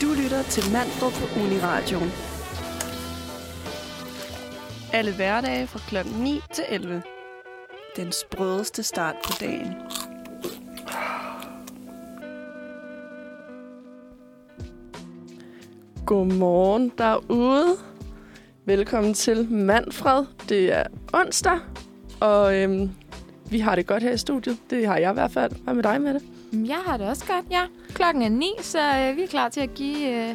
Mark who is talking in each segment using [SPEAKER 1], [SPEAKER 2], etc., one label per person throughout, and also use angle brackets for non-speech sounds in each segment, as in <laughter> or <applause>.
[SPEAKER 1] Du lytter til Manfred på Uniradioen. Alle hverdage fra kl. 9 til 11. Den sprødeste start på dagen. Godmorgen derude. Velkommen til Manfred. Det er onsdag, og øhm, vi har det godt her i studiet. Det har jeg i hvert fald. Hvad med dig, med det?
[SPEAKER 2] Jamen, Jeg har det også godt, ja. Klokken er ni, så øh, vi er klar til at give, øh,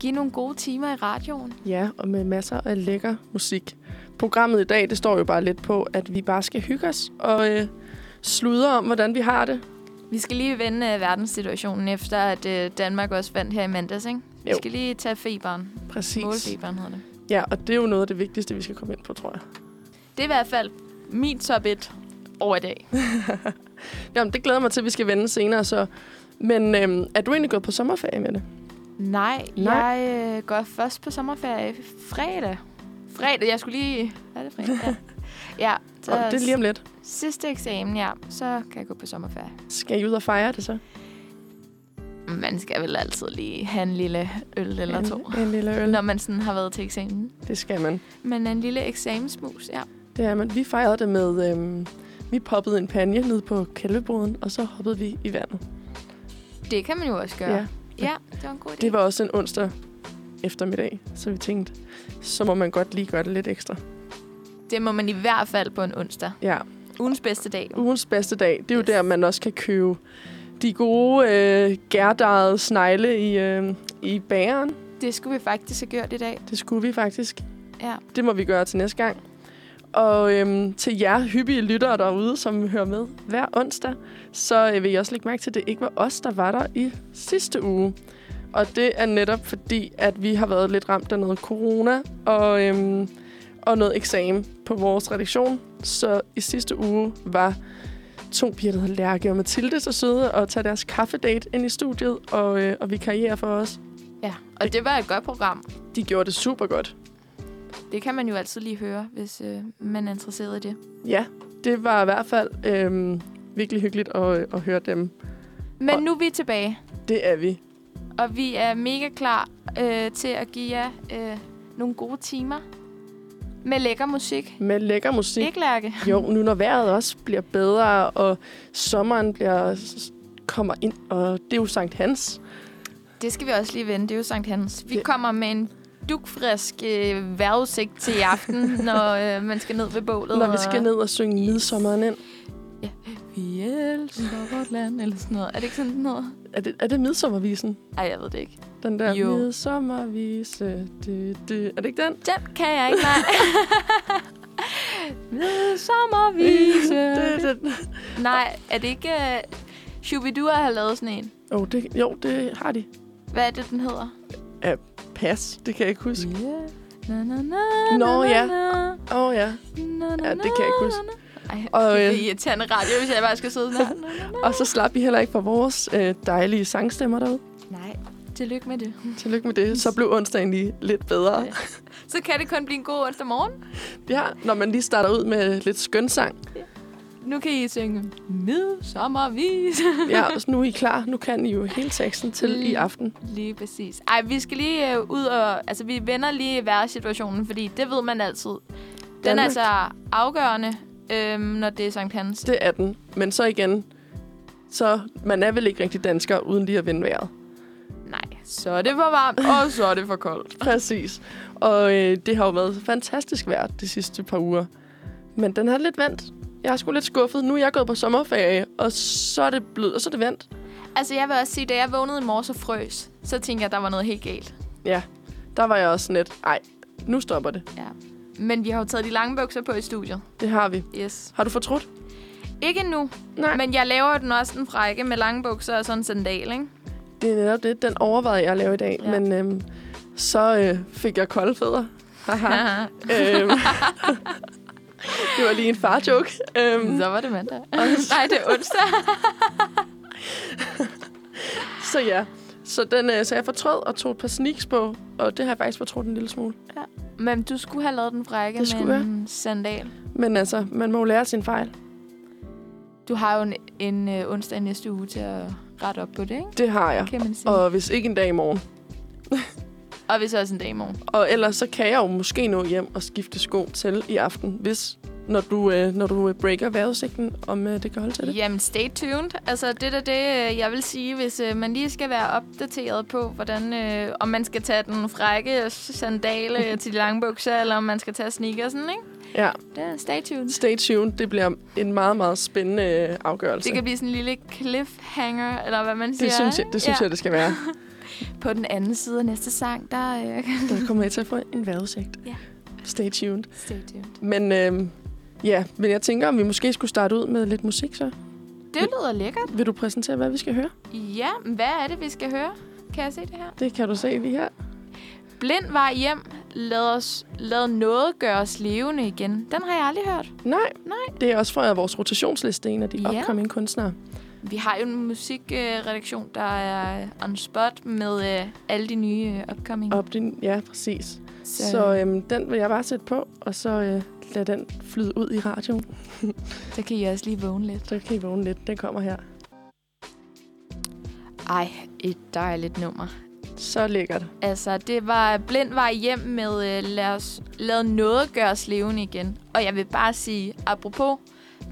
[SPEAKER 2] give nogle gode timer i radioen.
[SPEAKER 1] Ja, og med masser af lækker musik. Programmet i dag, det står jo bare lidt på, at vi bare skal hygge os og øh, sludre om, hvordan vi har det.
[SPEAKER 2] Vi skal lige vende øh, verdenssituationen efter, at øh, Danmark også vandt her i mandags, ikke? Vi
[SPEAKER 1] Jo.
[SPEAKER 2] skal lige tage feberen.
[SPEAKER 1] Præcis.
[SPEAKER 2] Målfeberen hedder det.
[SPEAKER 1] Ja, og det er jo noget af det vigtigste, vi skal komme ind på, tror jeg.
[SPEAKER 2] Det er i hvert fald min top 1 over i dag.
[SPEAKER 1] Jamen, det glæder jeg mig til, at vi skal vende senere, så... Men øhm, er du egentlig gået på sommerferie med det?
[SPEAKER 2] Nej,
[SPEAKER 1] Nej.
[SPEAKER 2] jeg øh, går først på sommerferie fredag. Fredag, jeg skulle lige... Hvad er det fredag? Ja, <laughs> ja så
[SPEAKER 1] Og det er lige om lidt.
[SPEAKER 2] sidste eksamen, ja. Så kan jeg gå på sommerferie.
[SPEAKER 1] Skal I ud og fejre det så?
[SPEAKER 2] Man skal vel altid lige have en lille øl eller to.
[SPEAKER 1] En, en lille øl.
[SPEAKER 2] når man sådan har været til eksamen.
[SPEAKER 1] Det skal man.
[SPEAKER 2] Men en lille eksamensmus, ja.
[SPEAKER 1] Det er man. Vi fejrede det med... Øhm, vi poppede en panje ned på kælveboden, og så hoppede vi i vandet.
[SPEAKER 2] Det kan man jo også gøre.
[SPEAKER 1] Ja.
[SPEAKER 2] ja det var en god idé.
[SPEAKER 1] Det var også en onsdag eftermiddag, så vi tænkte, så må man godt lige gøre det lidt ekstra.
[SPEAKER 2] det må man i hvert fald på en onsdag.
[SPEAKER 1] Ja,
[SPEAKER 2] Ugens bedste dag. jo.
[SPEAKER 1] ugens bedste dag, det er jo yes.
[SPEAKER 2] Yes.
[SPEAKER 1] der, man også kan købe de gode øh, gærdejede snegle i, øh, i bageren.
[SPEAKER 2] Det skulle vi faktisk have gjort i dag.
[SPEAKER 1] Det skulle vi faktisk.
[SPEAKER 2] Ja.
[SPEAKER 1] Det må vi gøre til næste gang. Og øhm, til jer hyppige lyttere derude, som hører med hver onsdag, så øh, vil jeg også lægge mærke til, at det ikke var os, der var der i sidste uge. Og det er netop fordi, at vi har været lidt ramt af noget corona og, øhm, og noget eksamen på vores redaktion. Så i sidste uge var to piger, der hedder Lærke og Mathilde, så søde og tage deres kaffedate ind i studiet og, øh, og vi karriere for os.
[SPEAKER 2] ja. Og det var et godt program.
[SPEAKER 1] De gjorde det super godt.
[SPEAKER 2] Det kan man jo altid lige høre, hvis øh, man er interesseret i det.
[SPEAKER 1] Ja, det var i hvert fald øhm, virkelig hyggeligt at, at høre dem.
[SPEAKER 2] Men
[SPEAKER 1] Og-
[SPEAKER 2] nu er vi tilbage,
[SPEAKER 1] Det er vi.
[SPEAKER 2] og vi er mega klar øh, til at give jer øh, nogle gode timer med lækker musik.
[SPEAKER 1] Med lækker musik.
[SPEAKER 2] Ikke, Lærke?
[SPEAKER 1] Jo, nu når vejret også bliver bedre, og sommeren bliver, kommer ind, og det er jo Sankt Hans.
[SPEAKER 2] Det skal vi også lige vende. Det er jo Sankt Hans. Vi
[SPEAKER 1] Det-
[SPEAKER 2] det. kommer med en dukfrisk øh, vejrudsigt til i
[SPEAKER 1] <laughs>
[SPEAKER 2] aften, når øh, man skal ned ved bålet.
[SPEAKER 1] Når vi skal ned og synge midsommeren ind.
[SPEAKER 2] Vi elsker vort land, eller sådan noget. Er det ikke sådan noget?
[SPEAKER 1] Er det, er det midsommervisen?
[SPEAKER 2] Ej, jeg ved det ikke.
[SPEAKER 1] Den der
[SPEAKER 2] Jo.
[SPEAKER 1] midsommervise. Det, det. Er det ikke den?
[SPEAKER 2] Den kan jeg ikke, nej. <laughs> Sommervise.
[SPEAKER 1] <laughs> det, er den.
[SPEAKER 2] Nej, er det ikke... Øh, Shubidua har lavet sådan en.
[SPEAKER 1] Oh, det. Jo, det har de.
[SPEAKER 2] Hvad er det, den hedder?
[SPEAKER 1] Pas, det kan jeg ikke huske.
[SPEAKER 2] Yeah. Na, na, na,
[SPEAKER 1] Nå,
[SPEAKER 2] na, na,
[SPEAKER 1] ja.
[SPEAKER 2] na.
[SPEAKER 1] Åh oh, ja.
[SPEAKER 2] Na, na,
[SPEAKER 1] Ja, det kan jeg ikke huske.
[SPEAKER 2] na, na. Ej,
[SPEAKER 1] Og,
[SPEAKER 2] og, det
[SPEAKER 1] øh,
[SPEAKER 2] er irriterende radio, hvis jeg bare skal
[SPEAKER 1] <laughs>
[SPEAKER 2] sidde sådan her. Na, na, na.
[SPEAKER 1] Og så slap I heller ikke for vores øh, dejlige sangstemmer derude.
[SPEAKER 2] Nej, tillykke med det. <laughs>
[SPEAKER 1] Tillykke med det. Så blev onsdagen lige lidt bedre.
[SPEAKER 2] Ja. Så kan det kun blive en god onsdag morgen.
[SPEAKER 1] Ja, når man lige starter ud med lidt skønsang.
[SPEAKER 2] Nu kan I synge midsommervis. <laughs>
[SPEAKER 1] Ja, så nu er I klar. Nu kan I jo hele teksten til i aften.
[SPEAKER 2] lige præcis. Ej, vi skal lige øh, ud og... Altså, vi vender lige værtssituationen, fordi det ved man altid. Den er
[SPEAKER 1] Danmark.
[SPEAKER 2] altså afgørende, øhm, når det er Sankt Hans.
[SPEAKER 1] Det er den. Men så igen, så man er vel ikke rigtig dansker, uden lige at vinde vejret.
[SPEAKER 2] Nej, så er det for <laughs> varmt, og så er det for koldt.
[SPEAKER 1] Præcis. Og øh, det har jo været fantastisk vejr de sidste par uger. Men den har lidt vendt. Jeg er sgu lidt skuffet. Nu er jeg gået på sommerferie, og så er det blødt, og så er det vendt.
[SPEAKER 2] Altså, jeg vil også sige, da jeg vågnede i morges og frøs, så tænkte jeg, at der var noget helt galt.
[SPEAKER 1] Ja, der var jeg også sådan lidt, ej, nu stopper det.
[SPEAKER 2] Ja. Men vi har jo taget de lange bukser på i studiet.
[SPEAKER 1] Det har vi.
[SPEAKER 2] Yes.
[SPEAKER 1] Har du fortrudt?
[SPEAKER 2] Ikke endnu,
[SPEAKER 1] Nej.
[SPEAKER 2] Men jeg laver den også den frække med lange bukser og sådan en sandal, ikke?
[SPEAKER 1] Det er netop det. Den overvejede jeg at lave i dag, ja.
[SPEAKER 2] Ja.
[SPEAKER 1] men øhm, så øh, fik jeg kolde fødder. <laughs> Haha. øhm, <laughs> det var lige en far-joke. Øhm,
[SPEAKER 2] så var det mandag. Nej, det er onsdag.
[SPEAKER 1] så ja, så, den, øh, så jeg fortrød og tog et par sneaks på, og det har jeg faktisk fortrudt en lille smule.
[SPEAKER 2] Men du skulle have lavet den frække
[SPEAKER 1] Det skulle
[SPEAKER 2] med en sandal.
[SPEAKER 1] Men altså, man må jo lære sin fejl.
[SPEAKER 2] Du har jo en, en øh, onsdag i næste uge til at rette op på det, ikke?
[SPEAKER 1] Det har jeg.
[SPEAKER 2] Kan man sige.
[SPEAKER 1] Og hvis ikke en dag i morgen,
[SPEAKER 2] Og hvis også en dag i morgen.
[SPEAKER 1] Og ellers så kan jeg jo måske nå hjem og skifte sko til i aften, hvis når du, øh, når du øh, breaker vejrudsigten, om øh, det kan holde til det.
[SPEAKER 2] Jamen, stay tuned. Altså, det er da det, øh, jeg vil sige, hvis øh, man lige skal være opdateret på, hvordan, øh, om man skal tage den frække sandale til de lange bukser, eller om man skal tage sneakersen, ikke?
[SPEAKER 1] Ja,
[SPEAKER 2] Det er stay tuned.
[SPEAKER 1] stay tuned. Det bliver en meget, meget spændende øh, afgørelse.
[SPEAKER 2] Det kan blive sådan en lille cliffhanger, eller hvad man siger.
[SPEAKER 1] det synes, jeg, det, synes ja. jeg, det skal være.
[SPEAKER 2] På den anden side af næste sang, der øh, <laughs>
[SPEAKER 1] Der kommer jeg til at få en vejrudsigt.
[SPEAKER 2] Ja.
[SPEAKER 1] Stay tuned.
[SPEAKER 2] stay tuned.
[SPEAKER 1] Men øh, ja, men jeg tænker, om vi måske skulle starte ud med lidt musik, så.
[SPEAKER 2] Det lyder lækkert.
[SPEAKER 1] Vil du præsentere, hvad vi skal høre?
[SPEAKER 2] Ja, men hvad er det, vi skal høre? Kan jeg se det her?
[SPEAKER 1] Det kan du se lige her.
[SPEAKER 2] Blind var hjem. Lad, os, lad noget gøre os levende igen. Den har jeg aldrig hørt.
[SPEAKER 1] Nej, Nej. det er også fra vores rotationsliste, en af de
[SPEAKER 2] Ja.
[SPEAKER 1] ja. upcoming kunstnere.
[SPEAKER 2] Vi har jo en musikredaktion, der er on spot med øh, alle de nye øh, upcoming.
[SPEAKER 1] Op din, ja, præcis. Så, så øhm, den vil jeg bare sætte på, og så øh, lad den flyde ud i radioen.
[SPEAKER 2] så kan I også lige vågne lidt.
[SPEAKER 1] Så kan I vågne lidt. Den kommer her.
[SPEAKER 2] Ej, et dejligt nummer.
[SPEAKER 1] Så lækkert.
[SPEAKER 2] Altså, det var Blind var hjem med øh, lad, os, lad noget gøre os levende igen. Og jeg vil bare sige, apropos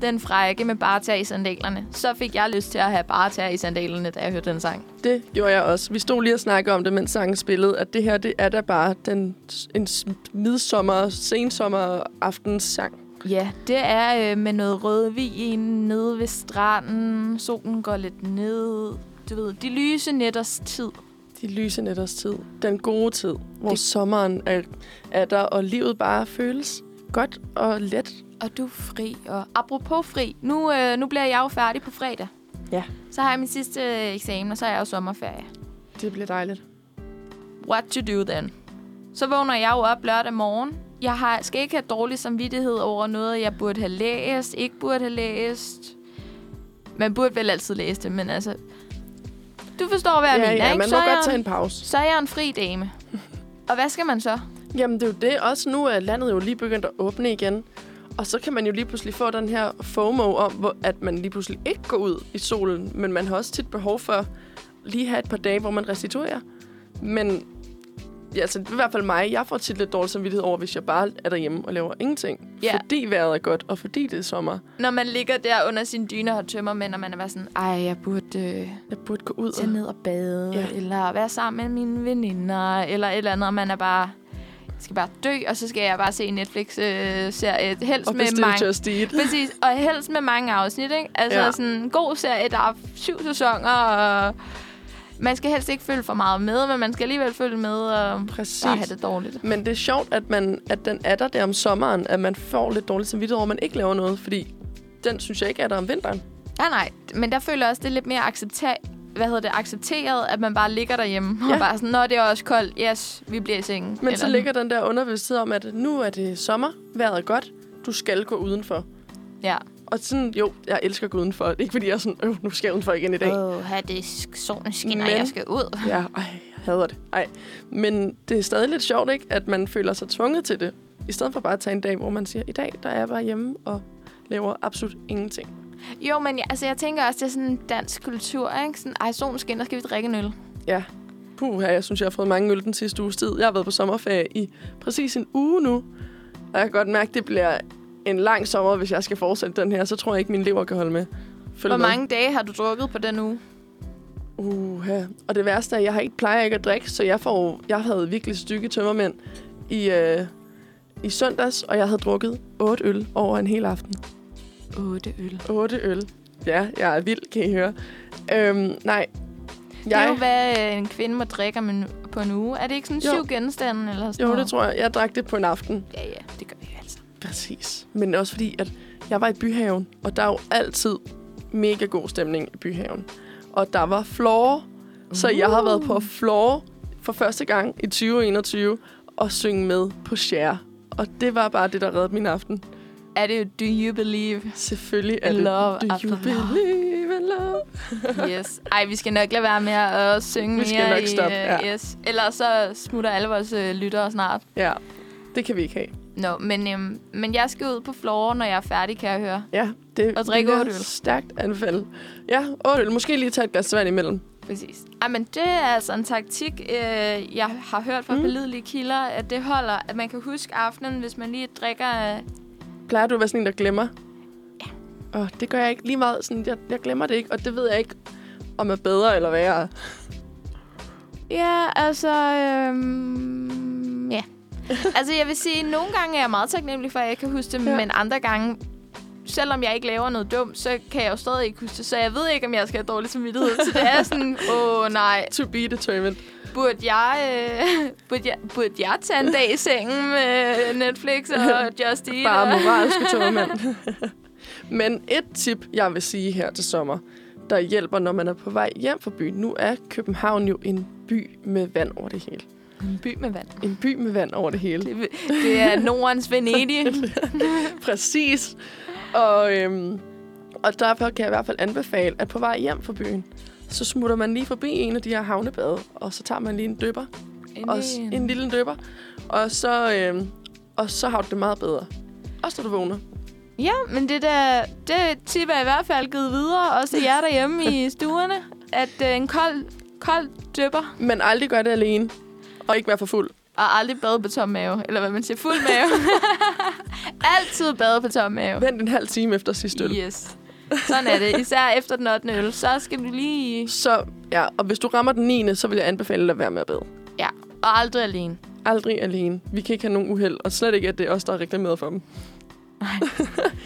[SPEAKER 2] den frække med bare tær i sandalerne, så fik jeg lyst til at have bare tær i sandalerne, da jeg hørte den sang.
[SPEAKER 1] Det gjorde jeg også. Vi stod lige og snakkede om det, mens sangen spillede, at det her, det er da bare den, en s- midsommer, sensommer aftens sang.
[SPEAKER 2] Ja, det er øh, med noget rødvin nede ved stranden. Solen går lidt ned. Du ved, de lyse netters tid.
[SPEAKER 1] De lyse netters tid. Den gode tid, hvor det. sommeren er, er der, og livet bare føles godt og let.
[SPEAKER 2] Og du er fri. Og apropos fri, nu, øh, nu bliver jeg jo færdig på fredag.
[SPEAKER 1] Ja.
[SPEAKER 2] Så har jeg min sidste øh, eksamen, og så er jeg jo sommerferie.
[SPEAKER 1] Det bliver dejligt.
[SPEAKER 2] What to do then? Så vågner jeg jo op lørdag morgen. Jeg har, skal ikke have dårlig samvittighed over noget, jeg burde have læst, ikke burde have læst. Man burde vel altid læse det, men altså... Du forstår, hvad jeg
[SPEAKER 1] ja,
[SPEAKER 2] mener,
[SPEAKER 1] ja,
[SPEAKER 2] ikke?
[SPEAKER 1] man
[SPEAKER 2] så
[SPEAKER 1] må
[SPEAKER 2] er
[SPEAKER 1] godt
[SPEAKER 2] jeg-
[SPEAKER 1] tage en pause.
[SPEAKER 2] Så er jeg en fri dame. Og hvad skal man så?
[SPEAKER 1] Jamen, det er jo det. Også nu er landet jo lige begyndt at åbne igen. Og så kan man jo lige pludselig få den her FOMO om, hvor, at man lige pludselig ikke går ud i solen. Men man har også tit behov for lige have et par dage, hvor man restituerer. Men ja, altså, det er i hvert fald mig. Jeg får tit lidt dårlig samvittighed over, hvis jeg bare er derhjemme og laver ingenting.
[SPEAKER 2] Ja.
[SPEAKER 1] Fordi vejret er godt, og fordi det er sommer.
[SPEAKER 2] Når man ligger der under sin dyne og har tømmermænd, og man er bare sådan, ej, jeg burde øh,
[SPEAKER 1] Jeg burde gå ud
[SPEAKER 2] tage
[SPEAKER 1] og...
[SPEAKER 2] ned og bade,
[SPEAKER 1] Mm. Ja.
[SPEAKER 2] ja. eller være sammen med mine veninder, eller et eller andet, og man er bare, jeg skal bare dø, og så skal jeg bare se en Netflix-serie, øh, helst
[SPEAKER 1] Og
[SPEAKER 2] med
[SPEAKER 1] bestille
[SPEAKER 2] mange...
[SPEAKER 1] Just Eat.
[SPEAKER 2] <laughs> Præcis, og helst med mange afsnit, ikke? Altså
[SPEAKER 1] Ja.
[SPEAKER 2] ja. sådan en god serie, der er syv sæsoner, og man skal helst ikke følge for meget med, men man skal alligevel følge med, og
[SPEAKER 1] Præcis.
[SPEAKER 2] bare have det dårligt.
[SPEAKER 1] Men det er sjovt, at, man, at den er der der om sommeren, at man får lidt dårlig samvittighed over, at man ikke laver noget, fordi den synes jeg ikke er der om vinteren.
[SPEAKER 2] Nej, nej. Men der føler jeg også, det er lidt mere accepta hvad hedder det, accepteret, at man bare ligger derhjemme. Ja.
[SPEAKER 1] Ja.
[SPEAKER 2] Og bare sådan, nå, det er også koldt. Yes, vi bliver i sengen.
[SPEAKER 1] Men
[SPEAKER 2] Eller-
[SPEAKER 1] så ligger den der underbevidsthed om, at nu er det sommer, vejret er godt, du skal gå udenfor.
[SPEAKER 2] Ja.
[SPEAKER 1] Og sådan, jo, jeg elsker at gå udenfor. Det er Ikke fordi jeg er sådan, øh, nu skal jeg udenfor igen i dag.
[SPEAKER 2] Åh, her det sk- solen skinner,
[SPEAKER 1] Men-
[SPEAKER 2] jeg skal ud.
[SPEAKER 1] Ja, ej, jeg hader det. Ej. Men det er stadig lidt sjovt, ikke? At man føler sig tvunget til det. I stedet for bare at tage en dag, hvor man siger, i dag, der er jeg bare hjemme og laver absolut ingenting.
[SPEAKER 2] <laughs> Jo, men jeg, altså, jeg tænker også, det er sådan en dansk kultur, ikke? Sådan, ej, solen skinner, skal vi drikke en øl?
[SPEAKER 1] Ja. Puh, jeg synes, jeg har fået mange øl den sidste uges tid. Jeg har været på sommerferie i præcis en uge nu. Og jeg kan godt mærke, det bliver en lang sommer, hvis jeg skal fortsætte den her. Så tror jeg ikke, min lever kan holde med. Følg
[SPEAKER 2] Hvor
[SPEAKER 1] med.
[SPEAKER 2] mange dage har du drukket på den uge?
[SPEAKER 1] Uha. Og det værste er, at jeg har ikke plejer ikke at drikke, så jeg, får, jeg havde virkelig stykke tømmermænd i, øh, i søndags, og jeg havde drukket otte øl over en hel aften.
[SPEAKER 2] Otte øl.
[SPEAKER 1] Otte øl. Ja, jeg er vild, kan I høre. Øhm, nej.
[SPEAKER 2] Det er jo,
[SPEAKER 1] Jeg,
[SPEAKER 2] hvad øh, en kvinde må drikke om en, på en uge. Er det ikke sådan
[SPEAKER 1] Jo.
[SPEAKER 2] syv genstande eller sådan
[SPEAKER 1] jo,
[SPEAKER 2] noget?
[SPEAKER 1] det tror jeg. Jeg drak det på en aften.
[SPEAKER 2] Ja, ja, det gør vi jo altså.
[SPEAKER 1] Præcis. Men også fordi, at jeg var i byhaven, og der er jo altid mega god stemning i byhaven. Og der var floor, så jeg har været
[SPEAKER 2] Uh.
[SPEAKER 1] på floor for første gang i 2021 og synge med på Share. Og det var bare det, der reddede min aften.
[SPEAKER 2] Er det jo Do You
[SPEAKER 1] <laughs>
[SPEAKER 2] Believe?
[SPEAKER 1] Selvfølgelig er det...
[SPEAKER 2] Love
[SPEAKER 1] do
[SPEAKER 2] after
[SPEAKER 1] you
[SPEAKER 2] love.
[SPEAKER 1] believe in love?
[SPEAKER 2] Yes. Ej, vi skal nok lade være med at øh, synge
[SPEAKER 1] Vi skal
[SPEAKER 2] mere
[SPEAKER 1] nok stoppe,
[SPEAKER 2] i, øh,
[SPEAKER 1] ja.
[SPEAKER 2] yes. Ellers så smutter alle vores øh, lyttere snart.
[SPEAKER 1] Ja, det kan vi ikke have.
[SPEAKER 2] Nå, men, øhm, men jeg skal ud på floor, når jeg er færdig, kan jeg høre.
[SPEAKER 1] Ja, det
[SPEAKER 2] Og drikke
[SPEAKER 1] bliver
[SPEAKER 2] otte øl.
[SPEAKER 1] stærkt anfald. Ja, otte øl. Måske lige tage et glas vand imellem.
[SPEAKER 2] Præcis. Ej, men det er altså en taktik, øh, jeg har hørt fra
[SPEAKER 1] Mm.
[SPEAKER 2] pålidelige kilder, at det holder, at man kan huske aftenen, hvis man lige drikker... Øh,
[SPEAKER 1] Plejer du at være sådan en, der glemmer? Ja. Åh, det gør jeg ikke lige meget. Sådan, jeg, jeg glemmer det ikke, og det ved jeg ikke, om er bedre eller værre.
[SPEAKER 2] ja, altså... Øh, ja. <laughs> altså, jeg vil sige, at nogle gange er jeg meget taknemmelig for, at jeg kan huske det,
[SPEAKER 1] Ja.
[SPEAKER 2] ja. men andre gange, selvom jeg ikke laver noget dumt, så kan jeg jo stadig ikke huske det. Så jeg ved ikke, om jeg skal have dårlig samvittighed. Så det er sådan, åh oh, nej,
[SPEAKER 1] To be determined.
[SPEAKER 2] Burde jeg, øh, burde, jeg, burde jeg tage en dag i sengen med Netflix og Just Eat?
[SPEAKER 1] Bare
[SPEAKER 2] og-
[SPEAKER 1] <laughs> moralske tømmermænd. Men et tip, jeg vil sige her til sommer, der hjælper, når man er på vej hjem fra byen. Nu er København jo en by med vand over det hele.
[SPEAKER 2] En by med vand.
[SPEAKER 1] En by med vand over det hele.
[SPEAKER 2] Det, det er
[SPEAKER 1] <laughs>
[SPEAKER 2] Nordens Venedig.
[SPEAKER 1] Præcis. Og, øhm, og derfor kan jeg i hvert fald anbefale, at på vej hjem fra byen, så smutter man lige forbi en af de her havnebade, og så tager man lige en dypper, og, s- en lille dypper, og så, øhm, og så har du det meget bedre. Også når du vågner.
[SPEAKER 2] Ja, men det, der, det tip er i hvert fald givet videre, også til jer derhjemme
[SPEAKER 1] <laughs>
[SPEAKER 2] i stuerne, at øh, en kold, kold døber
[SPEAKER 1] Men aldrig gør det alene, og ikke være for fuld.
[SPEAKER 2] og aldrig bade på tom mave, eller hvad man siger, fuld mave. <laughs> Altid bade på tom mave.
[SPEAKER 1] Vent en halv time efter sidste øl. Yeah.
[SPEAKER 2] Yes. Sådan er det. Især efter den 8. øl, så skal du lige...
[SPEAKER 1] Så ja, og hvis du rammer den 9., så vil jeg anbefale dig at være med at bede.
[SPEAKER 2] Ja, og aldrig alene.
[SPEAKER 1] Aldrig alene. Vi kan ikke have nogen uheld, og slet ikke, at det er os, der er reklameret for dem.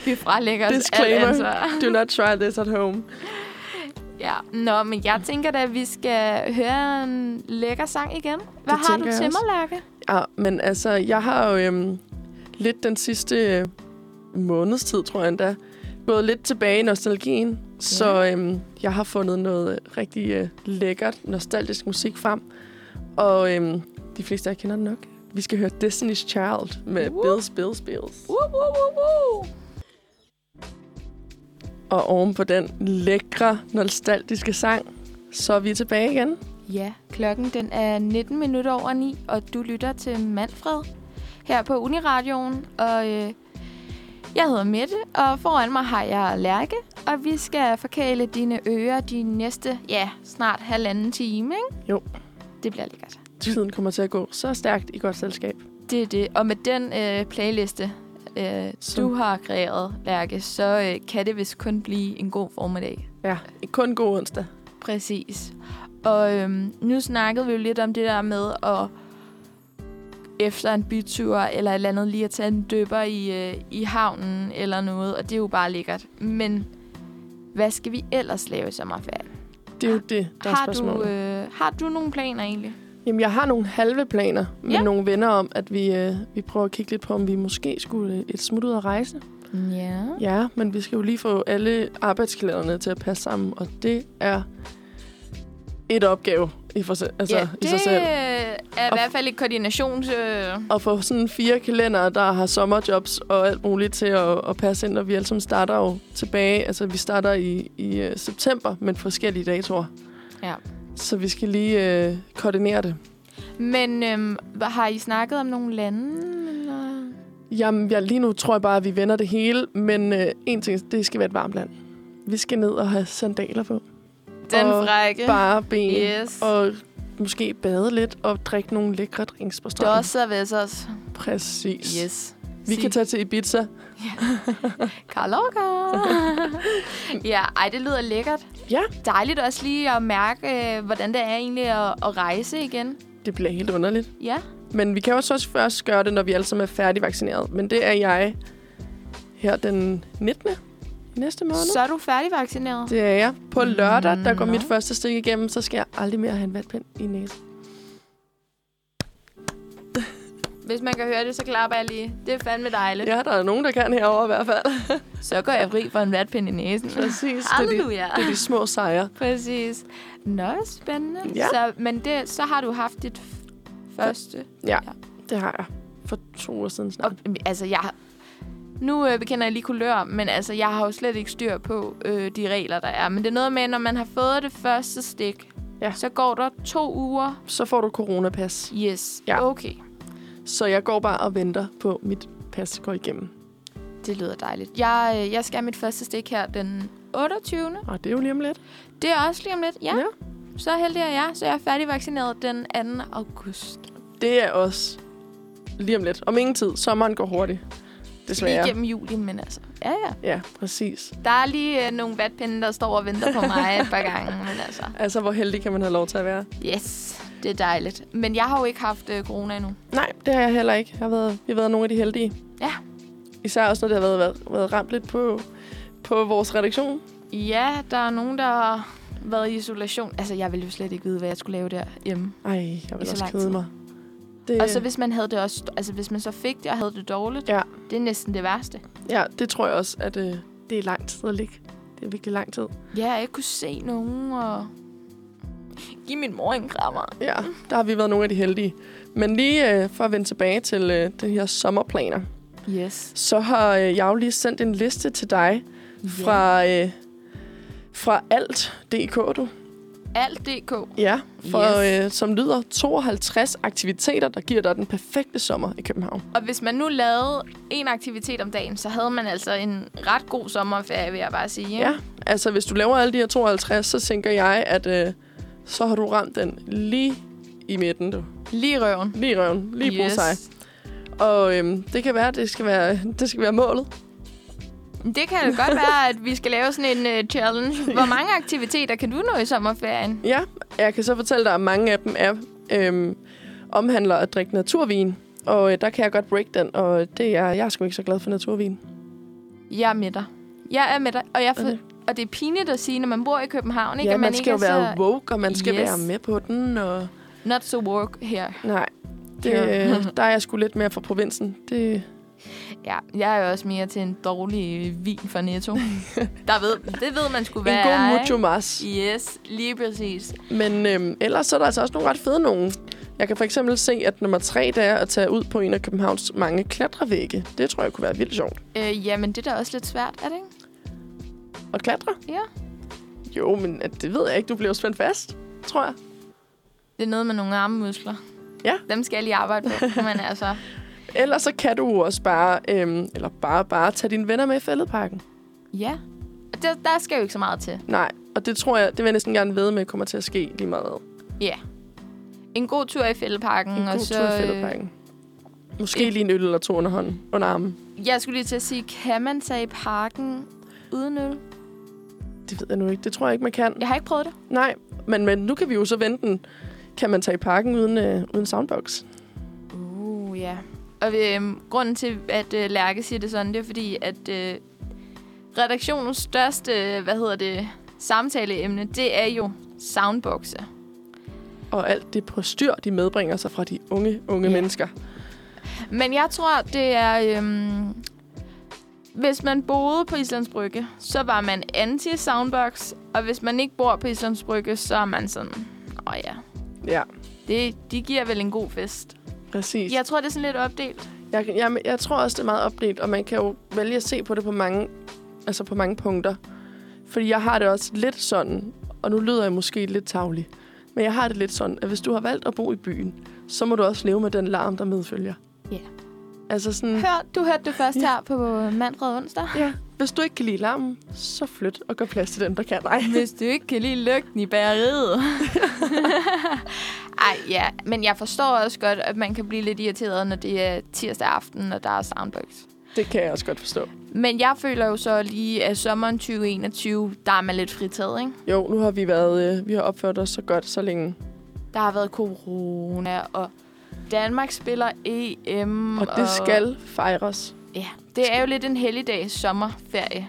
[SPEAKER 2] Vi fralægger os alt
[SPEAKER 1] Disclaimer.
[SPEAKER 2] ansvar.
[SPEAKER 1] Do not try this at home.
[SPEAKER 2] Ja. Nå, men jeg tænker da, at vi skal høre en lækker sang igen. Hvad
[SPEAKER 1] Det
[SPEAKER 2] har du
[SPEAKER 1] tænker jeg
[SPEAKER 2] til
[SPEAKER 1] også.
[SPEAKER 2] mig, Lærke?
[SPEAKER 1] Ja, men altså, jeg har jo øhm, lidt den sidste øh, måneds tid, tror jeg endda, gået lidt tilbage i nostalgien. Så øhm, jeg har fundet noget øh, rigtig øh, lækkert, nostalgisk musik frem. Og øhm, de fleste af jer kender den nok. Vi skal høre Destiny's Child med
[SPEAKER 2] Uh.
[SPEAKER 1] Bills, Bills, Bills.
[SPEAKER 2] Uh, uh, uh, uh.
[SPEAKER 1] Og oven på den lækre, nostalgiske sang, så er vi tilbage igen.
[SPEAKER 2] Ja, klokken den er 19 minutter over 9, og du lytter til Manfred her på Uniradioen. Og øh, jeg hedder Mette, og foran mig har jeg Lærke, og vi skal forkæle dine ører de næste, ja, snart halvanden time, ikke?
[SPEAKER 1] Jo.
[SPEAKER 2] Det bliver lækkert.
[SPEAKER 1] Tiden kommer til at gå så stærkt i godt selskab.
[SPEAKER 2] Det er det. Og med den øh, playliste, øh,
[SPEAKER 1] Som-
[SPEAKER 2] du har kreeret, Lærke, så øh, kan det vist kun blive en god formiddag.
[SPEAKER 1] Ja, kun god onsdag.
[SPEAKER 2] Præcis. Og øhm, nu snakkede vi jo lidt om det der med at efter en bytur eller et eller andet lige at tage en døber i, øh, i havnen eller noget, og det er jo bare lækkert. Men hvad skal vi ellers lave i sommerferien?
[SPEAKER 1] Det er jo det, der er
[SPEAKER 2] Har
[SPEAKER 1] spørgsmålet.
[SPEAKER 2] du, øh, har du nogle planer egentlig?
[SPEAKER 1] Jamen, jeg har nogle halve planer med
[SPEAKER 2] Ja.
[SPEAKER 1] nogle venner om, at vi, øh, vi prøver at kigge lidt på, om vi måske skulle øh, et smut ud at rejse.
[SPEAKER 2] Mm. Ja.
[SPEAKER 1] Ja, men vi skal jo lige få alle arbejdsklæderne til at passe sammen, og det er et opgave i, for, se- altså,
[SPEAKER 2] ja,
[SPEAKER 1] i
[SPEAKER 2] det
[SPEAKER 1] sig selv.
[SPEAKER 2] er i
[SPEAKER 1] Og-
[SPEAKER 2] hvert fald et koordinations... Øh,
[SPEAKER 1] At få sådan fire kalendere, der har sommerjobs og alt muligt til at, at passe ind, og vi alle sammen starter jo tilbage. Altså, vi starter i, i øh, september, men forskellige datoer.
[SPEAKER 2] Ja.
[SPEAKER 1] Så vi skal lige øh, koordinere det.
[SPEAKER 2] Men øhm, hvad- har I snakket om nogle lande? Eller?
[SPEAKER 1] Jamen, jeg, lige nu tror jeg bare, at vi vender det hele, men øh, en ting, det skal være et varmt land. Vi skal ned og have sandaler på.
[SPEAKER 2] Den
[SPEAKER 1] Og
[SPEAKER 2] frække.
[SPEAKER 1] Bare ben.
[SPEAKER 2] Yes. Og
[SPEAKER 1] Og måske bade lidt og drikke nogle lækre drinks på stranden.
[SPEAKER 2] Dos og Vessers.
[SPEAKER 1] Præcis.
[SPEAKER 2] Yes.
[SPEAKER 1] Vi kan tage til Ibiza. <laughs>
[SPEAKER 2] Karloka. ja, ej, det lyder lækkert.
[SPEAKER 1] Ja.
[SPEAKER 2] Dejligt også lige at mærke, øh, hvordan det er egentlig at, at rejse igen.
[SPEAKER 1] Det bliver helt underligt.
[SPEAKER 2] Ja.
[SPEAKER 1] Men vi kan også også først gøre det, når vi alle sammen er færdigvaccineret. Men det er jeg her den 19. i næste måned.
[SPEAKER 2] Så er du færdigvaccineret.
[SPEAKER 1] Det er jeg. På lørdag, der går
[SPEAKER 2] Nå.
[SPEAKER 1] mit første stik igennem, så skal jeg aldrig mere have en vatpind i næsen.
[SPEAKER 2] Hvis man kan høre det, så klapper jeg lige. Det er fandme dejligt.
[SPEAKER 1] Ja, der er nogen, der kan herover i hvert fald.
[SPEAKER 2] Så går jeg fri for en vatpind i næsen.
[SPEAKER 1] Præcis. Det er, de,
[SPEAKER 2] Halleluja.
[SPEAKER 1] det er de små sejre.
[SPEAKER 2] Præcis. Nå, spændende.
[SPEAKER 1] Ja.
[SPEAKER 2] Så, men det, så har du haft dit f- første.
[SPEAKER 1] Det har jeg for to uger siden snart.
[SPEAKER 2] Og, altså, jeg... Nu øh, bekender jeg lige kulør, men altså, jeg har jo slet ikke styr på øh, de regler, der er. Men det er noget med, når man har fået det første stik,
[SPEAKER 1] Ja.
[SPEAKER 2] så går der to uger.
[SPEAKER 1] Så får du coronapas.
[SPEAKER 2] Yes,
[SPEAKER 1] Ja.
[SPEAKER 2] okay.
[SPEAKER 1] Så jeg går bare og venter på, at mit pas går igennem.
[SPEAKER 2] Det lyder dejligt. Jeg, øh, jeg skal have mit første stik her den 28.
[SPEAKER 1] Og det er jo lige om lidt.
[SPEAKER 2] Det er også lige om lidt, ja.
[SPEAKER 1] Ja.
[SPEAKER 2] så heldig er jeg, så jeg er færdigvaccineret den 2. august.
[SPEAKER 1] Det er også lige om lidt. Om ingen tid. Sommeren går hurtigt.
[SPEAKER 2] Lige
[SPEAKER 1] Desværre.
[SPEAKER 2] gennem juli, men altså. Ja, ja.
[SPEAKER 1] Ja, præcis.
[SPEAKER 2] Der er lige øh, nogle vatpinde, der står og venter på mig et par gange, men altså.
[SPEAKER 1] Altså, hvor heldig kan man have lov til at være?
[SPEAKER 2] Yes, det er dejligt. Men jeg har jo ikke haft øh, corona endnu.
[SPEAKER 1] Nej, det har jeg heller ikke. Jeg har været, vi har været nogle af de heldige.
[SPEAKER 2] Ja.
[SPEAKER 1] Især også, når det har været, været, været ramt lidt på, på vores redaktion.
[SPEAKER 2] Ja, der er nogen, der har været i isolation. Altså, jeg ville jo slet ikke vide, hvad jeg skulle lave derhjemme.
[SPEAKER 1] Ej, jeg vil
[SPEAKER 2] så
[SPEAKER 1] også
[SPEAKER 2] lang
[SPEAKER 1] kede
[SPEAKER 2] tid.
[SPEAKER 1] mig. Det,
[SPEAKER 2] Og så hvis man havde det også, altså hvis man så fik det og havde det dårligt,
[SPEAKER 1] Ja.
[SPEAKER 2] det er næsten det værste.
[SPEAKER 1] ja, det tror jeg også, at øh, det er lang tid at ligge. Det er virkelig lang tid.
[SPEAKER 2] Ja, jeg ikke kunne se nogen og... Giv min mor en krammer.
[SPEAKER 1] Ja, der har vi været nogle af de heldige. Men lige øh, for at vende tilbage til øh, de her sommerplaner,
[SPEAKER 2] Yes.
[SPEAKER 1] så har øh, jeg jo lige sendt en liste til dig fra, øh, fra alt.dk, du.
[SPEAKER 2] Alt DK.
[SPEAKER 1] Ja, for,
[SPEAKER 2] Yes.
[SPEAKER 1] yes. øh, som lyder 52 aktiviteter, der giver dig den perfekte sommer i København.
[SPEAKER 2] Og hvis man nu lavede en aktivitet om dagen, så havde man altså en ret god sommerferie, vil jeg bare sige. ikke?
[SPEAKER 1] Ja, altså hvis du laver alle de her 52, så tænker jeg, at øh, så har du ramt den lige i midten, du.
[SPEAKER 2] Lige i røven.
[SPEAKER 1] Lige i røven, lige yes. på sig. Og øhm, det kan være, at det skal være, det skal være målet.
[SPEAKER 2] Det kan jo godt være, at vi skal lave sådan en uh, <laughs> challenge. Hvor mange aktiviteter kan du nå i sommerferien?
[SPEAKER 1] Ja, jeg kan så fortælle dig, at mange af dem er, øhm, omhandler at drikke naturvin. Og øh, der kan jeg godt break den, og det er, jeg er sgu ikke så glad for naturvin.
[SPEAKER 2] Jeg er med dig. Jeg er med dig. Og, jeg for,
[SPEAKER 1] Okay.
[SPEAKER 2] og det er pinligt at sige, når man bor i København,
[SPEAKER 1] Altså,
[SPEAKER 2] ikke?
[SPEAKER 1] ja,
[SPEAKER 2] at
[SPEAKER 1] man,
[SPEAKER 2] man
[SPEAKER 1] skal
[SPEAKER 2] ikke
[SPEAKER 1] jo
[SPEAKER 2] er
[SPEAKER 1] være
[SPEAKER 2] så
[SPEAKER 1] woke, og man skal
[SPEAKER 2] Yes.
[SPEAKER 1] være med på den. Og...
[SPEAKER 2] not so work her.
[SPEAKER 1] Nej, det,
[SPEAKER 2] Ja.
[SPEAKER 1] øh, der er jeg sgu lidt mere fra provinsen. Det,
[SPEAKER 2] Ja, jeg er jo også mere til en dårlig øh, vin fra
[SPEAKER 1] <laughs>
[SPEAKER 2] Netto. Der ved, det ved man skulle
[SPEAKER 1] en
[SPEAKER 2] være.
[SPEAKER 1] god
[SPEAKER 2] ikke?
[SPEAKER 1] mucho mas.
[SPEAKER 2] Yes, lige præcis.
[SPEAKER 1] Men øhm, ellers så er der altså også nogle ret fede nogen. Jeg kan for eksempel se, at nummer tre, det er at tage ud på en af Københavns mange klatrevægge. Det tror jeg kunne være vildt sjovt.
[SPEAKER 2] Øh, jamen, det er da også lidt svært, er det ikke?
[SPEAKER 1] At klatre?
[SPEAKER 2] Ja.
[SPEAKER 1] Jo, men at det ved jeg ikke. Du bliver jo spændt fast, tror jeg.
[SPEAKER 2] Det er noget med nogle armmuskler.
[SPEAKER 1] Ja.
[SPEAKER 2] Dem skal jeg lige
[SPEAKER 1] <laughs>
[SPEAKER 2] arbejde på, men altså...
[SPEAKER 1] Ellers så kan du jo også bare, øhm, eller bare, bare tage dine venner med i fældeparken.
[SPEAKER 2] Ja. Og Der, der skal jo ikke så meget til.
[SPEAKER 1] Nej, og det tror jeg, det vil jeg næsten gerne vide med, kommer til at ske lige meget. hvad.
[SPEAKER 2] En god tur i fældeparken.
[SPEAKER 1] En
[SPEAKER 2] og
[SPEAKER 1] god
[SPEAKER 2] så,
[SPEAKER 1] tur i
[SPEAKER 2] øh,
[SPEAKER 1] fældeparken. Måske
[SPEAKER 2] en-
[SPEAKER 1] lige en øl eller to under hånden, under armen.
[SPEAKER 2] Jeg skulle lige til at sige, kan man tage i parken uden øl?
[SPEAKER 1] Det ved jeg nu ikke. Det tror jeg ikke, man kan.
[SPEAKER 2] Jeg har ikke prøvet det.
[SPEAKER 1] Nej, men, men nu kan vi jo så vente den. Kan man tage i parken uden, øh, uden soundbox?
[SPEAKER 2] Uh, ja. Og øh, grunden til, at øh, Lærke siger det sådan, det er fordi, at øh, redaktionens største, øh, hvad hedder det, samtaleemne, det er jo soundboxe.
[SPEAKER 1] Og alt det postyr, de medbringer sig fra de unge, unge
[SPEAKER 2] Ja.
[SPEAKER 1] ja. mennesker.
[SPEAKER 2] Men jeg tror, det er... Øhm, hvis man boede på Islands Brygge, så var man anti-soundbox. Og hvis man ikke bor på Islands Brygge, så er man sådan... Åh ja,
[SPEAKER 1] Ja,
[SPEAKER 2] det, de giver vel en god fest.
[SPEAKER 1] præcis.
[SPEAKER 2] Jeg tror, det er sådan lidt opdelt.
[SPEAKER 1] Jeg, jeg, jeg tror også, det er meget opdelt, og man kan jo vælge at se på det på mange, altså på mange punkter. Fordi jeg har det også lidt sådan, og nu lyder jeg måske lidt tavlig, men jeg har det lidt sådan, at hvis du har valgt at bo i byen, så må du også leve med den larm, der medfølger.
[SPEAKER 2] Ja.
[SPEAKER 1] Altså <laughs> sådan,
[SPEAKER 2] Hør, du hørte det først her på Manfred onsdag.
[SPEAKER 1] ja, hvis du ikke kan lide larmen, så flyt og gør plads til dem, der kan dig.
[SPEAKER 2] Hvis du ikke kan lide lugten i bageriet. <laughs> Ej, ja. Men jeg forstår også godt, at man kan blive lidt irriteret, når det er tirsdag aften, og der er soundbox.
[SPEAKER 1] Det kan jeg også godt forstå.
[SPEAKER 2] Men jeg føler jo så lige, at sommeren 2021, der er man lidt fritaget, ikke?
[SPEAKER 1] Jo, nu har vi været, øh, vi har opført os så godt så længe.
[SPEAKER 2] Der har været corona, og Danmark spiller EM.
[SPEAKER 1] Og det skal fejres.
[SPEAKER 2] Ja, det er jo lidt en helligdag sommerferie.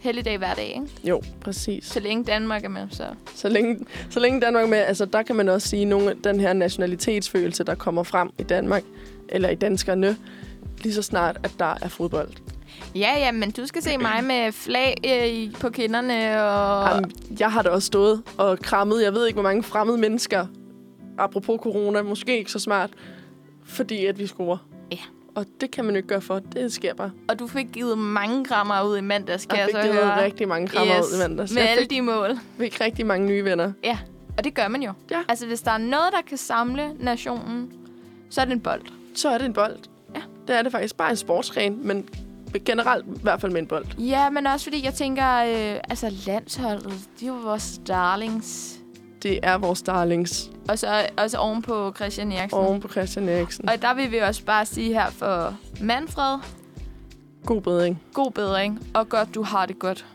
[SPEAKER 2] Helligdag hver dag, ikke?
[SPEAKER 1] Jo, præcis.
[SPEAKER 2] Så længe Danmark er med, så...
[SPEAKER 1] Så længe, så længe Danmark er med, altså der kan man også sige, nogle af den her nationalitetsfølelse, der kommer frem i Danmark, eller i danskerne, lige så snart, at der er fodbold.
[SPEAKER 2] Ja, ja, men du <clears throat> skal se mig med flag øh, i- på kinderne, og...
[SPEAKER 1] Jamen, jeg har da også stået og krammet, jeg ved ikke, hvor mange fremmede mennesker, apropos corona, måske ikke så smart, fordi at vi scorer.
[SPEAKER 2] Ja.
[SPEAKER 1] Og det kan man jo ikke gøre for, det sker bare.
[SPEAKER 2] Og du fik givet mange krammer ud i mandags, kan
[SPEAKER 1] Jeg
[SPEAKER 2] jeg,
[SPEAKER 1] fik
[SPEAKER 2] så
[SPEAKER 1] givet
[SPEAKER 2] høre.
[SPEAKER 1] rigtig mange krammer yes. ud i mandags.
[SPEAKER 2] med
[SPEAKER 1] Jeg
[SPEAKER 2] alle
[SPEAKER 1] fik,
[SPEAKER 2] de mål.
[SPEAKER 1] fik rigtig mange nye venner.
[SPEAKER 2] Ja, og det gør man jo.
[SPEAKER 1] Ja.
[SPEAKER 2] Altså, hvis der er noget, der kan samle nationen, så er det en bold.
[SPEAKER 1] Så er det en bold.
[SPEAKER 2] Ja.
[SPEAKER 1] Det er det faktisk. Bare en sportsgren, men generelt i hvert fald med en bold.
[SPEAKER 2] Ja, men også fordi jeg tænker, øh, altså landsholdet, de er jo vores darlings.
[SPEAKER 1] Det er vores darlings
[SPEAKER 2] Og så også oven på Christian Eriksen.
[SPEAKER 1] oven på Christian Eriksen.
[SPEAKER 2] Og der vil vi også bare sige her for Manfred,
[SPEAKER 1] God bedring.
[SPEAKER 2] god bedring, og godt, du har det godt,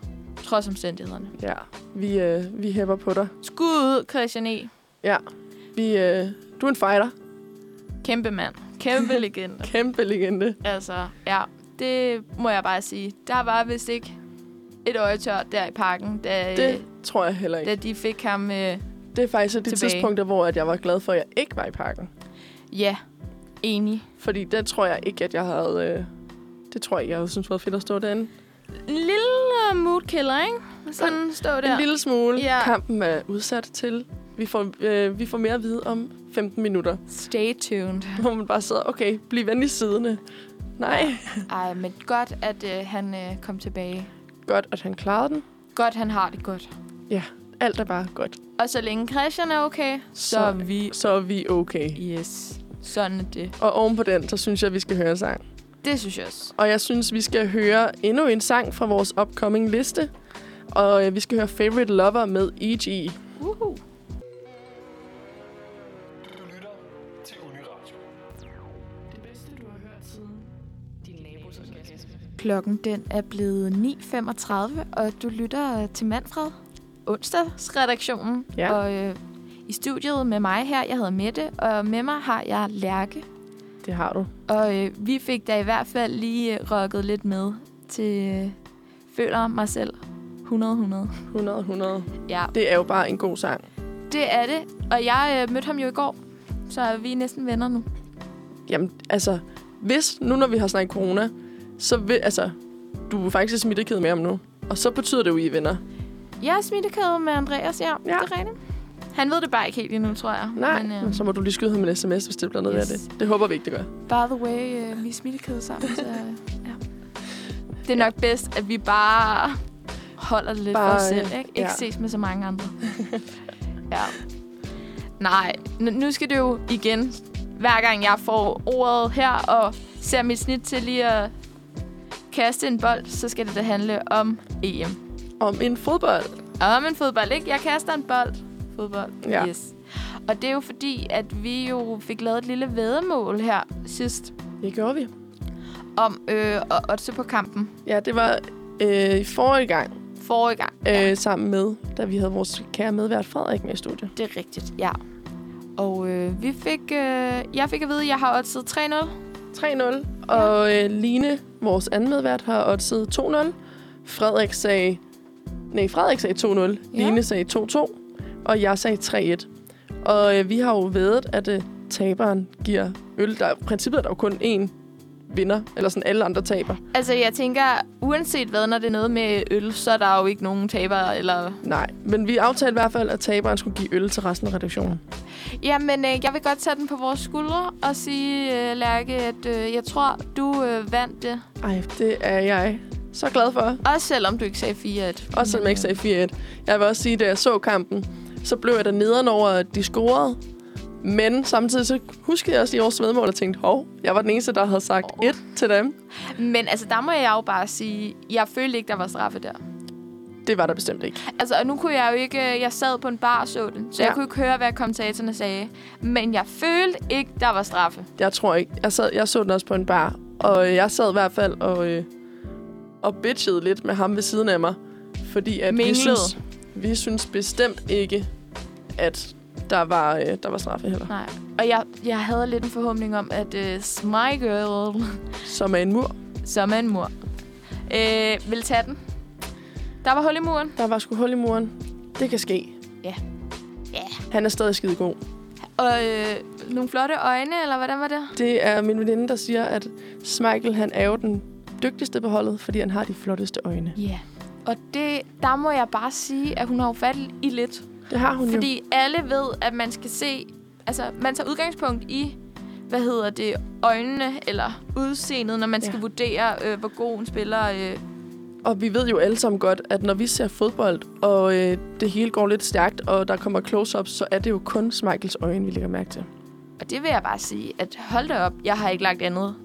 [SPEAKER 2] trods omstændighederne.
[SPEAKER 1] Ja, vi, øh, vi hæpper på dig.
[SPEAKER 2] Skud ud, Christian E.
[SPEAKER 1] Ja, vi, øh, du er en fighter.
[SPEAKER 2] Kæmpe mand.
[SPEAKER 1] <laughs>
[SPEAKER 2] Kæmpe legende.
[SPEAKER 1] Kæmpe legende.
[SPEAKER 2] Altså, ja. Det må jeg bare sige. Der var vist ikke et øje tørt der i parken, da,
[SPEAKER 1] Det tror jeg heller ikke.
[SPEAKER 2] da de fik ham... Øh,
[SPEAKER 1] Det er faktisk et af de
[SPEAKER 2] Tilbage.
[SPEAKER 1] tidspunkter, hvor at jeg var glad for, at jeg ikke var i parken.
[SPEAKER 2] ja, enig.
[SPEAKER 1] Fordi det tror jeg ikke, at jeg havde... Øh, det tror jeg, ikke, jeg havde synes været fedt at stå derinde.
[SPEAKER 2] En lille moodkiller, ikke? Sådan stå der.
[SPEAKER 1] En lille smule.
[SPEAKER 2] Ja.
[SPEAKER 1] Kampen er udsat til. Vi får, øh, vi får mere at vide om 15 minutter.
[SPEAKER 2] Stay tuned.
[SPEAKER 1] Hvor man bare sidder, okay, bliv venlig siddende. Nej.
[SPEAKER 2] Ej, men godt, at øh, han øh, kom tilbage.
[SPEAKER 1] Godt, at han klarede den.
[SPEAKER 2] Godt, han har det godt.
[SPEAKER 1] Alt er bare godt.
[SPEAKER 2] Og så længe Christian er okay, så,
[SPEAKER 1] Så-
[SPEAKER 2] så er vi...
[SPEAKER 1] Så er vi okay.
[SPEAKER 2] Yes. Sådan er det.
[SPEAKER 1] Og oven på den, så synes jeg, vi skal høre en sang.
[SPEAKER 2] Det synes jeg også.
[SPEAKER 1] Og jeg synes, vi skal høre endnu en sang fra vores upcoming liste. Og øh, vi skal høre Favorite Lover med E E.G.
[SPEAKER 2] Uhu.
[SPEAKER 3] Du lytter til Uniradio.
[SPEAKER 2] Klokken den er blevet 9.35, og du lytter øh, til Manfred, onsdagsredaktionen.
[SPEAKER 1] Ja.
[SPEAKER 2] Og øh, i studiet med mig her, jeg hedder Mette, og med mig har jeg Lærke.
[SPEAKER 1] Det har du.
[SPEAKER 2] Og øh, vi fik da i hvert fald lige øh, rocket lidt med til øh, Føler mig selv 100-100.
[SPEAKER 1] 100-100.
[SPEAKER 2] Ja,
[SPEAKER 1] Det er jo bare en god sang.
[SPEAKER 2] det er det. Og jeg øh, mødte ham jo i går, så vi er næsten venner nu.
[SPEAKER 1] Jamen, altså, hvis nu, når vi har snakket corona, så vil, altså, du er faktisk smitteked med ham nu. Og så betyder det jo, I er venner.
[SPEAKER 2] Jeg er smittekæde med Andreas, ja. ja. Det er rigtigt. Han ved det bare ikke helt endnu, tror jeg.
[SPEAKER 1] Nej,
[SPEAKER 2] Men, øh,
[SPEAKER 1] Men, så må du lige skyde ham en sms, hvis det bliver noget yes.
[SPEAKER 2] Yes.
[SPEAKER 1] af det. Det håber vi ikke, det gør.
[SPEAKER 2] By the way, øh, vi er smittekæde sammen, så ja. Det er nok bedst, at vi bare holder det lidt bare, for os
[SPEAKER 1] Bare,
[SPEAKER 2] selv,
[SPEAKER 1] øh,
[SPEAKER 2] ikke?
[SPEAKER 1] ja.
[SPEAKER 2] Ikke ja. ses med så mange andre. <laughs> ja. Nej, n- nu skal det jo igen, hver gang jeg får ordet her og ser mit snit til lige at kaste en bold, så skal det da handle om EM.
[SPEAKER 1] Om en fodbold.
[SPEAKER 2] Om en fodbold, ikke? Jeg kaster en bold. Fodbold,
[SPEAKER 1] Ja.
[SPEAKER 2] yes. Og det er jo fordi, at vi jo fik lavet et lille vedemål her sidst
[SPEAKER 1] Det gjorde vi.
[SPEAKER 2] om øh, at otte på kampen
[SPEAKER 1] Ja, det var øh, i forrige gang,
[SPEAKER 2] forrige gang.
[SPEAKER 1] øh,
[SPEAKER 2] Ja,
[SPEAKER 1] sammen med, da vi havde vores kære medvært Frederik med i studiet.
[SPEAKER 2] det er rigtigt, ja. Og øh, vi fik, øh, jeg fik at vide, at jeg har oddset 3-0.
[SPEAKER 1] 3-0. Og øh, Line, vores anden medvært, har oddset 2-0. Frederik sagde... Nej, Frederik sagde 2-0. Ja.
[SPEAKER 2] Ja.
[SPEAKER 1] Line sagde 2-2. Og jeg sagde 3-1. Og øh, vi har jo vedet, at øh, taberen giver øl. Der, I princippet er der jo kun én vinder, eller sådan alle andre taber.
[SPEAKER 2] Altså, jeg tænker, uanset hvad, når det er noget med øl, så er der jo ikke nogen tabere. Eller...
[SPEAKER 1] Nej, men vi aftalte i hvert fald, at taberen skulle give øl til resten af redaktionen.
[SPEAKER 2] Jamen, øh, jeg vil godt tage den på vores skuldre og sige, øh, Lærke, at øh, jeg tror, du øh, vandt det.
[SPEAKER 1] Ej, det er jeg så glad for.
[SPEAKER 2] Også selvom du ikke sagde 4-1.
[SPEAKER 1] Også selvom jeg ikke sagde 4-1. Jeg vil også sige, da jeg så kampen, så blev jeg der nederen over, at de scorede. Men samtidig så huskede jeg også lige vores vedmål og tænkte, hov, jeg var den eneste, der havde sagt
[SPEAKER 2] Åh.
[SPEAKER 1] et til dem.
[SPEAKER 2] Men altså, der må jeg jo bare sige, jeg følte ikke, der var straffe der.
[SPEAKER 1] Det var der bestemt ikke.
[SPEAKER 2] Altså, og nu kunne jeg jo ikke... øh, Jeg sad på en bar og så den, så ja.
[SPEAKER 1] Ja.
[SPEAKER 2] jeg kunne ikke høre, hvad kommentatorerne sagde. Men jeg følte ikke, der var straffe.
[SPEAKER 1] Jeg tror ikke. Jeg, sad, jeg så den også på en bar, og øh, jeg sad i hvert fald og, øh, og bitchede lidt med ham ved siden af mig. Fordi at vi
[SPEAKER 2] Minglede.
[SPEAKER 1] synes, vi synes bestemt ikke, at der var, øh, der var straffe heller.
[SPEAKER 2] Nej. Og jeg, jeg havde lidt en forhåbning om, at uh, my girl,
[SPEAKER 1] Som er en mur.
[SPEAKER 2] som er en mur, øh, ville tage den. Der var hul i muren.
[SPEAKER 1] Der var sgu hul i muren. Det kan ske.
[SPEAKER 2] Ja. Ja.
[SPEAKER 1] Han er stadig skide god.
[SPEAKER 2] Og øh, nogle flotte øjne, eller hvordan var det?
[SPEAKER 1] Det er min veninde, der siger, at Michael, han er jo den dygtigste på holdet, fordi han har de flotteste øjne.
[SPEAKER 2] Ja. Yeah. Og det, der må jeg bare sige, at hun har jo fat i lidt.
[SPEAKER 1] Det har hun jo.
[SPEAKER 2] Fordi alle ved, at man skal se... Altså, man tager udgangspunkt i, hvad hedder det, øjnene eller udseendet, når man
[SPEAKER 1] Ja.
[SPEAKER 2] ja. skal vurdere, øh, hvor god en spiller... Øh.
[SPEAKER 1] Og vi ved jo alle sammen godt, at når vi ser fodbold, og øh, det hele går lidt stærkt, og der kommer close-ups, så er det jo kun Michaels øjne, vi lægger mærke til.
[SPEAKER 2] Og det vil jeg bare sige, at hold da op, jeg har ikke lagt andet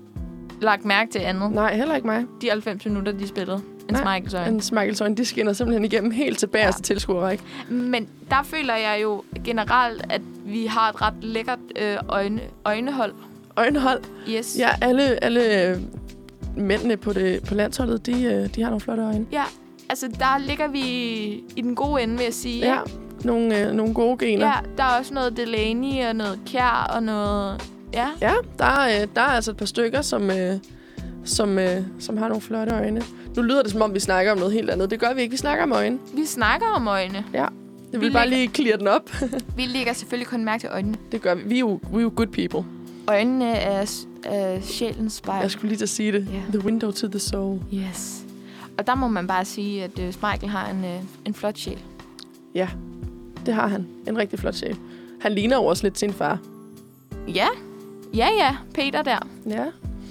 [SPEAKER 2] lagt mærke til andet.
[SPEAKER 1] Nej, heller ikke mig.
[SPEAKER 2] De 90 minutter, de spillede. En
[SPEAKER 1] Nej,
[SPEAKER 2] smækkelsøjne.
[SPEAKER 1] En smakkelsøjne, de skinner simpelthen igennem helt til bagerste ja. tilskuerrække.
[SPEAKER 2] Men der føler jeg jo generelt, at vi har et ret lækkert øh, øjne, øjnehold.
[SPEAKER 1] Øjenhold.
[SPEAKER 2] Yes.
[SPEAKER 1] Ja, alle, alle øh, mændene på, det, på landsholdet, de, øh, de har nogle flotte øjne.
[SPEAKER 2] ja. Altså, der ligger vi i den gode ende, vil jeg sige.
[SPEAKER 1] Ja, nogle, øh, nogle gode gener.
[SPEAKER 2] ja. Der er også noget Delaney og noget Kjær og noget... Ja.
[SPEAKER 1] Ja, der er, øh, der er altså et par stykker, som, øh, som, øh, som har nogle flotte øjne. Nu lyder det, som om vi snakker om noget helt andet. Det gør vi ikke. Vi snakker om øjne.
[SPEAKER 2] Vi snakker om øjne.
[SPEAKER 1] Jeg
[SPEAKER 2] Vi
[SPEAKER 1] vil bare
[SPEAKER 2] lægger-
[SPEAKER 1] lige clear den op.
[SPEAKER 2] Vi lægger selvfølgelig kun mærke til øjnene.
[SPEAKER 1] Det gør vi. Vi er jo, we are jo good people.
[SPEAKER 2] Øjnene er, s- er sjælens spejl.
[SPEAKER 1] Jeg skulle lige til at sige det.
[SPEAKER 2] Ja.
[SPEAKER 1] The window to the soul.
[SPEAKER 2] Yes. Og der må man bare sige, at øh, Michael har en, øh, en flot sjæl.
[SPEAKER 1] Det har han. En rigtig flot sjæl. Han ligner jo også lidt sin far.
[SPEAKER 2] Ja. Ja, ja. Peter der.
[SPEAKER 1] Ja.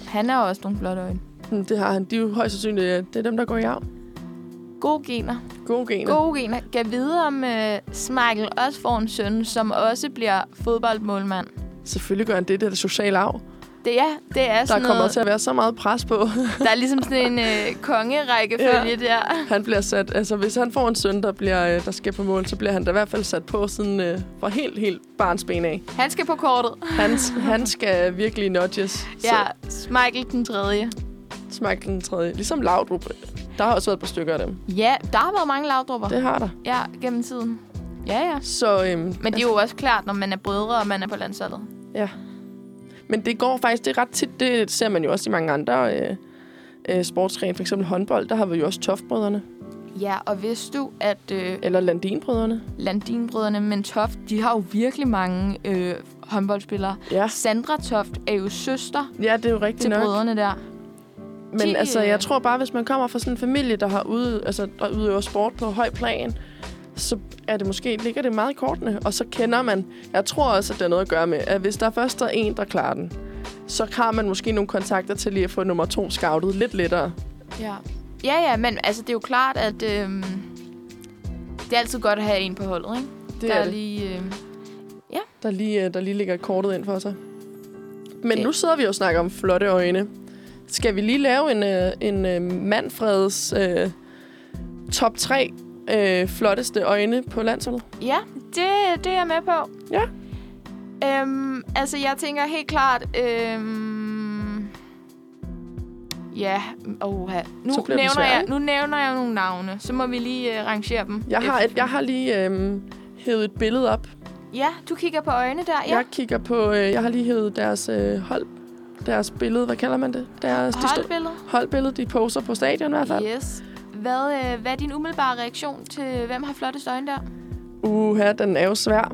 [SPEAKER 2] Han har også nogle flotte øjne.
[SPEAKER 1] Mm, Det har han. De er jo højst sandsynligt, øh, det er dem, der går i arv.
[SPEAKER 2] Gode gener.
[SPEAKER 1] Gode gener.
[SPEAKER 2] Gode gener. Kan vide, om øh, Michael også får en søn, som også bliver fodboldmålmand.
[SPEAKER 1] Selvfølgelig gør han det. Det er det sociale arv.
[SPEAKER 2] Det er, det er
[SPEAKER 1] Der
[SPEAKER 2] sådan
[SPEAKER 1] kommer
[SPEAKER 2] Altså noget,
[SPEAKER 1] til at være så meget pres på.
[SPEAKER 2] der er ligesom sådan en øh, kongerækkefølge <laughs> ja. der.
[SPEAKER 1] Han bliver sat, altså hvis han får en søn, der, bliver, øh, der skal på mål, så bliver han da i hvert fald sat på siden øh, fra helt, helt barnsben af.
[SPEAKER 2] Han skal på kortet.
[SPEAKER 1] Han, han skal virkelig nudges.
[SPEAKER 2] Ja, Michael den tredje.
[SPEAKER 1] Smag den tredje. Ligesom Laudrup. Der har også været et par stykker af dem.
[SPEAKER 2] Ja, der har været mange lavdrupper.
[SPEAKER 1] Det har der.
[SPEAKER 2] Ja, gennem tiden. Ja, ja. Altså-
[SPEAKER 1] Så, øhm,
[SPEAKER 2] Men det er jo også klart, når man er brødre, og man er på landsholdet.
[SPEAKER 1] men det går faktisk, det er ret tit, det ser man jo også i mange andre øh, øh, sportsgrene. For eksempel håndbold, der har vi jo også Toftbrødrene.
[SPEAKER 2] Ja, og vidste du, at øh,
[SPEAKER 1] Eller Landinbrødrene.
[SPEAKER 2] Landinbrødrene, men Toft, de har jo virkelig mange øh, håndboldspillere.
[SPEAKER 1] Ja.
[SPEAKER 2] Sandra Toft er jo søster
[SPEAKER 1] ja, det er jo rigtigt
[SPEAKER 2] til
[SPEAKER 1] nok.
[SPEAKER 2] brødrene der.
[SPEAKER 1] Men
[SPEAKER 2] De,
[SPEAKER 1] altså,
[SPEAKER 2] øh,
[SPEAKER 1] jeg tror bare, hvis man kommer fra sådan en familie, der har ude, altså, der udøver sport på høj plan, så er det måske, ligger det meget i kortene. Og så kender man, jeg tror også, at det har noget at gøre med, at hvis der først er en, der klarer den, så har man måske nogle kontakter til lige at få nummer to scoutet lidt lettere.
[SPEAKER 2] Ja. Ja, ja, men altså, det er jo klart, at øh, det er altid godt at have en på holdet, ikke?
[SPEAKER 1] Det
[SPEAKER 2] der
[SPEAKER 1] er det.
[SPEAKER 2] lige... Øh,
[SPEAKER 1] Der lige, øh, der lige ligger kortet ind for sig. Men
[SPEAKER 2] Det-
[SPEAKER 1] nu sidder vi jo og snakker om flotte øjne. Skal vi lige lave en, øh, en øh, Manfreds øh, top 3 øh, flotteste øjne på landsholdet?
[SPEAKER 2] ja, det, det er jeg med på.
[SPEAKER 1] Ja.
[SPEAKER 2] Øhm, altså, jeg tænker helt klart... Øhm, ja, oha. Nu,
[SPEAKER 1] Så bliver den
[SPEAKER 2] nævner
[SPEAKER 1] svær,
[SPEAKER 2] jeg,
[SPEAKER 1] ikke?
[SPEAKER 2] nu nævner jeg nogle navne. Så må vi lige øh, rangere dem.
[SPEAKER 1] Jeg har, et, jeg har lige øh, hævet et billede op.
[SPEAKER 2] Ja, du kigger på øjne der.
[SPEAKER 1] Ja.
[SPEAKER 2] Ja.
[SPEAKER 1] Jeg kigger på, øh, jeg har lige hævet deres øh, hold, deres billede, hvad kalder man det? Deres, de stå-
[SPEAKER 2] Holdbillede.
[SPEAKER 1] holdbillede, de poser på stadion i hvert fald.
[SPEAKER 2] Yes. Hvad, øh, hvad er din umiddelbare reaktion til, hvem har flottest øjne der?
[SPEAKER 1] Uha, den er jo svær.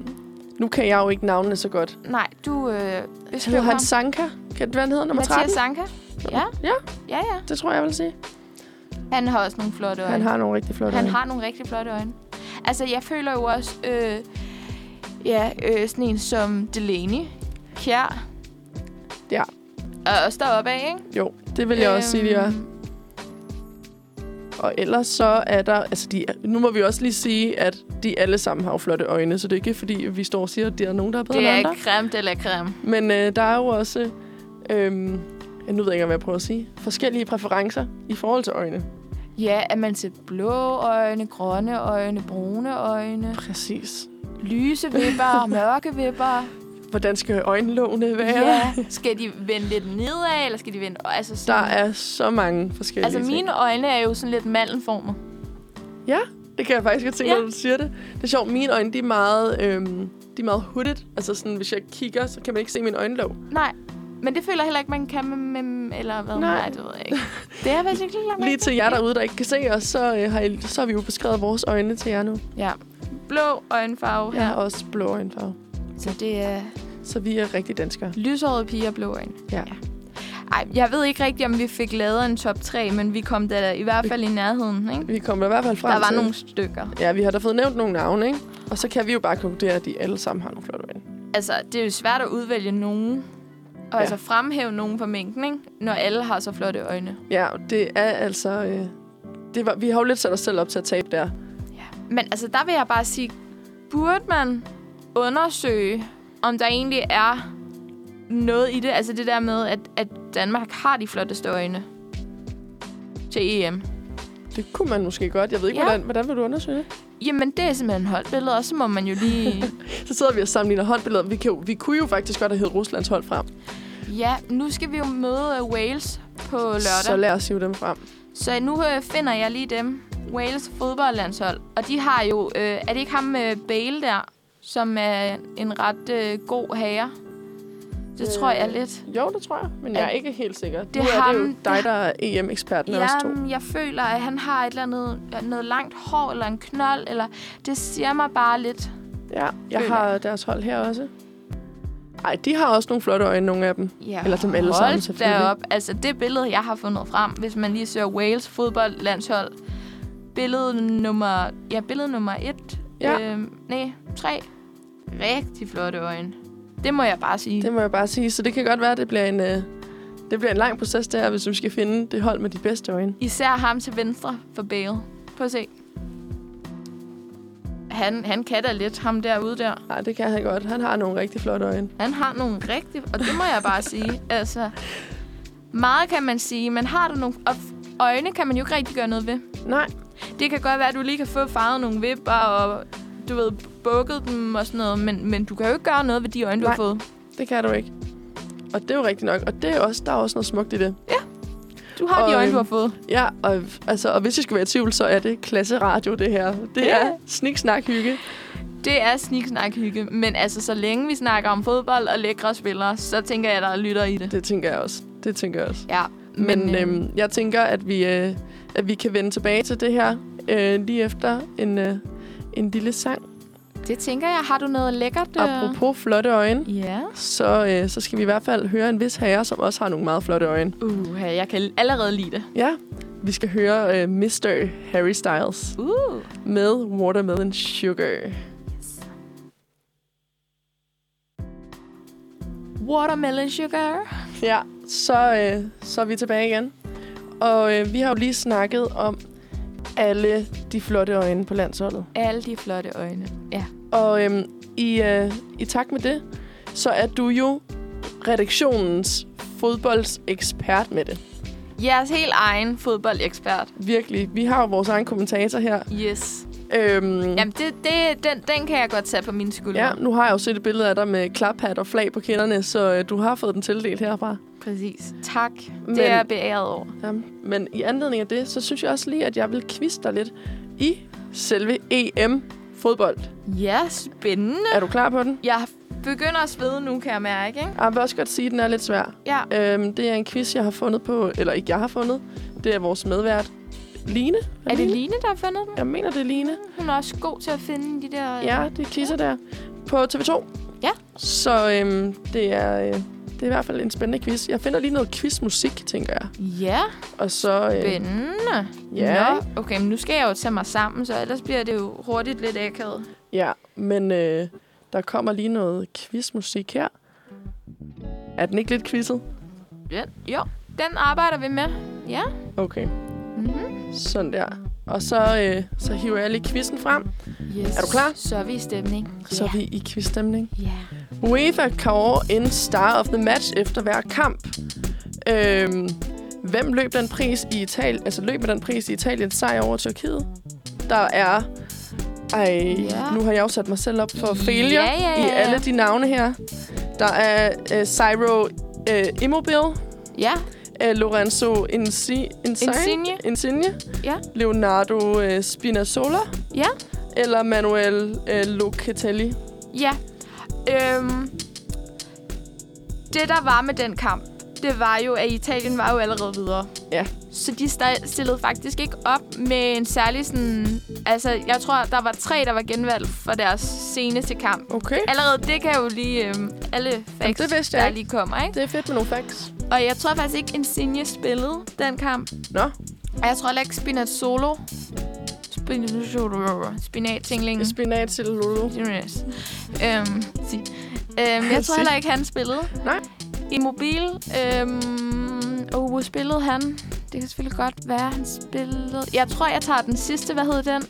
[SPEAKER 1] Nu kan jeg jo ikke navnene så godt.
[SPEAKER 2] Nej, du øh,
[SPEAKER 1] Hedder
[SPEAKER 2] beskriver
[SPEAKER 1] han
[SPEAKER 2] ham.
[SPEAKER 1] Sanka? Kan det være, han hedder nummer 13?
[SPEAKER 2] Mathias Sanka. Ja.
[SPEAKER 1] Ja.
[SPEAKER 2] Ja, ja.
[SPEAKER 1] Det tror jeg, jeg vil sige.
[SPEAKER 2] Han har også nogle flotte øjne.
[SPEAKER 1] Han har nogle rigtig flotte
[SPEAKER 2] Han
[SPEAKER 1] øjne.
[SPEAKER 2] har nogle rigtig flotte øjne. Altså, jeg føler jo også... Øh, ja, øh, sådan en som Delaney. Kjær.
[SPEAKER 1] Ja.
[SPEAKER 2] Og også deroppe af, ikke?
[SPEAKER 1] Jo, det vil jeg øhm. også sige, de er.
[SPEAKER 2] Øhm,
[SPEAKER 1] Og ellers så er der... Altså, de, er- nu må vi også lige sige, at de alle sammen har jo flotte øjne, så det er ikke, fordi vi står og siger, at der er nogen, der er bedre
[SPEAKER 2] Det
[SPEAKER 1] end
[SPEAKER 2] er
[SPEAKER 1] andre.
[SPEAKER 2] creme eller creme.
[SPEAKER 1] Men øh, der er jo også... Øhm, jeg nu ved jeg ikke, hvad jeg prøver at sige. Forskellige præferencer i forhold til øjne.
[SPEAKER 2] Ja, at man ser blå øjne, grønne øjne, brune øjne.
[SPEAKER 1] Præcis.
[SPEAKER 2] Lyse vipper, <laughs> mørke vipper.
[SPEAKER 1] Hvordan skal øjenlågene være?
[SPEAKER 2] Ja. Skal de vende lidt nedad, eller skal de vende... Altså,
[SPEAKER 1] Der
[SPEAKER 2] sådan,
[SPEAKER 1] er så mange forskellige
[SPEAKER 2] altså
[SPEAKER 1] ting.
[SPEAKER 2] mine øjne er jo sådan lidt mandelformet.
[SPEAKER 1] Ja, det kan jeg faktisk godt tænke,
[SPEAKER 2] Ja.
[SPEAKER 1] ja. når du siger det. Det er sjovt, mine øjne, de er meget, øhm, de er meget hooded. Altså sådan, hvis jeg kigger, så kan man ikke se min øjenlåg.
[SPEAKER 2] Nej, men det føler jeg heller ikke, man kan med... med eller hvad?
[SPEAKER 1] Nej.
[SPEAKER 2] Nej, det ved jeg
[SPEAKER 1] <laughs>
[SPEAKER 2] ikke. Det er faktisk ikke langt.
[SPEAKER 1] Lige til jer derude, der ikke kan se os, så, øh, har, I, så har vi jo beskrevet vores øjne til jer nu.
[SPEAKER 2] Ja. Blå øjenfarve
[SPEAKER 1] Jeg har
[SPEAKER 2] her.
[SPEAKER 1] også blå øjenfarve.
[SPEAKER 2] Så det er
[SPEAKER 1] Så vi er rigtig danskere.
[SPEAKER 2] lyshårede piger og blå øjne.
[SPEAKER 1] Ja.
[SPEAKER 2] Ej, jeg ved ikke rigtigt, om vi fik lavet en top 3, men vi kom da i hvert fald i nærheden, ikke?
[SPEAKER 1] Vi kommer i hvert fald frem
[SPEAKER 2] Der var
[SPEAKER 1] til...
[SPEAKER 2] nogle stykker.
[SPEAKER 1] Ja, vi har da fået nævnt nogle navne, ikke? Og så kan vi jo bare konkludere, at de alle sammen har nogle flotte øjne.
[SPEAKER 2] Altså, det er jo svært at udvælge nogen. Og ja.
[SPEAKER 1] Ja.
[SPEAKER 2] altså fremhæve nogen fra mængden, ikke? Når alle har så flotte øjne.
[SPEAKER 1] Ja, og det er altså... Øh, det var, vi har jo lidt sat os selv op til at tabe der.
[SPEAKER 2] Men altså, der vil jeg bare sige, burde man undersøge, om der egentlig er noget i det? Altså det der med, at, at Danmark har de flotteste øjne til E EM.
[SPEAKER 1] Det kunne man måske godt. Jeg ved ikke,
[SPEAKER 2] Ja.
[SPEAKER 1] ja. hvordan, hvordan vil du undersøge det?
[SPEAKER 2] Jamen, det er simpelthen holdbilleder, og så må man jo lige...
[SPEAKER 1] Så sidder vi og sammenligner håndbilleder. Vi, kan jo, vi kunne jo faktisk godt have hævet Ruslands hold frem.
[SPEAKER 2] ja, nu skal vi jo møde øh, Wales på
[SPEAKER 1] Så
[SPEAKER 2] lørdag.
[SPEAKER 1] lad os hive dem frem.
[SPEAKER 2] Så nu øh, finder jeg lige dem. Wales fodboldlandshold. Og de har jo... Øh, er det ikke ham øh, Bale der, som er en ret øh, god herre? Det tror jeg lidt.
[SPEAKER 1] Jo, det tror jeg, men jeg er ikke helt sikker. Det,
[SPEAKER 2] er
[SPEAKER 1] nu er det jo
[SPEAKER 2] ham.
[SPEAKER 1] dig, der er EM-eksperten af os to.
[SPEAKER 2] Jamen, jeg føler, at han har et eller andet, noget langt hår eller en knold, eller det siger mig bare lidt.
[SPEAKER 1] Ja, jeg
[SPEAKER 2] Føler
[SPEAKER 1] har deres hold her også. Ej, de har også nogle flotte øjne, nogle af dem.
[SPEAKER 2] Ja,
[SPEAKER 1] Eller dem alle sammen,
[SPEAKER 2] hold
[SPEAKER 1] selvfølgelig.
[SPEAKER 2] derop. Altså, det billede, jeg har fundet frem, hvis man lige søger Wales fodboldlandshold. Billede nummer... Ja, billede nummer et.
[SPEAKER 1] Ja.
[SPEAKER 2] Øhm, nej, tre. Rigtig flotte øjne. Det må jeg bare sige.
[SPEAKER 1] Det må jeg bare sige. Så det kan godt være, at det bliver en, øh, det bliver en lang proces, det her, hvis vi skal finde det hold med de bedste øjne.
[SPEAKER 2] Især ham til venstre for Bale. Prøv at se. Han, han kan da lidt, ham derude der.
[SPEAKER 1] Nej, det kan han godt. Han har nogle rigtig flotte øjne.
[SPEAKER 2] Han har nogle rigtige, og det må jeg bare sige. Altså, meget kan man sige, men har du nogle... Og f- øjne kan man jo ikke rigtig gøre noget ved.
[SPEAKER 1] Nej,
[SPEAKER 2] Det kan godt være, at du lige kan få farvet nogle vipper, og du ved, bukket dem og sådan noget, men, men du kan jo ikke gøre noget ved de øjne, du
[SPEAKER 1] Nej.
[SPEAKER 2] har fået.
[SPEAKER 1] det kan du ikke. Og det er jo rigtigt nok. Og det er også, der er også noget smukt i det.
[SPEAKER 2] Du har og de
[SPEAKER 1] Og,
[SPEAKER 2] øjne, du har
[SPEAKER 1] øhm,
[SPEAKER 2] fået.
[SPEAKER 1] Ja, og, altså, og hvis jeg skulle være i tvivl, så er det klasseradio, det her. Det
[SPEAKER 2] Ja.
[SPEAKER 1] er snik, snak, hygge.
[SPEAKER 2] Det er snik, snak, hygge, men altså, så længe vi snakker om fodbold og lækre spillere, så tænker jeg, der er lytter i det.
[SPEAKER 1] Det tænker jeg også. Det tænker jeg også.
[SPEAKER 2] Ja,
[SPEAKER 1] Men,
[SPEAKER 2] øh,
[SPEAKER 1] men øhm, jeg tænker, at vi, øh, at vi kan vende tilbage til det her øh, lige efter en, øh, en lille sang.
[SPEAKER 2] det tænker jeg. Har du noget lækkert? øh?
[SPEAKER 1] Apropos flotte øjne,
[SPEAKER 2] Ja.
[SPEAKER 1] så, øh, så skal vi i hvert fald høre en vis herre, som også har nogle meget flotte øjne.
[SPEAKER 2] Uh, jeg kan allerede lide det.
[SPEAKER 1] Ja, vi skal høre øh, Mr. Harry Styles
[SPEAKER 2] Uh.
[SPEAKER 1] med Watermelon Sugar.
[SPEAKER 2] Watermelon sugar.
[SPEAKER 1] Ja, så, øh, så er vi tilbage igen. Og øh, vi har jo lige snakket om alle de flotte øjne på landsholdet.
[SPEAKER 2] Alle de flotte øjne. Ja.
[SPEAKER 1] Og øhm, i, øh, i takt med det, så er du jo redaktionens fodboldsekspert med det.
[SPEAKER 2] Jeres helt egen fodboldekspert.
[SPEAKER 1] Virkelig. Vi har jo vores egen kommentator her.
[SPEAKER 2] Yes.
[SPEAKER 1] Øhm,
[SPEAKER 2] Jamen, det, det, den, den kan jeg godt tage på mine skuldre.
[SPEAKER 1] ja, nu har jeg jo set et billede af dig med klaphat og flag på kinderne, så øh, du har fået den tildelt herfra.
[SPEAKER 2] Præcis. Tak. Men...
[SPEAKER 1] Men-
[SPEAKER 2] Det er jeg beæret over.
[SPEAKER 1] Ja, men i anledning af det, så synes jeg også lige, at jeg vil kviste dig lidt i selve EM-fodbold.
[SPEAKER 2] Ja, spændende.
[SPEAKER 1] Er du klar på den?
[SPEAKER 2] Jeg begynder at svede nu, kan jeg mærke, ikke?
[SPEAKER 1] Jeg vil også godt sige, at den er lidt svær.
[SPEAKER 2] Ja.
[SPEAKER 1] Øhm, det er en quiz, jeg har fundet på, eller ikke jeg har fundet. Det er vores medvært, Line.
[SPEAKER 2] Er det Line, der har fundet den?
[SPEAKER 1] Jeg mener, det er Line.
[SPEAKER 2] Hun er også god til at finde de der...
[SPEAKER 1] Ja, det er Kisser der. På TV2.
[SPEAKER 2] Ja.
[SPEAKER 1] Så øhm, det, er, øh, det er i hvert fald en spændende quiz. Jeg finder lige noget quizmusik, tænker jeg.
[SPEAKER 2] Ja,
[SPEAKER 1] Og så... Øh,
[SPEAKER 2] spændende.
[SPEAKER 1] Ja.
[SPEAKER 2] Nå, okay, men nu skal jeg jo tage mig sammen, så ellers bliver det jo hurtigt lidt akavet.
[SPEAKER 1] ja, men øh, der kommer lige noget quizmusik her. Er den ikke lidt quizzet?
[SPEAKER 2] Ja. Jo, den arbejder vi med. Ja.
[SPEAKER 1] Okay,
[SPEAKER 2] Mm-hmm.
[SPEAKER 1] sådan der. Og så, øh, så hiver jeg lige quizzen frem,
[SPEAKER 2] Yes.
[SPEAKER 1] Er du klar?
[SPEAKER 2] Så er vi i stemning.
[SPEAKER 1] så er vi i quizstemning.
[SPEAKER 2] Ja.
[SPEAKER 1] UEFA kårer en star of the match efter hver kamp. Øhm, hvem løb den pris i Italien? Altså løb med den pris i Italiens sejr over Tyrkiet? Der er... Ej,
[SPEAKER 2] Ja.
[SPEAKER 1] ja. nu har jeg jo sat mig selv op for failure
[SPEAKER 2] Ja, ja,
[SPEAKER 1] i
[SPEAKER 2] ja, ja.
[SPEAKER 1] alle de navne her. Der er øh, Ciro øh, Immobile,
[SPEAKER 2] Ja.
[SPEAKER 1] øh, Lorenzo Insi- Insigne,
[SPEAKER 2] Insigne.
[SPEAKER 1] Insigne,
[SPEAKER 2] Ja.
[SPEAKER 1] Leonardo øh, Spinazzola
[SPEAKER 2] Ja.
[SPEAKER 1] eller Manuel øh, Locatelli.
[SPEAKER 2] Ja. Øhm, det, der var med den kamp, det var jo, at Italien var jo allerede videre.
[SPEAKER 1] Ja.
[SPEAKER 2] Så de sta- stillede faktisk ikke op med en særlig sådan... Altså, jeg tror, der var tre, der var genvalgt for deres seneste kamp.
[SPEAKER 1] Okay.
[SPEAKER 2] Allerede, det kan jo lige... Øhm, alle facts,
[SPEAKER 1] det vidste jeg
[SPEAKER 2] der
[SPEAKER 1] ikke.
[SPEAKER 2] lige kommer, ikke?
[SPEAKER 1] Det er fedt med nogle facts.
[SPEAKER 2] Og jeg tror faktisk ikke, Insigne spillede den kamp.
[SPEAKER 1] Nå,
[SPEAKER 2] Og jeg tror heller ikke, Spinazzolo... Spinazzolo... Spinattinglingen.
[SPEAKER 1] Spinat til Lulu.
[SPEAKER 2] Serious. Øhm, sig. øhm, jeg tror
[SPEAKER 1] Sig.
[SPEAKER 2] heller ikke, han spillede.
[SPEAKER 1] Nej.
[SPEAKER 2] I mobil. Øhm, og hvor spillede han? Det kan selvfølgelig godt være, han spillede... Jeg tror, jeg tager den sidste. Hvad hed den?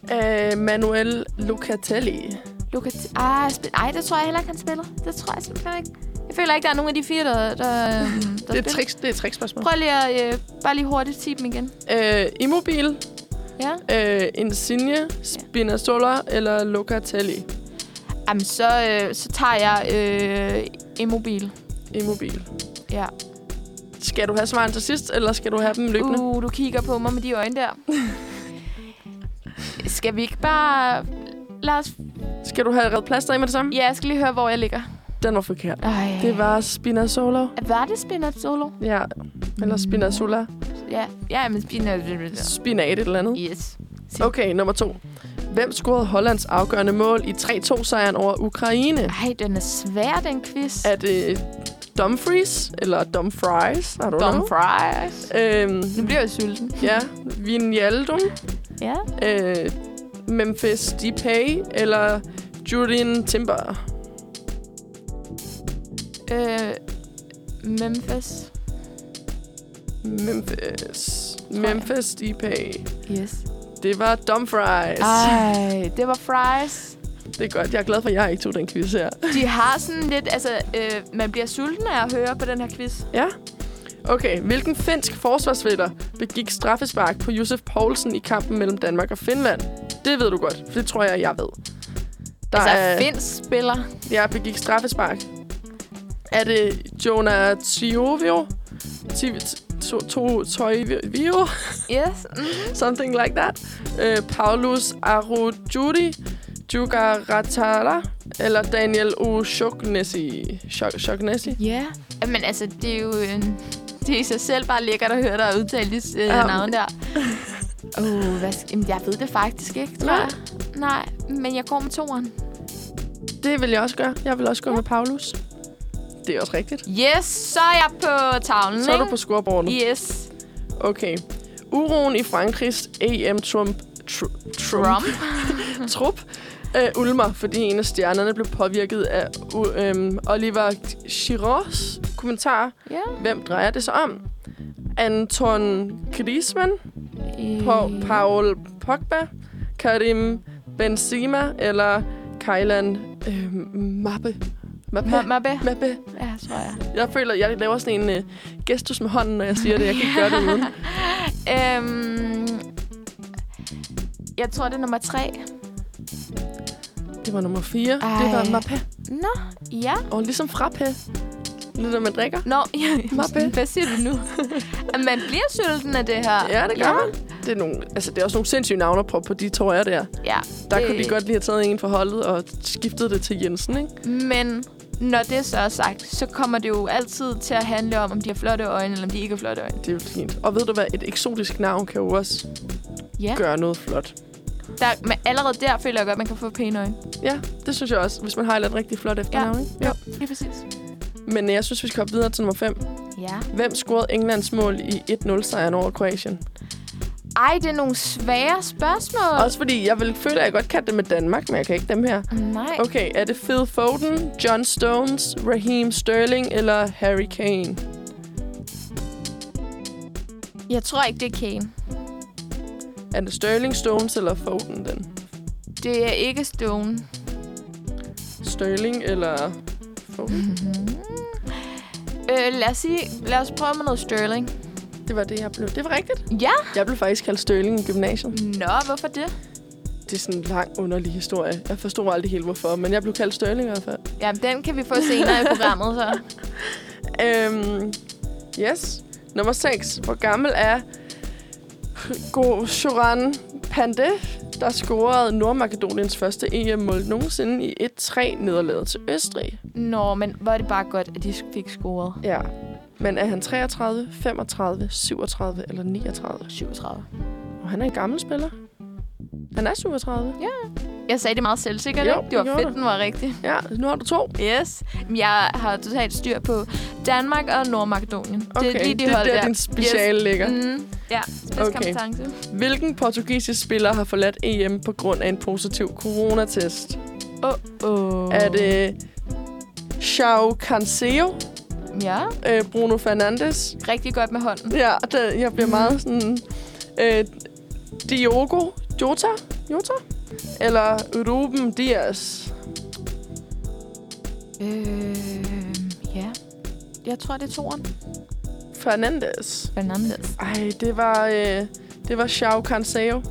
[SPEAKER 1] Øh, Manuel Locatelli.
[SPEAKER 2] Lukat... Ah, spil... Ej, det tror jeg heller ikke, han spiller. Det tror jeg simpelthen ikke. Jeg føler ikke, der er nogen af de fire, der, der, øhm,
[SPEAKER 1] <laughs>
[SPEAKER 2] der
[SPEAKER 1] Det er,
[SPEAKER 2] spiller.
[SPEAKER 1] tricks, det er et trickspørgsmål.
[SPEAKER 2] Prøv lige at... Øh, bare lige hurtigt sige dem igen.
[SPEAKER 1] Øh, Immobil,
[SPEAKER 2] Ja.
[SPEAKER 1] Øh, Insigne, Spinazzola eller Locatelli
[SPEAKER 2] Jamen, så, øh, så tager jeg øh, Immobil.
[SPEAKER 1] i mobil.
[SPEAKER 2] Ja.
[SPEAKER 1] Skal du have svaren til sidst, eller skal du have dem løbende?
[SPEAKER 2] Uh, du kigger på mig med de øjne der. skal vi ikke bare... Lad os...
[SPEAKER 1] Skal du have reddet plads med det samme?
[SPEAKER 2] Ja, jeg skal lige høre, hvor jeg ligger.
[SPEAKER 1] Den var forkert.
[SPEAKER 2] Ej.
[SPEAKER 1] Det var Spinazzola.
[SPEAKER 2] Var det Spinat Solo?
[SPEAKER 1] Ja, eller Spinazzola.
[SPEAKER 2] Ja, ja men Spinat...
[SPEAKER 1] Spinat et eller andet.
[SPEAKER 2] Yes.
[SPEAKER 1] Okay, nummer to. Hvem scorede Hollands afgørende mål i 3-2-sejren over Ukraine?
[SPEAKER 2] Ej, den er svær, den quiz.
[SPEAKER 1] Er det Dumfries eller Dumfries? I don't
[SPEAKER 2] Dumb
[SPEAKER 1] know.
[SPEAKER 2] fries.
[SPEAKER 1] Øhm,
[SPEAKER 2] Nu bliver jeg sulten.
[SPEAKER 1] ja, Vinjaldum,
[SPEAKER 2] Ja.
[SPEAKER 1] øh, Memphis Depay eller Julian Timber.
[SPEAKER 2] Øh, Memphis.
[SPEAKER 1] Memphis. Memphis Depay.
[SPEAKER 2] Yes.
[SPEAKER 1] Det var Dumfries.
[SPEAKER 2] Ah. Ej, det var fries.
[SPEAKER 1] Det er godt. Jeg er glad for, at jeg ikke tog den quiz her.
[SPEAKER 2] De har sådan lidt... Altså, øh, man bliver sulten af at høre på den her quiz.
[SPEAKER 1] Ja. Okay, hvilken finsk forsvarsspiller begik straffespark på Josef Poulsen i kampen mellem Danmark og Finland? Det ved du godt, for det tror jeg, jeg ved. Der
[SPEAKER 2] altså,
[SPEAKER 1] er,
[SPEAKER 2] Finns spiller.
[SPEAKER 1] jeg begik straffespark. Er det Jonah Tiovio? Ti- to- to- Toivio? <laughs>
[SPEAKER 2] Yes.
[SPEAKER 1] mm-hmm.
[SPEAKER 2] Mm.
[SPEAKER 1] Something like that. Uh, Paulus Arujuri? Juga Ratala? Eller Daniel Ushognesi? Shog- Shognesi?
[SPEAKER 2] Ja. Men altså, det er jo... En, det er i sig selv bare lækkert at høre dig udtale de øh,
[SPEAKER 1] Ja.
[SPEAKER 2] navne der. <laughs> Åh, oh, hvad skal, Jamen, jeg ved det faktisk ikke, tror
[SPEAKER 1] Nej.
[SPEAKER 2] jeg. Nej, men jeg går med toeren.
[SPEAKER 1] Det vil jeg også gøre. Jeg vil også gå med Paulus. Det er også rigtigt.
[SPEAKER 2] Yes, så er jeg på tavlen,
[SPEAKER 1] Så er du
[SPEAKER 2] ikke?
[SPEAKER 1] på scoreboardet.
[SPEAKER 2] Yes.
[SPEAKER 1] Okay. Uroen i Frankrigs EM Trump... Tr-
[SPEAKER 2] Rum.
[SPEAKER 1] Trump. Trump. Øh, ulmer, fordi en af stjernerne blev påvirket af u- øhm, Oliver Giroux kommentar.
[SPEAKER 2] Ja.
[SPEAKER 1] Hvem drejer det sig om? Anton Griezmann,
[SPEAKER 2] Øh,
[SPEAKER 1] pa- Paul Pogba, Karim Benzema eller Kylian øh, Mbappe. Mbappe.
[SPEAKER 2] Ma- Mabbe.
[SPEAKER 1] Mbappe.
[SPEAKER 2] Ja, tror jeg.
[SPEAKER 1] Jeg føler, jeg laver sådan en øh, gestus med hånden, når jeg siger det. Jeg kan ikke gøre det uden.
[SPEAKER 2] <laughs> Øhm, jeg tror, det er nummer tre.
[SPEAKER 1] Det var nummer 4. Det
[SPEAKER 2] Ej.
[SPEAKER 1] var Mbappé.
[SPEAKER 2] Nå, ja.
[SPEAKER 1] Og ligesom frappe. Lidt når man drikker.
[SPEAKER 2] Nå, ja.
[SPEAKER 1] Mabbe.
[SPEAKER 2] hvad siger du nu? man bliver sulten af det her.
[SPEAKER 1] Ja, det gør man. Det er, nogle, altså, det er også nogle sindssyge navne på, på de trøjer der.
[SPEAKER 2] Ja,
[SPEAKER 1] Der
[SPEAKER 2] det-
[SPEAKER 1] kunne de godt lige have taget en for holdet og skiftet det til Jensen, ikke?
[SPEAKER 2] Men når det så er sagt, så kommer det jo altid til at handle om, om de har flotte øjne, eller om de ikke har flotte øjne.
[SPEAKER 1] Det er jo fint. Og ved du hvad, et eksotisk navn kan jo også
[SPEAKER 2] Ja.
[SPEAKER 1] gøre noget flot.
[SPEAKER 2] Der, men allerede der føler jeg godt, at man kan få pæne øjne.
[SPEAKER 1] Ja, det synes jeg også, hvis man har et eller andet rigtig flot efternavn, ja. ikke? Ja.
[SPEAKER 2] Lige præcis.
[SPEAKER 1] Men jeg synes, vi skal hoppe videre til nummer 5.
[SPEAKER 2] Ja.
[SPEAKER 1] Hvem scorede Englands mål i 1-0-sejren over Kroatien?
[SPEAKER 2] Ej, det er nogle svære spørgsmål.
[SPEAKER 1] Også fordi, jeg vil føle, at jeg godt kan det med Danmark, men jeg kan ikke dem her.
[SPEAKER 2] Nej.
[SPEAKER 1] Okay, er det Phil Foden, John Stones, Raheem Sterling eller Harry Kane?
[SPEAKER 2] Jeg tror ikke, det er Kane.
[SPEAKER 1] Er det Sterling, Stones eller Foden den?
[SPEAKER 2] Det er ikke Stone.
[SPEAKER 1] Sterling eller Foden?
[SPEAKER 2] Øh, lad, os sige, lad os prøve med noget Sterling.
[SPEAKER 1] Det var det, jeg blev. Det var rigtigt.
[SPEAKER 2] Ja.
[SPEAKER 1] Jeg blev faktisk kaldt Sterling i gymnasiet.
[SPEAKER 2] Nå, hvorfor det?
[SPEAKER 1] Det er sådan en lang, underlig historie. Jeg forstod aldrig helt, hvorfor, men jeg blev kaldt Sterling i hvert fald.
[SPEAKER 2] Jamen, den kan vi få senere i programmet, så.
[SPEAKER 1] Øhm, yes. Nummer 6. Hvor gammel er Goran Pandey, der scorede Nordmakedoniens første EM-mål nogensinde i 1-3-nederlaget til Østrig?
[SPEAKER 2] Nå, men hvor er det bare godt, at de fik scoret.
[SPEAKER 1] Ja. Men er han 33, 35, 37 eller 39?
[SPEAKER 2] 37.
[SPEAKER 1] Og han er en gammel spiller. Han er 37.
[SPEAKER 2] Jeg sagde det meget selvsikkert,
[SPEAKER 1] Jo,
[SPEAKER 2] ikke? Det
[SPEAKER 1] det
[SPEAKER 2] var
[SPEAKER 1] gjorde
[SPEAKER 2] fedt,
[SPEAKER 1] du.
[SPEAKER 2] den var rigtig.
[SPEAKER 1] Ja, nu har du to.
[SPEAKER 2] Yes. Men Jeg har totalt styr på Danmark og Nordmakedonien.
[SPEAKER 1] Okay,
[SPEAKER 2] det er lige de
[SPEAKER 1] det er
[SPEAKER 2] hold
[SPEAKER 1] der,
[SPEAKER 2] der.
[SPEAKER 1] din speciale yes. ligger.
[SPEAKER 2] Mm, ja, spidskompetence. Okay.
[SPEAKER 1] Hvilken portugisisk spiller har forladt EM på grund af en positiv coronatest?
[SPEAKER 2] Oh, oh.
[SPEAKER 1] Er det Chao Canseo,
[SPEAKER 2] Ja,
[SPEAKER 1] øh, Bruno Fernandes?
[SPEAKER 2] rigtig godt med hånden.
[SPEAKER 1] Ja, det, jeg
[SPEAKER 2] Mm.
[SPEAKER 1] bliver meget sådan... Øh, Diogo Jota? Jota? Eller Ruben Dias?
[SPEAKER 2] Øh, ja. Jeg tror, det er toren.
[SPEAKER 1] Fernandes?
[SPEAKER 2] Fernandes.
[SPEAKER 1] Ej, det var... Øh, det var Chao Canseo.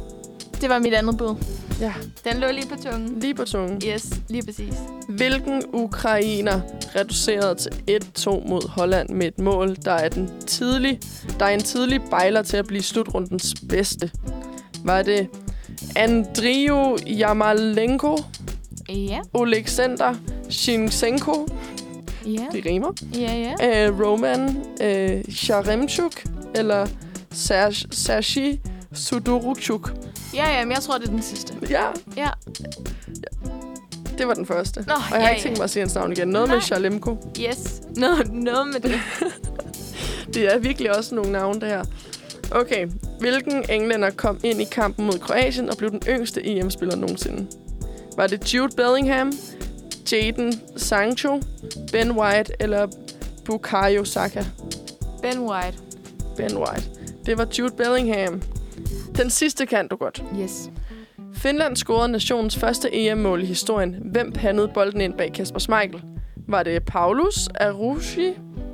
[SPEAKER 2] Det var mit andet bud.
[SPEAKER 1] Ja.
[SPEAKER 2] Den lå lige på tungen.
[SPEAKER 1] Lige på tungen.
[SPEAKER 2] Yes, lige præcis.
[SPEAKER 1] Hvilken ukrainer reducerede til 1-2 mod Holland med et mål, der er, den tidlig, der er en tidlig bejler til at blive slutrundens bedste? Var det Andriu Yamalenko,
[SPEAKER 2] Ja,
[SPEAKER 1] Oleksandr Shinchenko,
[SPEAKER 2] ja,
[SPEAKER 1] det rimer,
[SPEAKER 2] ja, ja.
[SPEAKER 1] øh, Roman øh, Sharemchuk eller Serge, Sergi Sudorukchuk?
[SPEAKER 2] Ja, ja, men jeg tror, det er den sidste.
[SPEAKER 1] Ja,
[SPEAKER 2] Ja.
[SPEAKER 1] det var den første.
[SPEAKER 2] Nå,
[SPEAKER 1] og jeg har
[SPEAKER 2] ja,
[SPEAKER 1] ikke tænkt
[SPEAKER 2] ja.
[SPEAKER 1] mig at sige hans navn igen. Noget Nej. med
[SPEAKER 2] Nej.
[SPEAKER 1] Shalemko.
[SPEAKER 2] Yes. Noget, noget med det.
[SPEAKER 1] Det er virkelig også nogle navne, det her. Okay, hvilken englænder kom ind i kampen mod Kroatien og blev den yngste EM-spiller nogensinde? Var det Jude Bellingham, Jadon Sancho, Ben White eller Bukayo Saka?
[SPEAKER 2] Ben White.
[SPEAKER 1] Ben White. Det var Jude Bellingham. Den sidste kan du godt.
[SPEAKER 2] Yes.
[SPEAKER 1] Finland scorede nationens første EM-mål i historien. Hvem pandede bolden ind bag Kasper Schmeichel? Var det Paulus Arushi?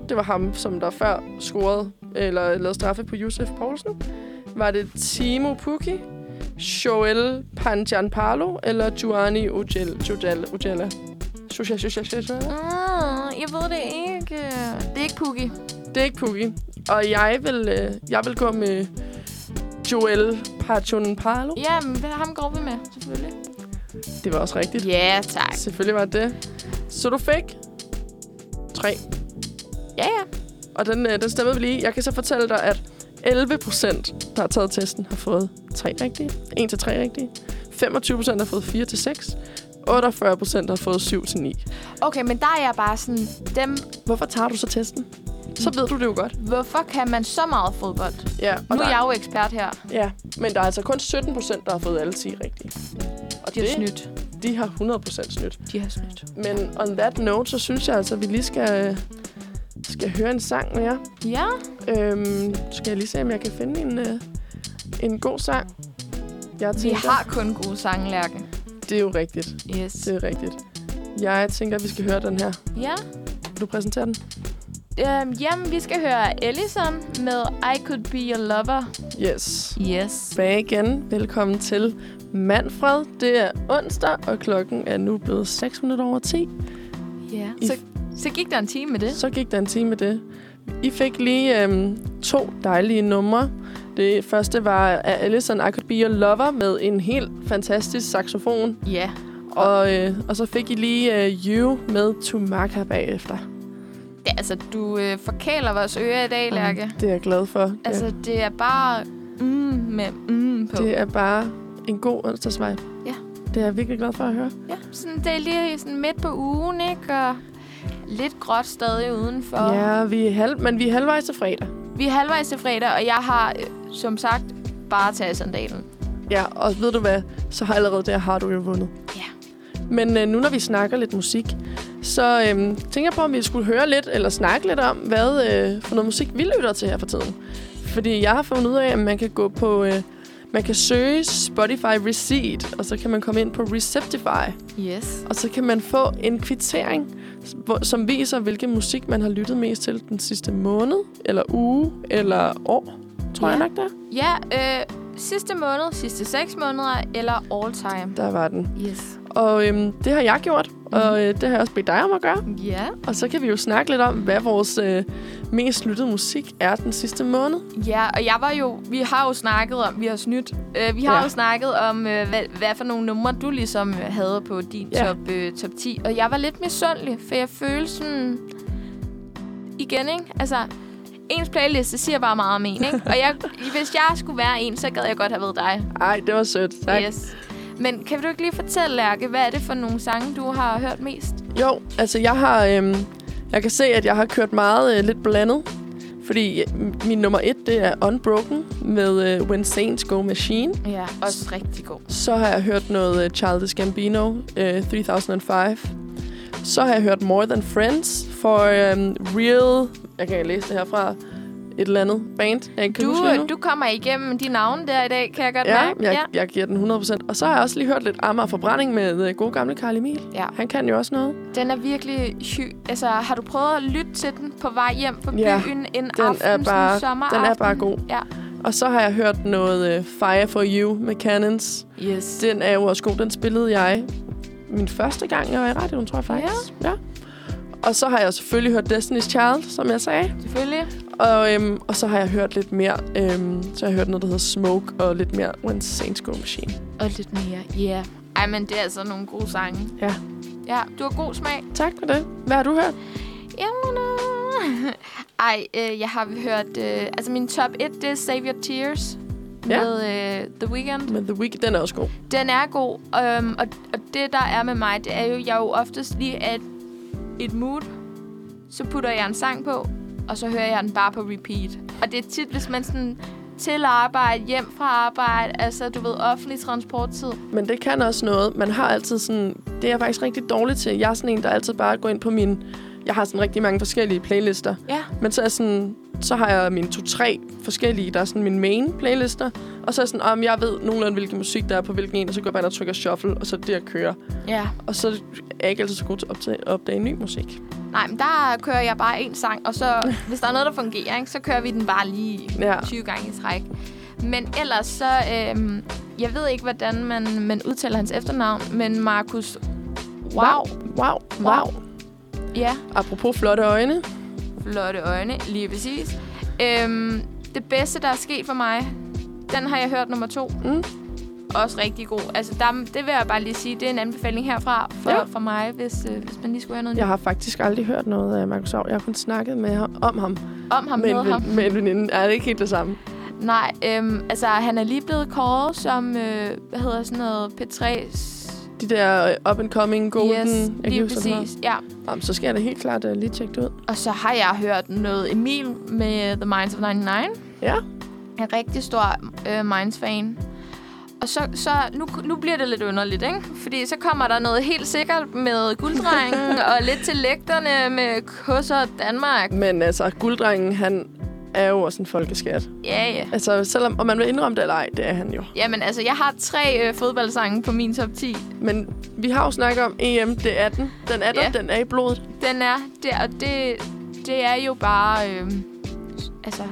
[SPEAKER 1] Det var ham, som der før scorede eller lavede straffe på Josef Poulsen. Var det Timo Pukki? Joel Panjanpalo eller Giovanni Ujel, Ujel, Ujela? Suja, suja, suja, suja.
[SPEAKER 2] Mm, jeg ved det ikke. Det er ikke Pukki.
[SPEAKER 1] Det er ikke Pukki. Og jeg vil, øh, jeg vil gå med Joel Panjanpalo.
[SPEAKER 2] Ja, men ham går vi med, selvfølgelig.
[SPEAKER 1] Det var også rigtigt.
[SPEAKER 2] Ja, tak.
[SPEAKER 1] Selvfølgelig var det det. Så du fik tre.
[SPEAKER 2] Ja, ja.
[SPEAKER 1] Og den, øh, den stemmede vi lige. Jeg kan så fortælle dig, at 11 procent, der har taget testen, har fået tre rigtige. 1 til tre rigtige. 25 procent har fået 4 til 6. 48 procent har fået 7 til 9.
[SPEAKER 2] Okay, men der er jeg bare sådan, dem,
[SPEAKER 1] Hvorfor tager du så testen? Så ved du det jo godt.
[SPEAKER 2] hvorfor kan man så meget fodbold?
[SPEAKER 1] Ja,
[SPEAKER 2] Og
[SPEAKER 1] og
[SPEAKER 2] nu
[SPEAKER 1] der,
[SPEAKER 2] er jeg jo ekspert her.
[SPEAKER 1] ja, men der er altså kun 17 procent, der har fået alle 10 rigtige. Og
[SPEAKER 2] De har
[SPEAKER 1] det,
[SPEAKER 2] snydt.
[SPEAKER 1] de har 100 procent snydt.
[SPEAKER 2] De har snydt.
[SPEAKER 1] Men on that note, så synes jeg altså, at vi lige skal, øh, skal høre en sang mere.
[SPEAKER 2] Ja.
[SPEAKER 1] Øhm, skal jeg lige se, om jeg kan finde en, øh, en god sang? Jeg
[SPEAKER 2] Vi
[SPEAKER 1] tænker,
[SPEAKER 2] har kun gode sange, Lærke.
[SPEAKER 1] Det er jo rigtigt.
[SPEAKER 2] Yes.
[SPEAKER 1] Det er rigtigt. Jeg tænker, at vi skal høre den her.
[SPEAKER 2] Ja.
[SPEAKER 1] Vil du præsentere den?
[SPEAKER 2] Øhm, jamen, vi skal høre Ellison med I Could Be Your Lover.
[SPEAKER 1] Yes.
[SPEAKER 2] Yes.
[SPEAKER 1] Tilbage igen. Velkommen til Manfred. Det er onsdag, og klokken er nu blevet 6 minutter over 10.
[SPEAKER 2] Ja.
[SPEAKER 1] I-
[SPEAKER 2] Så, så gik der en time med det.
[SPEAKER 1] Så gik der en time med det. I fik lige øhm, to dejlige numre. Det første var af Allison, I Could Be Your Lover, med en helt fantastisk saxofon.
[SPEAKER 2] Ja.
[SPEAKER 1] Og, øh, og så fik I lige øh, You med Tumaka bagefter.
[SPEAKER 2] Det, altså, du øh, forkæler vores ører i dag, Lærke.
[SPEAKER 1] Det er jeg glad for. Det er-
[SPEAKER 2] Altså, det er bare mm med mm på. Det.
[SPEAKER 1] det er bare en god onsdagsvej.
[SPEAKER 2] Ja.
[SPEAKER 1] Det er jeg virkelig glad for at høre.
[SPEAKER 2] Ja, sådan, det er lige sådan midt på ugen, ikke? Og lidt gråt stadig udenfor.
[SPEAKER 1] Ja, vi er halv, men vi er halvvejs til fredag.
[SPEAKER 2] Vi er halvvejs til fredag, og jeg har, øh, som sagt, bare taget sandalen.
[SPEAKER 1] Ja, og ved du hvad, så har allerede der har du jo vundet.
[SPEAKER 2] Ja.
[SPEAKER 1] Men øh, nu når vi snakker lidt musik, så øh, tænker jeg på, om vi skulle høre lidt, eller snakke lidt om, hvad øh, for noget musik vi lytter til her for tiden. Fordi jeg har fundet ud af, at man kan gå på... Øh, man kan søge Spotify Receipt, og så kan man komme ind på Receptify.
[SPEAKER 2] Yes.
[SPEAKER 1] Og så kan man få en kvittering, hvor- som viser, hvilken musik man har lyttet mest til den sidste måned, eller uge, eller år, tror
[SPEAKER 2] Ja.
[SPEAKER 1] jeg nok der.
[SPEAKER 2] Ja, øh, sidste måned, sidste seks måneder, eller all time.
[SPEAKER 1] Der var den.
[SPEAKER 2] Yes.
[SPEAKER 1] Og øhm, det har jeg gjort, og øh, det har jeg også bedt dig om at gøre.
[SPEAKER 2] Ja.
[SPEAKER 1] Og så kan vi jo snakke lidt om, hvad vores øh, mest lyttede musik er den sidste måned.
[SPEAKER 2] Ja, og jeg var jo... Vi har jo snakket om... Vi har snydt. Øh, vi har ja.
[SPEAKER 1] Ja.
[SPEAKER 2] jo snakket om, øh, hvad, hvad for nogle numre, du ligesom øh, havde på din ja.
[SPEAKER 1] Ja.
[SPEAKER 2] top, øh, top 10. Og jeg var lidt misundelig, for jeg følte sådan... Igen, ikke? Altså, ens playliste siger bare meget om en, ikke?
[SPEAKER 1] <laughs>
[SPEAKER 2] Og jeg, hvis jeg skulle være en, så gad jeg godt have været dig.
[SPEAKER 1] Ej, det var sødt. Tak. Yes.
[SPEAKER 2] Yes. Men kan du ikke lige fortælle, Lærke, hvad er det for nogle sange, du har hørt mest?
[SPEAKER 1] Jo, altså jeg har... Øhm, jeg kan se, at jeg har kørt meget øh, lidt blandet. Fordi øh, min nummer et, det er Unbroken med øh, When Saints Go Machine.
[SPEAKER 2] Ja, også rigtig god.
[SPEAKER 1] Så har jeg hørt noget øh, Childish Gambino, øh, 3005. Så har jeg hørt More Than Friends for um, Real... Jeg kan ikke læse det herfra. Et eller andet band, jeg ikke kan
[SPEAKER 2] Du, øh,
[SPEAKER 1] huske lige nu.
[SPEAKER 2] du kommer igennem de navne der i dag, kan jeg godt
[SPEAKER 1] ja,
[SPEAKER 2] mærke.
[SPEAKER 1] jeg, jeg giver den 100%. Og så har jeg også lige hørt lidt Amager Forbrænding med øh, gode gamle Karl Emil.
[SPEAKER 2] ja.
[SPEAKER 1] Han kan jo også noget.
[SPEAKER 2] Den er virkelig syg. Altså, har du prøvet at lytte til den på vej hjem fra
[SPEAKER 1] Ja,
[SPEAKER 2] byen en
[SPEAKER 1] er
[SPEAKER 2] aften,
[SPEAKER 1] bare-
[SPEAKER 2] sådan en
[SPEAKER 1] Den er
[SPEAKER 2] sommeraften?
[SPEAKER 1] bare god.
[SPEAKER 2] Ja.
[SPEAKER 1] Og så har jeg hørt noget øh, Fire for You med Cannons.
[SPEAKER 2] Yes. Det.
[SPEAKER 1] Den er jo også god. Den spillede jeg min første gang, jeg var i radioen, tror jeg faktisk. Ja. ja. Og så har jeg selvfølgelig hørt Destiny's Child, som jeg sagde.
[SPEAKER 2] Selvfølgelig.
[SPEAKER 1] Og, øhm, og så har jeg hørt lidt mere. Øhm, så har jeg hørt noget, der hedder Smoke, og lidt mere When Saints Go Machine.
[SPEAKER 2] Og lidt mere, ja. Yeah. Ej, men det er altså nogle gode sange.
[SPEAKER 1] Ja.
[SPEAKER 2] Ja, du har god smag.
[SPEAKER 1] Tak for det. Hvad har du hørt?
[SPEAKER 2] Jamen, øh. <laughs> Ej, øh, jeg har hørt... Øh, altså, min top 1, det er Save Your Tears.
[SPEAKER 1] Ja.
[SPEAKER 2] Med øh, The Weeknd.
[SPEAKER 1] Men The Weeknd, den er også god.
[SPEAKER 2] Den er god, øhm, og, og det, der er med mig, det er jo, jeg er jo oftest lige at et mood, så putter jeg en sang på, og så hører jeg den bare på repeat. Og det er tit, hvis man sådan til arbejde, hjem fra arbejde, altså du ved, offentlig transporttid.
[SPEAKER 1] Men det kan også noget. Man har altid sådan... Det er jeg faktisk rigtig dårlig til. Jeg er sådan en, der altid bare går ind på min... Jeg har sådan rigtig mange forskellige playlister.
[SPEAKER 2] Ja.
[SPEAKER 1] Men så, er jeg sådan, så har jeg mine to-tre forskellige. Der er sådan mine main playlister. Og så er jeg sådan, om jeg ved nogenlunde, hvilken musik der er på hvilken en. Og så går jeg bare ind og trykker shuffle, og så er det, jeg kører.
[SPEAKER 2] Ja.
[SPEAKER 1] Og så er jeg ikke altid så god til at opdage, at opdage ny musik.
[SPEAKER 2] Nej, men der kører jeg bare en sang, og <laughs> så hvis der er noget, der fungerer, ikke, så kører vi den bare lige
[SPEAKER 1] Ja.
[SPEAKER 2] ja. 20 gange i træk. Men ellers så, øhm, jeg ved ikke, hvordan man, man udtaler hans efternavn, men Markus Wow.
[SPEAKER 1] Wow. Wow. wow.
[SPEAKER 2] Ja,
[SPEAKER 1] Apropos flotte øjne.
[SPEAKER 2] flotte øjne, lige præcis. Øhm, det bedste, der er sket for mig, den har jeg hørt nummer to.
[SPEAKER 1] Mm.
[SPEAKER 2] Også rigtig god. Altså, der, det vil jeg bare lige sige, det er en anbefaling herfra for,
[SPEAKER 1] Ja.
[SPEAKER 2] ja. for mig, hvis, øh, hvis man lige skulle have noget
[SPEAKER 1] Jeg har faktisk aldrig hørt noget af Marcus Aarhus. Jeg har kun snakket med ham, om ham.
[SPEAKER 2] nyt om ham,
[SPEAKER 1] med, en
[SPEAKER 2] med
[SPEAKER 1] ven-
[SPEAKER 2] ham.
[SPEAKER 1] med en veninde. Er det er ikke helt det samme?
[SPEAKER 2] Nej, øhm, altså han er lige blevet kåret som, øh, hvad hedder sådan noget, P3's...
[SPEAKER 1] De der øh, up-and-coming golden.
[SPEAKER 2] yes,
[SPEAKER 1] jeg kan
[SPEAKER 2] lige
[SPEAKER 1] huske, hvad den
[SPEAKER 2] præcis, ja.
[SPEAKER 1] hedder. Jamen, så skal jeg da helt klart uh, lige tjekke det ud.
[SPEAKER 2] Og så har jeg hørt noget Emil med The Minds of 99.
[SPEAKER 1] Ja.
[SPEAKER 2] Jeg er rigtig stor øh, Minds-fan. Og så, så nu, nu bliver det lidt underligt, ikke? Fordi så kommer der noget helt sikkert med
[SPEAKER 1] <laughs>
[SPEAKER 2] gulddrengen og lidt til lægterne med kusser Danmark.
[SPEAKER 1] Men altså, gulddrengen, han er jo også en folkeskat.
[SPEAKER 2] Ja, ja.
[SPEAKER 1] Altså, selvom om man vil indrømme det eller ej, det er han jo.
[SPEAKER 2] Jamen altså, jeg har tre øh, fodboldsange på min top 10.
[SPEAKER 1] Men vi har jo snakket om EM, det er den. Den er der,
[SPEAKER 2] Ja.
[SPEAKER 1] den er i blodet.
[SPEAKER 2] Den er der, og det, det er jo bare... Øh, altså,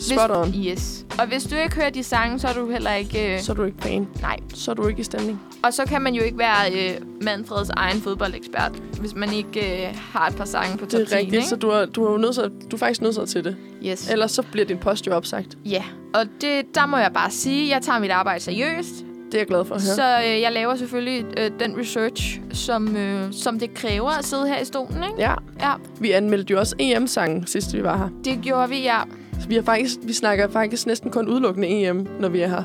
[SPEAKER 1] Spot on.
[SPEAKER 2] Yes. Og hvis du ikke hører de sange, så er du heller ikke... Øh,
[SPEAKER 1] Så er du ikke fan.
[SPEAKER 2] nej.
[SPEAKER 1] Så er du ikke i stemning.
[SPEAKER 2] Og så kan man jo ikke være øh, Manfreds egen fodboldekspert, hvis man ikke øh, har et par sange på top
[SPEAKER 1] Det
[SPEAKER 2] 10,
[SPEAKER 1] er rigtigt,
[SPEAKER 2] ikke?
[SPEAKER 1] så du er, du er, jo nødt til, du er faktisk nødt til det.
[SPEAKER 2] Yes.
[SPEAKER 1] Ellers så bliver din post jo opsagt.
[SPEAKER 2] Ja, og det, der må jeg bare sige, at jeg tager mit arbejde seriøst.
[SPEAKER 1] Det er jeg glad for at høre.
[SPEAKER 2] Så øh, jeg laver selvfølgelig øh, den research, som, øh, som det kræver at sidde her i stolen, ikke?
[SPEAKER 1] Ja,
[SPEAKER 2] Ja,
[SPEAKER 1] vi anmeldte jo også EM-sangen, sidst vi var her.
[SPEAKER 2] det gjorde vi, ja.
[SPEAKER 1] Så vi, har faktisk, vi snakker faktisk næsten kun udelukkende EM, når vi er her.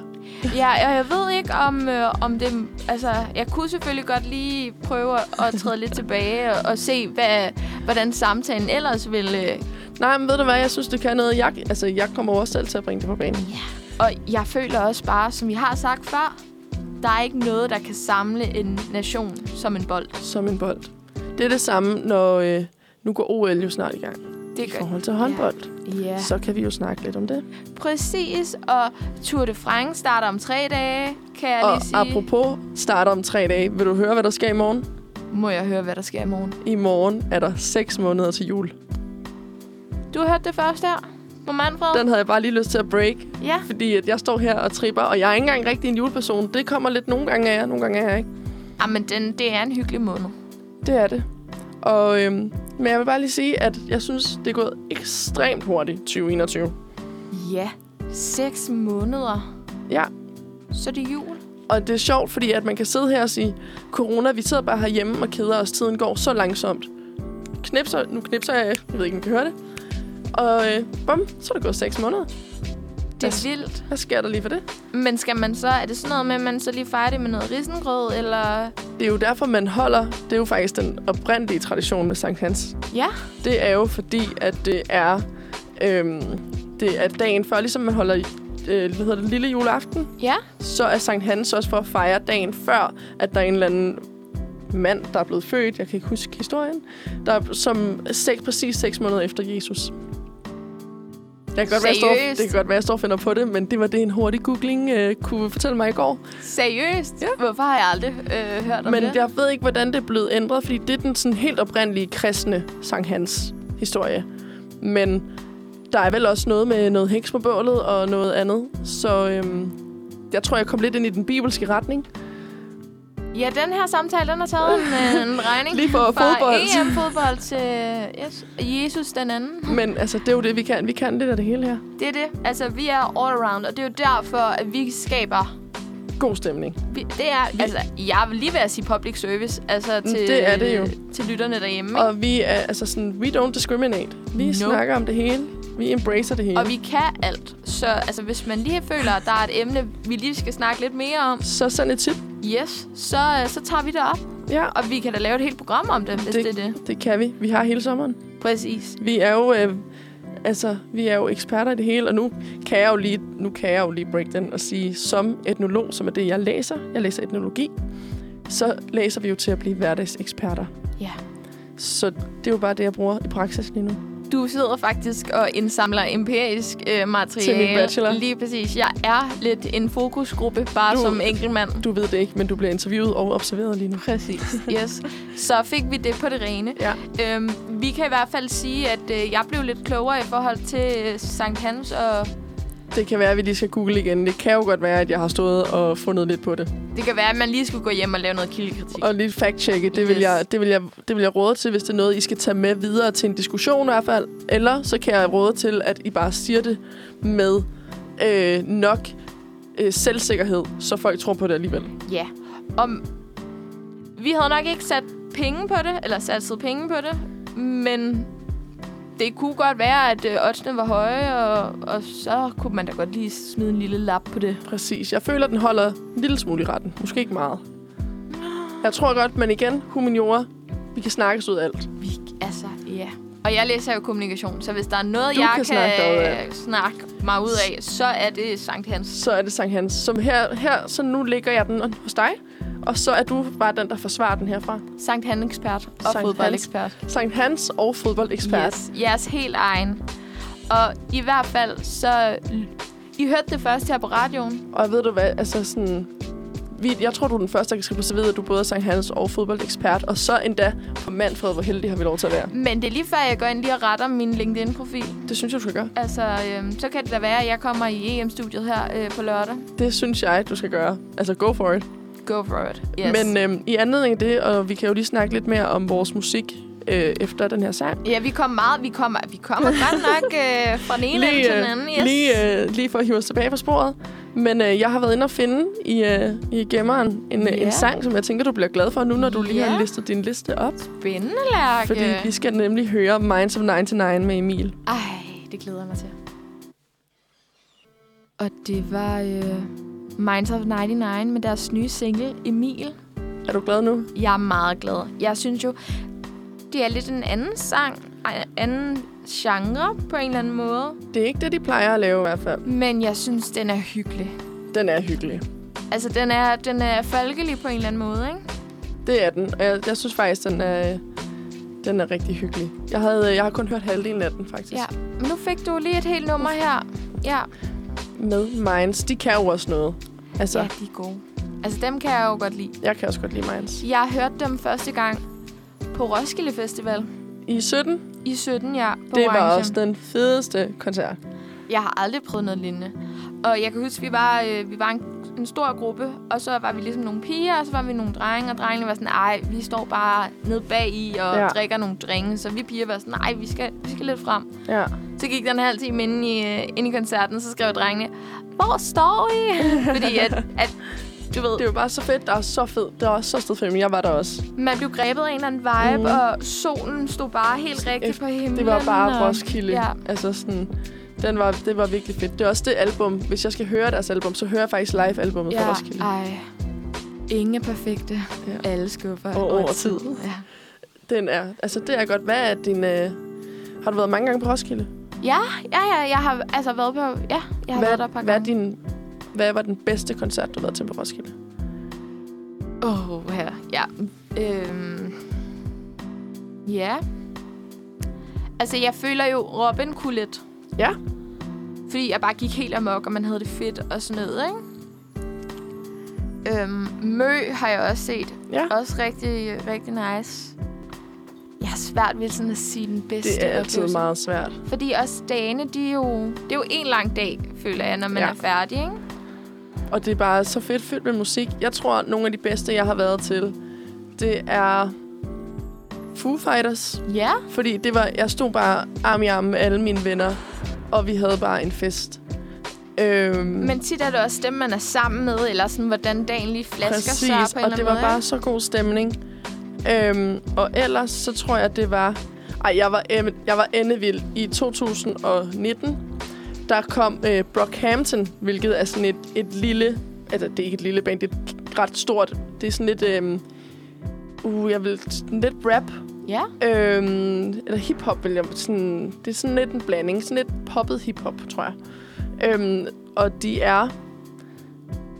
[SPEAKER 2] Ja, og jeg ved ikke, om, øh, om det... Altså, jeg kunne selvfølgelig godt lige prøve at, at træde lidt tilbage og, og se, hvad, hvordan samtalen ellers ville... Øh.
[SPEAKER 1] Nej, men ved du hvad, jeg synes, det kan noget. Jeg, altså, jeg kommer over selv til at bringe det på banen.
[SPEAKER 2] Og jeg føler også bare, som vi har sagt før, der er ikke noget, der kan samle en nation som en bold.
[SPEAKER 1] Som en bold. Det er det samme, når øh, nu går OL jo snart i gang. I
[SPEAKER 2] Det gør
[SPEAKER 1] forhold til håndbold.
[SPEAKER 2] Ja,
[SPEAKER 1] Så kan vi jo snakke lidt om det.
[SPEAKER 2] præcis. Og Tour de France starter om tre dage, kan jeg
[SPEAKER 1] Og
[SPEAKER 2] lige sige.
[SPEAKER 1] apropos starter om tre dage. Vil du høre, hvad der sker i morgen?
[SPEAKER 2] Må jeg høre, hvad der sker i morgen?
[SPEAKER 1] I morgen er der 6 måneder til jul.
[SPEAKER 2] Du har hørt det først her? På Manfred?
[SPEAKER 1] Den havde jeg bare lige lyst til at break,
[SPEAKER 2] Ja.
[SPEAKER 1] fordi at jeg står her og tripper, og jeg er ikke engang rigtig en juleperson. Det kommer lidt nogle gange af jer, nogle gange af jer ikke.
[SPEAKER 2] Jamen, Ah, den, det er en hyggelig måned.
[SPEAKER 1] Det er det. Og, øhm, men jeg vil bare lige sige, at jeg synes, det er gået ekstremt hurtigt 2021.
[SPEAKER 2] Ja, seks måneder.
[SPEAKER 1] Ja,
[SPEAKER 2] Så er det jul.
[SPEAKER 1] og det er sjovt, fordi at man kan sidde her og sige, corona, vi sidder bare herhjemme og keder os, tiden går så langsomt. Knipser, nu knipser jeg, jeg ved ikke, om I kan høre det. Og øh, bum, så er det gået 6 måneder.
[SPEAKER 2] Det er
[SPEAKER 1] Altså-
[SPEAKER 2] vildt.
[SPEAKER 1] Hvad sker der lige for det?
[SPEAKER 2] Men skal man så, er det sådan noget med, at man så lige fejrer det med noget risengrød, eller...
[SPEAKER 1] Det er jo derfor, man holder, det er jo faktisk den oprindelige tradition med Sankt Hans.
[SPEAKER 2] Ja,
[SPEAKER 1] Det er jo fordi, at det er, øhm, det er dagen før, ligesom man holder øh, hvad hedder det, lille juleaften,
[SPEAKER 2] ja.
[SPEAKER 1] så er Sankt Hans også for at fejre dagen før, at der er en eller anden mand, der er blevet født, jeg kan ikke huske historien, der er, som seks, præcis seks måneder efter Jesus. Jeg kan godt være, jeg står, det
[SPEAKER 2] Seriøst?
[SPEAKER 1] kan godt være, jeg står og finder på det, men det var det, en hurtig googling øh, kunne fortælle mig i går.
[SPEAKER 2] Seriøst?
[SPEAKER 1] Ja.
[SPEAKER 2] Hvorfor har jeg aldrig øh, hørt om
[SPEAKER 1] Men
[SPEAKER 2] det?
[SPEAKER 1] jeg ved ikke, hvordan det er blevet ændret, fordi det er den sådan helt oprindelige kristne Sankt Hans historie. Men Der er vel også noget med noget heks på bålet og noget andet. Så øhm, jeg tror, jeg kom lidt ind i den bibelske retning.
[SPEAKER 2] Ja, den her samtale, den har taget en, øh, en
[SPEAKER 1] <laughs>
[SPEAKER 2] regning
[SPEAKER 1] Lige fra fodbold.
[SPEAKER 2] EM-fodbold til yes, Jesus den anden.
[SPEAKER 1] Men altså, det er jo det, vi kan. Vi kan lidt af det hele her.
[SPEAKER 2] Det er det. Altså, vi er all around, og det er jo derfor, at vi skaber...
[SPEAKER 1] God stemning.
[SPEAKER 2] Vi, det er, altså, jeg vil lige ved at sige public service, altså til,
[SPEAKER 1] Mm, det er det jo.
[SPEAKER 2] til lytterne derhjemme. Og,
[SPEAKER 1] Og vi er altså sådan, we don't discriminate. Vi
[SPEAKER 2] Nope.
[SPEAKER 1] snakker om det hele. Vi embracer det hele.
[SPEAKER 2] og vi kan alt. Så altså, hvis man lige føler, at der er et emne, vi lige skal snakke lidt mere om,
[SPEAKER 1] Så send et tip.
[SPEAKER 2] yes, så, øh, så tager vi det op.
[SPEAKER 1] Ja,
[SPEAKER 2] Og vi kan da lave et helt program om det, hvis det, det er det.
[SPEAKER 1] det kan vi. Vi har hele sommeren.
[SPEAKER 2] Præcis.
[SPEAKER 1] Vi er jo... Øh, altså, vi er jo eksperter i det hele, og nu kan jeg jo lige, nu kan jeg jo lige break den og sige, som etnolog, som er det, jeg læser, jeg læser etnologi, så læser vi jo til at blive hverdagseksperter.
[SPEAKER 2] Ja.
[SPEAKER 1] Så det er jo bare det, jeg bruger i praksis lige nu.
[SPEAKER 2] Du sidder faktisk og indsamler empirisk øh, materiale.
[SPEAKER 1] Til min bachelor.
[SPEAKER 2] Lige præcis. Jeg er lidt en fokusgruppe, bare
[SPEAKER 1] Du-
[SPEAKER 2] du. som enkeltmand.
[SPEAKER 1] Du ved det ikke, men du bliver interviewet og observeret lige nu.
[SPEAKER 2] Præcis, yes. Så fik vi det på det rene.
[SPEAKER 1] Ja.
[SPEAKER 2] Øhm, vi kan i hvert fald sige, at øh, jeg blev lidt klogere i forhold til øh, Sankt Hans, og
[SPEAKER 1] Det kan være, at vi lige skal google igen. Det kan jo godt være, at jeg har stået og fundet lidt på det.
[SPEAKER 2] det kan være, at man lige skulle gå hjem og lave noget kildekritik.
[SPEAKER 1] Og lige fact-checke, det, vil
[SPEAKER 2] Yes.
[SPEAKER 1] jeg, det, vil jeg, det vil jeg råde til, hvis det er noget, I skal tage med videre til en diskussion i hvert fald. Eller så kan jeg råde til, at I bare siger det med øh, nok øh, selvsikkerhed, så folk tror på det alligevel.
[SPEAKER 2] Ja. Om vi havde nok ikke sat penge på det, eller satset penge på det, men det kunne godt være, at øh, oddsene var høje, og, og så kunne man da godt lige smide en lille lap på det.
[SPEAKER 1] Præcis. Jeg føler, den holder en lille smule i retten. Måske ikke meget. Jeg tror godt, men igen, humaniora, vi kan snakkes ud af alt.
[SPEAKER 2] Vi, altså, ja. Og jeg læser jo kommunikation, så hvis der er noget,
[SPEAKER 1] Du
[SPEAKER 2] jeg
[SPEAKER 1] kan
[SPEAKER 2] kan,
[SPEAKER 1] snakke dig ud af.
[SPEAKER 2] snakke, snakke mig ud af, så er det Sankt Hans.
[SPEAKER 1] Så er det Sankt Hans, som her, her så nu ligger jeg den hos dig. Og så er du bare den, der forsvarer den herfra.
[SPEAKER 2] Sankt Han-ekspert og
[SPEAKER 1] Sankt
[SPEAKER 2] fodboldekspert.
[SPEAKER 1] Sankt Hans og fodboldekspert.
[SPEAKER 2] Yes, jeres helt egen. Og i hvert fald, så... I hørte det først her på radioen.
[SPEAKER 1] Og ved du hvad, altså sådan... Vi, jeg tror, du er den første, der skal blive serveret, at du både er Sankt Hans og fodboldekspert, og så endda på Manfred, hvor heldig har vi lov til at være.
[SPEAKER 2] Men det er lige før, jeg går ind lige og retter min LinkedIn-profil.
[SPEAKER 1] Det synes jeg, du skal gøre.
[SPEAKER 2] Altså, øhm, så kan det da være, at jeg kommer i EM-studiet her øh, på lørdag.
[SPEAKER 1] Det synes jeg, du skal gøre. Altså, go for it.
[SPEAKER 2] Go for it. Yes.
[SPEAKER 1] Yes. Men øhm, i anledning af det, og vi kan jo lige snakke lidt mere om vores musik øh, efter den her sang.
[SPEAKER 2] ja, vi kommer meget. Vi kommer, vi kommer godt nok øh, fra den ene ende til den
[SPEAKER 1] øh,
[SPEAKER 2] anden. Yes.
[SPEAKER 1] lige, øh, lige for at hive os tilbage på sporet. Men øh, jeg har været inde og finde i, øh, i gemmeren en, yeah.
[SPEAKER 2] Ja.
[SPEAKER 1] en sang, som jeg tænker, du bliver glad for nu, når du lige
[SPEAKER 2] Ja. øh.
[SPEAKER 1] har listet din liste op.
[SPEAKER 2] Spændende, Lærke.
[SPEAKER 1] Fordi vi skal nemlig høre Minds of 99 med Emil.
[SPEAKER 2] Ej, det glæder jeg mig til. Og det var øh, Minds of 99 med deres nye single, Emil.
[SPEAKER 1] Er du glad nu?
[SPEAKER 2] Jeg er meget glad. Jeg synes jo, det er lidt en anden sang, ej, anden genre på en eller anden måde.
[SPEAKER 1] Det er ikke det, de plejer at lave i hvert fald.
[SPEAKER 2] Men jeg synes, den er hyggelig.
[SPEAKER 1] Den er hyggelig.
[SPEAKER 2] Altså, den er, den er folkelig på en eller anden måde, ikke?
[SPEAKER 1] Det er den. Og jeg, jeg synes faktisk, den er, den er rigtig hyggelig. Jeg, havde, øh, jeg har kun hørt halvdelen af den, faktisk.
[SPEAKER 2] Ja. Men nu fik du lige et helt nummer her. Ja,
[SPEAKER 1] Med Minds. De kan jo også noget. Altså,
[SPEAKER 2] ja
[SPEAKER 1] ja.
[SPEAKER 2] de er gode. Altså, dem kan jeg jo godt lide.
[SPEAKER 1] jeg kan også godt lide Minds.
[SPEAKER 2] Jeg hørte dem første gang på Roskilde Festival
[SPEAKER 1] I 17,
[SPEAKER 2] i 17, ja. På
[SPEAKER 1] det var
[SPEAKER 2] Orange.
[SPEAKER 1] også den fedeste koncert.
[SPEAKER 2] Jeg har aldrig prøvet noget lignende. Og jeg kan huske, vi var, øh, vi var en, en stor gruppe, og så var vi ligesom nogle piger, og så var vi nogle drenge, og drengene var sådan, ej, vi står bare nede bag i og
[SPEAKER 1] Ja.
[SPEAKER 2] ja. drikker nogle dringe, så vi piger var sådan, nej, vi skal, vi skal lidt frem.
[SPEAKER 1] Ja.
[SPEAKER 2] Så gik der en halv time inden i, øh, ind i koncerten, så skrev drengene, hvor står I? <laughs> Fordi at, at du ved,
[SPEAKER 1] Det er jo bare så fedt. Der er så fedt. Der var så stedfilm. Jeg var der også.
[SPEAKER 2] man blev grebet af en eller anden vibe,
[SPEAKER 1] Mm.
[SPEAKER 2] mm. og solen stod bare helt rigtigt på himlen.
[SPEAKER 1] Det var bare
[SPEAKER 2] og,
[SPEAKER 1] Roskilde.
[SPEAKER 2] Ja,
[SPEAKER 1] Altså sådan... Den var, det var virkelig fedt. Det er også det album. Hvis jeg skal høre deres album, så hører jeg faktisk live-albummet ja. fra
[SPEAKER 2] ja.
[SPEAKER 1] Roskilde.
[SPEAKER 2] Ej. Ingen er perfekte.
[SPEAKER 1] Ja.
[SPEAKER 2] Alle skuffer.
[SPEAKER 1] Og over tid.
[SPEAKER 2] Ja.
[SPEAKER 1] Den er. Altså, det er godt. Hvad er din... Øh... Har du været mange gange på Roskilde?
[SPEAKER 2] Ja, ja, ja, jeg har altså været på... Ja, jeg
[SPEAKER 1] hvad,
[SPEAKER 2] har været der et par
[SPEAKER 1] hvad, er
[SPEAKER 2] gange.
[SPEAKER 1] din, hvad var den bedste koncert, du har været til på Roskilde?
[SPEAKER 2] Åh, oh, her. Ja. Øhm. Ja. Altså, jeg føler jo, Robin kunne lidt.
[SPEAKER 1] Ja.
[SPEAKER 2] Fordi jeg bare gik helt amok, og man havde det fedt og sådan noget, ikke? Øhm, Mø har jeg også set.
[SPEAKER 1] Ja.
[SPEAKER 2] Også rigtig, rigtig nice. Jeg bare svært ved sådan at sige den bedste.
[SPEAKER 1] Det er altid
[SPEAKER 2] oplevelse.
[SPEAKER 1] meget svært.
[SPEAKER 2] Fordi også dagene, de er jo... Det er jo en lang dag, føler jeg, når man
[SPEAKER 1] Ja.
[SPEAKER 2] ja. er færdig, ikke?
[SPEAKER 1] Og det er bare så fedt fyldt med musik. Jeg tror, at nogle af de bedste, jeg har været til, det er Foo Fighters.
[SPEAKER 2] Ja.
[SPEAKER 1] Fordi det var, jeg stod bare arm i arm med alle mine venner, og vi havde bare en fest. Øhm,
[SPEAKER 2] Men tit er det også dem, man er sammen med, eller sådan, hvordan dagen lige flasker sig på en eller
[SPEAKER 1] og det
[SPEAKER 2] anden
[SPEAKER 1] var
[SPEAKER 2] måde.
[SPEAKER 1] bare så god stemning. Øhm, og ellers, så tror jeg, det var... Ej, jeg var, em- jeg var endevild. I 2019, der kom øh, Brockhampton, hvilket er sådan et, et lille... Altså, det er ikke et lille band, det er et ret stort... Det er sådan lidt... Øhm, uh, jeg vil... sådan Lidt rap.
[SPEAKER 2] ikke? Ja.
[SPEAKER 1] Øhm, eller hiphop, vil jeg sådan... Det er sådan lidt en blanding. Sådan lidt poppet hiphop, tror jeg. Øhm, og de er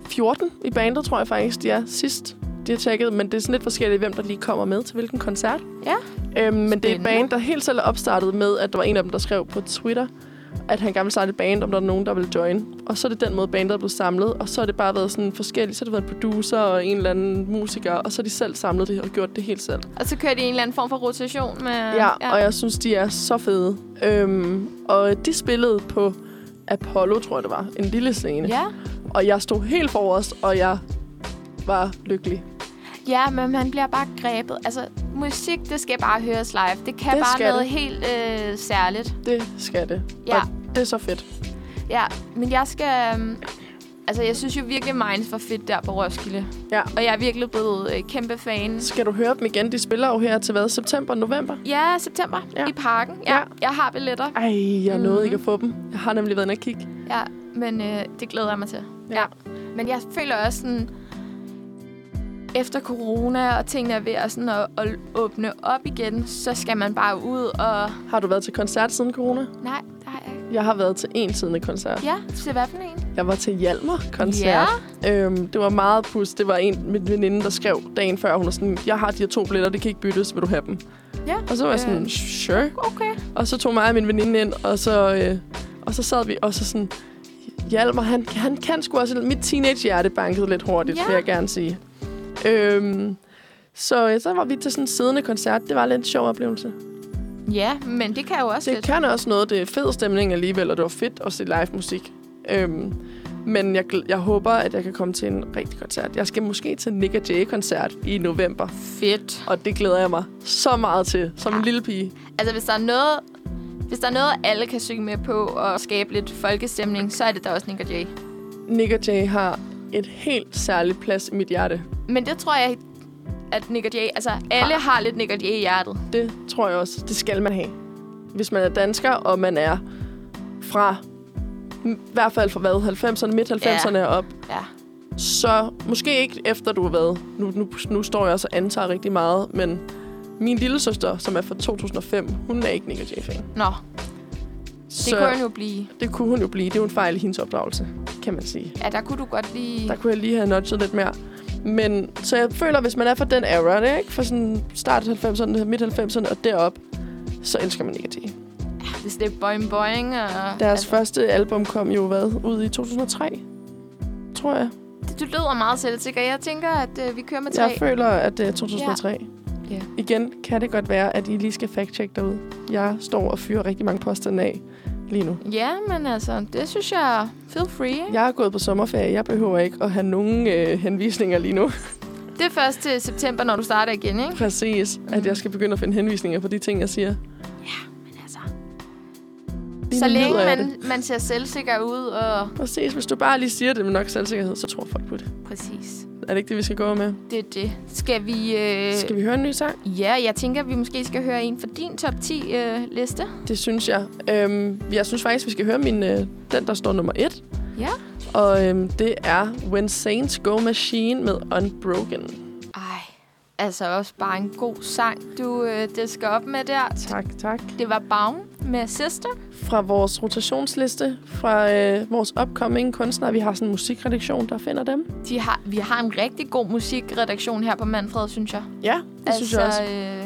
[SPEAKER 1] 14 i bandet, tror jeg faktisk, de er sidst. De har tjekket, men det er sådan lidt forskelligt, hvem der lige kommer med til hvilken koncert.
[SPEAKER 2] Ja.
[SPEAKER 1] Øhm, men det er et
[SPEAKER 2] Spændende.
[SPEAKER 1] band, der helt selv er opstartet med, at der var en af dem, der skrev på Twitter, at han gerne startede et band, om der er nogen, der ville join. Og så er det den måde, bandet er blevet samlet, og så har det bare været sådan forskelligt. Så har det været en producer og en eller anden musiker, og så har de selv samlet det og gjort det helt selv.
[SPEAKER 2] Og så kører de en eller anden form for rotation med...
[SPEAKER 1] Ja, ja, og jeg synes, de er så fede. Øhm, og de spillede på Apollo, tror jeg det var. En lille scene.
[SPEAKER 2] ja.
[SPEAKER 1] Og jeg stod helt forrest, og jeg var lykkelig.
[SPEAKER 2] ja, men man bliver bare grebet. Altså, musik, det skal bare høres live. Det kan
[SPEAKER 1] Det
[SPEAKER 2] det bare
[SPEAKER 1] skal
[SPEAKER 2] noget
[SPEAKER 1] det.
[SPEAKER 2] helt øh, særligt.
[SPEAKER 1] Det skal det.
[SPEAKER 2] Ja.
[SPEAKER 1] Og det er så fedt.
[SPEAKER 2] Ja, men jeg skal... øhm, Altså, jeg synes jo virkelig, Minds var fedt der på Roskilde.
[SPEAKER 1] Ja.
[SPEAKER 2] Og jeg er virkelig blevet øh, kæmpe fan.
[SPEAKER 1] Skal du høre dem igen? De spiller jo her til hvad? September, november?
[SPEAKER 2] Ja, september
[SPEAKER 1] Ja.
[SPEAKER 2] ja. i parken. Ja,
[SPEAKER 1] Ja.
[SPEAKER 2] ja, jeg har billetter.
[SPEAKER 1] Ej, jeg nåede
[SPEAKER 2] Mhm.
[SPEAKER 1] ikke at få dem. Jeg har nemlig været inde og kigge.
[SPEAKER 2] Ja, men øh, det glæder jeg mig til.
[SPEAKER 1] Ja.
[SPEAKER 2] Men jeg føler også sådan, efter corona og tingene er ved at, sådan at, at åbne op igen, så skal man bare ud og...
[SPEAKER 1] Har du været til koncert siden corona?
[SPEAKER 2] Nej, der er ikke.
[SPEAKER 1] Jeg har været til en siden koncert.
[SPEAKER 2] Ja, til hvad for en?
[SPEAKER 1] Jeg var til Hjalmar-koncert. Yeah. Øhm, det var meget pus. Det var en min veninde, der skrev dagen før. Hun var sådan, jeg har de her to billetter, det kan ikke byttes. Vil du have dem?
[SPEAKER 2] Ja.
[SPEAKER 1] Og så var jeg sådan,
[SPEAKER 2] Øh.
[SPEAKER 1] sure.
[SPEAKER 2] Okay.
[SPEAKER 1] Og så tog mig og min veninde ind, og så, øh, og så sad vi og så sådan... Hjalmar, han, han kan sgu også... Mit teenagehjerte bankede lidt hurtigt, ja.
[SPEAKER 2] Ja.
[SPEAKER 1] vil jeg gerne sige. Øhm, så, øh, så var vi til sådan en siddende koncert. Det var lidt en sjov oplevelse.
[SPEAKER 2] Ja, men det kan jo også
[SPEAKER 1] Det
[SPEAKER 2] lidt.
[SPEAKER 1] kan også noget. Det er fed stemning alligevel, og det var fedt at se live musik. Øhm, men jeg, gl- jeg håber, at jeg kan komme til en rigtig koncert. Jeg skal måske til Nick og Jay-koncert i november,
[SPEAKER 2] Fedt.
[SPEAKER 1] og det glæder jeg mig så meget til, som en lille pige.
[SPEAKER 2] Altså, hvis der er noget... Hvis der er noget, alle kan synge med på og skabe lidt folkestemning, så er det da også Nick og Jay.
[SPEAKER 1] Nick og Jay har et helt særligt plads i mit hjerte.
[SPEAKER 2] Men det tror jeg, at Nick og Jay... Altså, alle
[SPEAKER 1] Har-
[SPEAKER 2] har, har lidt Nick og Jay i hjertet.
[SPEAKER 1] Det tror jeg også, det skal man have. Hvis man er dansker, og man er fra, i hvert fald fra hvad, 90'erne, midt-90'erne ja. op,
[SPEAKER 2] Ja.
[SPEAKER 1] så måske ikke efter du har været. Nu, nu, nu står jeg også og antager rigtig meget, men min lille søster, som er fra 2005, hun er ikke Nick og Jay-fan.
[SPEAKER 2] Nå, det
[SPEAKER 1] Så
[SPEAKER 2] så... kunne jo blive.
[SPEAKER 1] det kunne hun jo blive. Det er jo en fejl i hendes opdragelse, kan man sige.
[SPEAKER 2] Ja, der kunne du godt lige...
[SPEAKER 1] Der kunne jeg lige have notchet lidt mere. Men så jeg føler, hvis man er fra den era, det er ikke? Fra sådan start af 90'erne, midt 90'erne og derop, så elsker man Nick og Jay.
[SPEAKER 2] Hvis det er boing boing og... altså,
[SPEAKER 1] Deres første album kom jo hvad? Ud i 2003, tror jeg.
[SPEAKER 2] Du lyder meget selvsikker. Jeg tænker, at øh, vi kører med tre.
[SPEAKER 1] Jeg føler, at det er 2003.
[SPEAKER 2] Ja.
[SPEAKER 1] Igen kan det godt være, at I lige skal fact-check derude. Jeg står og fyrer rigtig mange påstande af lige nu.
[SPEAKER 2] Ja, men altså, det synes jeg... Feel free, ikke?
[SPEAKER 1] Jeg er gået på sommerferie. Jeg behøver ikke at have nogen øh, henvisninger lige nu. <laughs>
[SPEAKER 2] Det er først til september, når du starter igen, ikke?
[SPEAKER 1] Præcis. At jeg skal begynde at finde henvisninger på de ting, jeg siger.
[SPEAKER 2] Men altså,
[SPEAKER 1] Lige
[SPEAKER 2] så
[SPEAKER 1] nu
[SPEAKER 2] længe
[SPEAKER 1] lider jeg
[SPEAKER 2] man, man ser selvsikker ud og...
[SPEAKER 1] det. Præcis. Hvis du bare lige siger det med nok selvsikkerhed, så tror folk på det.
[SPEAKER 2] Præcis.
[SPEAKER 1] Er det ikke det, vi skal gå med?
[SPEAKER 2] Det er det. Skal vi... Øh...
[SPEAKER 1] Skal vi høre en ny sang?
[SPEAKER 2] Ja, jeg tænker, at vi måske skal høre en fra din top øh, 10-liste.
[SPEAKER 1] Det synes jeg. Øhm, jeg synes faktisk, vi skal høre min, øh, den, der står nummer et.
[SPEAKER 2] ja.
[SPEAKER 1] Og øhm, det er When Saints Go Machine med Unbroken.
[SPEAKER 2] Ej, altså også bare en god sang, du øh, det skal op med der.
[SPEAKER 1] Tak, tak.
[SPEAKER 2] Det var Baum med Sister.
[SPEAKER 1] Fra vores rotationsliste, fra øh, vores upcoming kunstnere. Vi har sådan en musikredaktion, der finder dem.
[SPEAKER 2] De har, vi har en rigtig god musikredaktion her på Manfred, synes jeg.
[SPEAKER 1] Ja, det altså, synes jeg også.
[SPEAKER 2] Øh,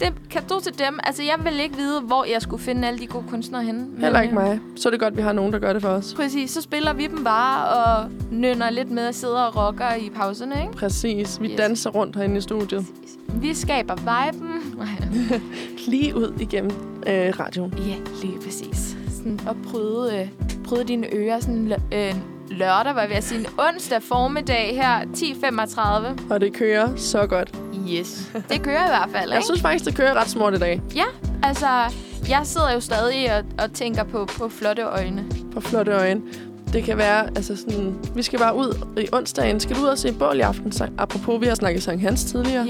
[SPEAKER 2] det kan du til dem. Altså, jeg vil ikke vide, hvor jeg skulle finde alle de gode kunstnere henne. Men,
[SPEAKER 1] Heller ikke
[SPEAKER 2] øh,
[SPEAKER 1] mig. Så er det godt, vi har nogen, der gør det for os.
[SPEAKER 2] Præcis, så spiller vi dem bare og nynner lidt med og sidder og rocker i pauserne, ikke?
[SPEAKER 1] Præcis. Vi yes.
[SPEAKER 2] Yes.
[SPEAKER 1] danser rundt herinde i studiet.
[SPEAKER 2] Vi skaber viben.
[SPEAKER 1] Lige ud igennem øh, radioen.
[SPEAKER 2] <laughs> ja, lige præcis. Sådan at pryde, øh, pryde dine ører sådan lø- øh, lørdag, var jeg ved at sige, en onsdag formiddag her, 10.35.
[SPEAKER 1] Og det kører så godt.
[SPEAKER 2] Yes. Det kører i hvert fald, ikke?
[SPEAKER 1] Jeg synes faktisk, det kører ret smart i dag.
[SPEAKER 2] Ja, altså, jeg sidder jo stadig og, og tænker på, på flotte øjne.
[SPEAKER 1] På flotte øjne. Det kan være, altså sådan, vi skal bare ud i onsdagen. Skal du ud og se bål i aften? Så, apropos, vi har snakket Sankt Hans tidligere.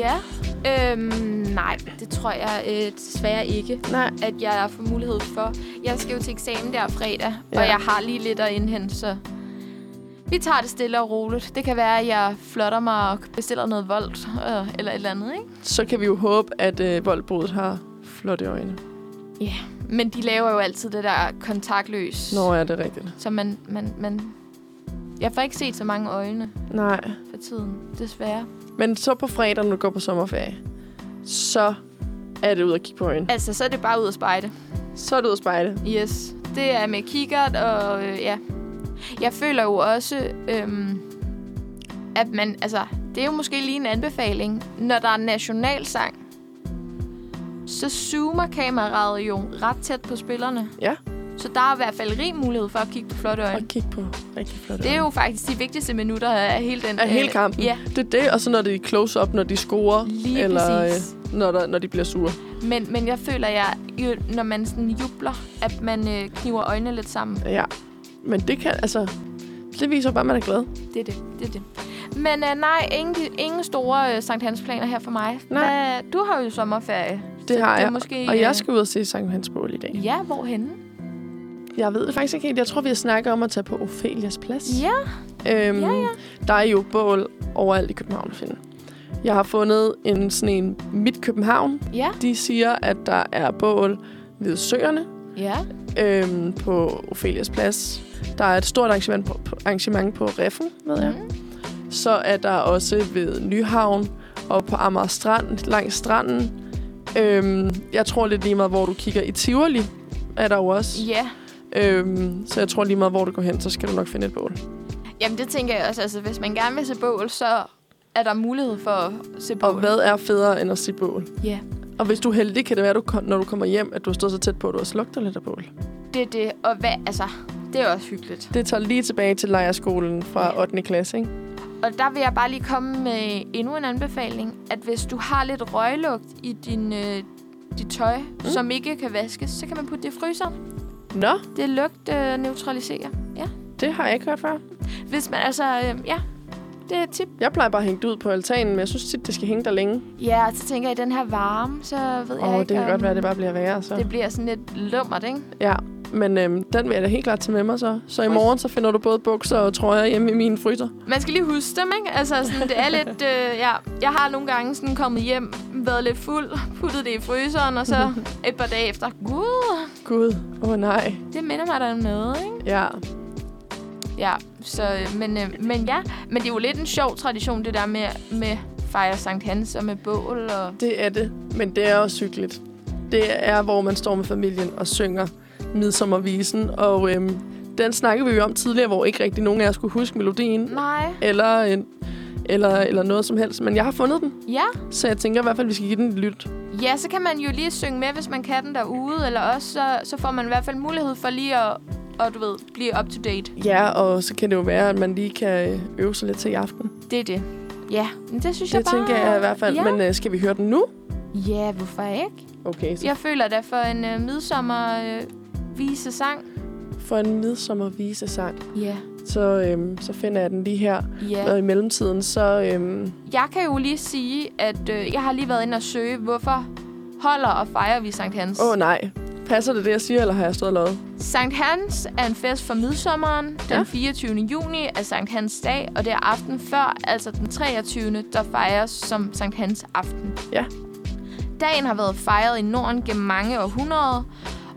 [SPEAKER 2] Ja. Øhm, nej, det tror jeg øh, desværre ikke,
[SPEAKER 1] Nej,
[SPEAKER 2] at jeg får mulighed for. Jeg skal jo til eksamen der fredag, ja.
[SPEAKER 1] Ja.
[SPEAKER 2] og jeg har lige lidt at indhente, så vi tager det stille og roligt. Det kan være, at jeg flotter mig og bestiller noget voldt øh, eller et eller andet, ikke?
[SPEAKER 1] så kan vi jo håbe, at øh, voldbrudet har flotte øjne.
[SPEAKER 2] Men de laver jo altid det der kontaktløs,
[SPEAKER 1] Nå, er det rigtigt?
[SPEAKER 2] så man, man, man... Jeg får ikke set så mange øjne
[SPEAKER 1] Nej.
[SPEAKER 2] for tiden, desværre.
[SPEAKER 1] Men så på fredag, når du går på sommerferie, så er det ud at kigge på øjnene.
[SPEAKER 2] Altså, så er det bare ud at spejde.
[SPEAKER 1] Så er det ud at spejde.
[SPEAKER 2] Yes, det er med kikkert, og øh, ja. Jeg føler jo også, øhm, at man, altså, det er jo måske lige en anbefaling. Når der er nationalsang, så zoomer kameraet jo ret tæt på spillerne.
[SPEAKER 1] Ja.
[SPEAKER 2] Så der er i hvert fald rig mulighed for at kigge på flotte
[SPEAKER 1] Og
[SPEAKER 2] øjne.
[SPEAKER 1] kigge på rigtig flotte
[SPEAKER 2] Det er
[SPEAKER 1] øjne.
[SPEAKER 2] jo faktisk de vigtigste minutter af hele den... øh,
[SPEAKER 1] Af hele kampen.
[SPEAKER 2] Ja,
[SPEAKER 1] Det er det, og så når det er close-up, når de scorer.
[SPEAKER 2] Lige
[SPEAKER 1] eller
[SPEAKER 2] præcis.
[SPEAKER 1] øh, når, der, når de bliver sure.
[SPEAKER 2] men, men jeg føler, jeg, jo, når man sådan jubler, at man øh, kniver øjnene lidt sammen.
[SPEAKER 1] Ja. Men det kan, altså... Det viser bare, at man er glad.
[SPEAKER 2] Det er det, det er det. Men øh, nej, ingen, ingen store øh, Sankt Hans planer her for mig.
[SPEAKER 1] Nej.
[SPEAKER 2] Hvad, du har jo sommerferie.
[SPEAKER 1] Det har
[SPEAKER 2] det er
[SPEAKER 1] jeg.
[SPEAKER 2] Måske,
[SPEAKER 1] Og
[SPEAKER 2] øh,
[SPEAKER 1] jeg skal ud og se Sankt Hans Bål i dag.
[SPEAKER 2] Ja, hvorhenne?
[SPEAKER 1] Jeg ved det faktisk ikke helt. Jeg tror, vi har snakket om at tage på Ophelias Plads.
[SPEAKER 2] Ja,
[SPEAKER 1] Øhm,
[SPEAKER 2] Ja, ja.
[SPEAKER 1] Der er jo bål overalt i København at finde. Jeg har fundet en sådan en midt København.
[SPEAKER 2] ja,
[SPEAKER 1] De siger, at der er bål ved søerne
[SPEAKER 2] ja.
[SPEAKER 1] øhm, på Ophelias Plads. Der er et stort arrangement på, på, arrangement på Reffen, ved jeg.
[SPEAKER 2] Mm.
[SPEAKER 1] Så er der også ved Nyhavn og på Amager Strand, langs stranden. Øhm, jeg tror lidt lige meget, hvor du kigger. I Tivoli er der jo også.
[SPEAKER 2] Ja.
[SPEAKER 1] Øhm, så jeg tror lige meget, hvor du går hen, så skal du nok finde et bål.
[SPEAKER 2] Jamen, det tænker jeg også. Altså, hvis man gerne vil se bål, så er der mulighed for at se bål.
[SPEAKER 1] Og hvad er federe end at se bål?
[SPEAKER 2] Ja,
[SPEAKER 1] Og hvis du er heldig, kan det være, du, kom- når du kommer hjem, at du har stået så tæt på, at du har slugt dig lidt af bål.
[SPEAKER 2] det er det. Og hvad, altså, det er også hyggeligt.
[SPEAKER 1] Det tager lige tilbage til lejerskolen
[SPEAKER 2] Ja.
[SPEAKER 1] fra 8. klasse, ikke?
[SPEAKER 2] Og der vil jeg bare lige komme med endnu en anbefaling, at hvis du har lidt røglugt i din, øh, dit tøj, mm. som ikke kan vaskes, så kan man putte det i fryseren.
[SPEAKER 1] Nå,
[SPEAKER 2] Det lugt øh, neutraliserer. Ja.
[SPEAKER 1] det har jeg ikke hørt før.
[SPEAKER 2] Hvis man altså... Øh, ja, det er et tip.
[SPEAKER 1] Jeg plejer bare at hænge det ud på altanen, men jeg synes tit, det skal hænge der længe.
[SPEAKER 2] Ja, og så tænker jeg, i den her varme, så ved
[SPEAKER 1] Åh,
[SPEAKER 2] jeg
[SPEAKER 1] oh, det
[SPEAKER 2] ikke,
[SPEAKER 1] kan
[SPEAKER 2] om
[SPEAKER 1] godt være, at det bare bliver værre, så.
[SPEAKER 2] det bliver sådan lidt lummert, ikke?
[SPEAKER 1] Ja, men øhm, den vil jeg da helt klart tage med mig, så. Så i morgen, så finder du både bukser og trøjer hjemme i min fryser.
[SPEAKER 2] Man skal lige huske dem, ikke? Altså, sådan, det er lidt... Øh, ja, jeg har nogle gange sådan kommet hjem, været lidt fuld, puttet det i fryseren, og så et par dage efter, gud,
[SPEAKER 1] Gud, åh oh, nej.
[SPEAKER 2] det minder mig da om noget, ikke?
[SPEAKER 1] Ja,
[SPEAKER 2] Ja, så, øh, men, øh, men ja, men det er jo lidt en sjov tradition, det der med, med fejre Sankt Hans og med bål og...
[SPEAKER 1] det er det. Men det er også hyggeligt. Det er, hvor man står med familien og synger midsommervisen. Og øhm, den snakkede vi jo om tidligere, hvor ikke rigtig nogen af jer skulle huske melodien.
[SPEAKER 2] Nej.
[SPEAKER 1] Eller, en, eller, eller noget som helst. Men jeg har fundet den,
[SPEAKER 2] Ja.
[SPEAKER 1] så jeg tænker i hvert fald, at vi skal give den et lyt.
[SPEAKER 2] Ja, så kan man jo lige synge med, hvis man kan den derude, eller også så, så får man i hvert fald mulighed for lige at, og, du ved, blive up to date.
[SPEAKER 1] Ja, og så kan det jo være, at man lige kan øh, øve sig lidt til i aften.
[SPEAKER 2] Det er det. Ja, men det synes
[SPEAKER 1] Det
[SPEAKER 2] jeg bare...
[SPEAKER 1] tænker jeg i hvert fald.
[SPEAKER 2] Ja,
[SPEAKER 1] Men øh, skal vi høre den nu?
[SPEAKER 2] ja hvorfor ikke?
[SPEAKER 1] Okay, så
[SPEAKER 2] Jeg føler da for en øh, midsommer øh, vise sang.
[SPEAKER 1] for en midsommervisesang,
[SPEAKER 2] Ja.
[SPEAKER 1] så, øhm, så finder jeg den lige her.
[SPEAKER 2] Ja.
[SPEAKER 1] Og i mellemtiden, så... Øhm,
[SPEAKER 2] Jeg kan jo lige sige, at øh, jeg har lige været inde og søge, hvorfor holder og fejrer vi Sankt Hans.
[SPEAKER 1] Åh oh, nej. Passer det det, jeg siger, eller har jeg stået og løjet?
[SPEAKER 2] Sankt Hans er en fest for midsommeren. Den
[SPEAKER 1] Ja.
[SPEAKER 2] 24. juni er Sankt Hans dag, og det er aften før, altså den 23. der fejres som Sankt Hans aften.
[SPEAKER 1] Ja.
[SPEAKER 2] Dagen har været fejret i Norden gennem mange århundreder,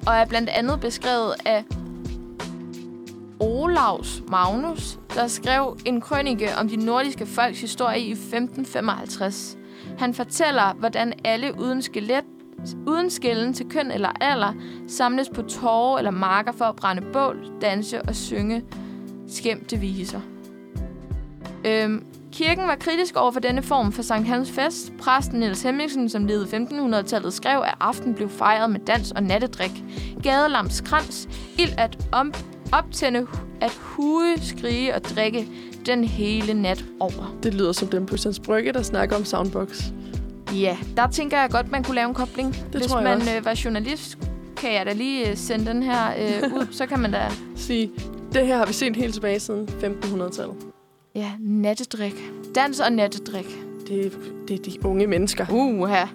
[SPEAKER 2] og er blandt andet beskrevet af Olaus Magnus, der skrev en krønike om de nordiske folks historie i 1555. Han fortæller, hvordan alle uden skelet uden skælden til køn eller alder, samles på torve eller marker for at brænde bål, danse og synge skæmte viser. Øhm, Kirken var kritisk over for denne form for Sankt Hans fest. Præsten Niels Hemmingsen, som levede i 1500-tallet, skrev, at aften blev fejret med dans og nattedrik, gadelams krans, ild at om, optænde, at huge, skrige og drikke den hele nat over.
[SPEAKER 1] Det lyder som dem på Sands Brygge, der snakker om soundbox.
[SPEAKER 2] Ja, der tænker jeg godt, man kunne lave en kobling. Det Hvis
[SPEAKER 1] tror jeg
[SPEAKER 2] man
[SPEAKER 1] også.
[SPEAKER 2] Øh, var journalist, kan jeg da lige øh, sende den her øh,
[SPEAKER 1] <laughs>
[SPEAKER 2] ud. Så kan man da...
[SPEAKER 1] Sige, det her har vi set helt tilbage siden 1500-tallet.
[SPEAKER 2] Ja, nattedrik. Dans og nattedrik.
[SPEAKER 1] Det, er- det er de unge mennesker.
[SPEAKER 2] Uha.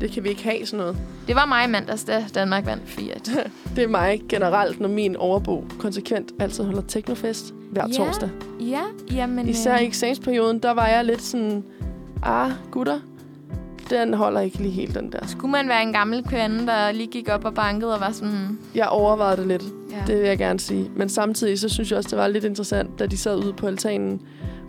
[SPEAKER 1] Det kan vi ikke have sådan noget.
[SPEAKER 2] Det var mig i mandags, da Danmark vandt 4
[SPEAKER 1] <laughs> Det er mig generelt, når min overbo konsekvent altid holder teknofest hver
[SPEAKER 2] Ja.
[SPEAKER 1] torsdag.
[SPEAKER 2] Ja, jamen... øh,
[SPEAKER 1] Især i eksamensperioden, der var jeg lidt sådan, ah, gutter, den holder ikke lige helt den der.
[SPEAKER 2] Skulle man være en gammel kvinde, der lige gik op og bankede og var sådan...
[SPEAKER 1] Jeg overvejede det lidt,
[SPEAKER 2] Ja.
[SPEAKER 1] det vil jeg gerne sige. Men samtidig, så synes jeg også, det var lidt interessant, da de sad ude på altanen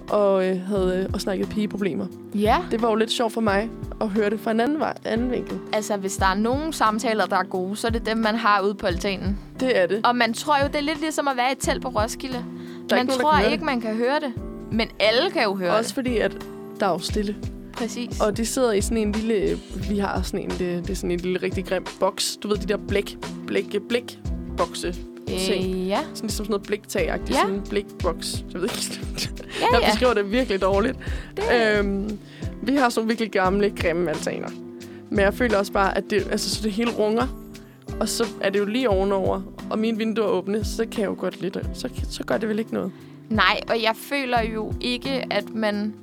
[SPEAKER 1] og, øh, havde, øh, og snakkede pigeproblemer.
[SPEAKER 2] ja,
[SPEAKER 1] Det var jo lidt sjovt for mig at høre det fra en anden, vej, anden vinkel.
[SPEAKER 2] altså hvis der er nogen samtaler, der er gode, så er det dem, man har ude på altanen.
[SPEAKER 1] Det er det.
[SPEAKER 2] Og man tror jo, det er lidt ligesom at være i et telt på Roskilde.
[SPEAKER 1] er
[SPEAKER 2] man
[SPEAKER 1] ikke nogen, der
[SPEAKER 2] tror
[SPEAKER 1] kan høre
[SPEAKER 2] ikke, man kan høre det. Men alle kan jo høre
[SPEAKER 1] Også
[SPEAKER 2] det.
[SPEAKER 1] fordi, at der er jo stille.
[SPEAKER 2] Præcis.
[SPEAKER 1] Og de sidder i sådan en lille... øh, Vi har sådan en, det, det er sådan en lille rigtig grim boks. Du ved, de der blæk, blæk, blæk, bokse. ting.
[SPEAKER 2] øh, ja.
[SPEAKER 1] Sådan ligesom sådan noget bliktag-agtigt.
[SPEAKER 2] Ja.
[SPEAKER 1] Sådan en blikboks. Jeg ved ikke, <laughs>
[SPEAKER 2] Ja,
[SPEAKER 1] jeg
[SPEAKER 2] ja.
[SPEAKER 1] beskriver det virkelig dårligt. Det. Øhm, vi har sådan nogle virkelig gamle, grimme altaner. Men jeg føler også bare, at det, altså, så det hele runger. Og så er det jo lige ovenover, og mine vinduer er åbne, så kan jeg jo godt lidt. Så, så gør det vel ikke noget.
[SPEAKER 2] Nej, og jeg føler jo ikke, at man...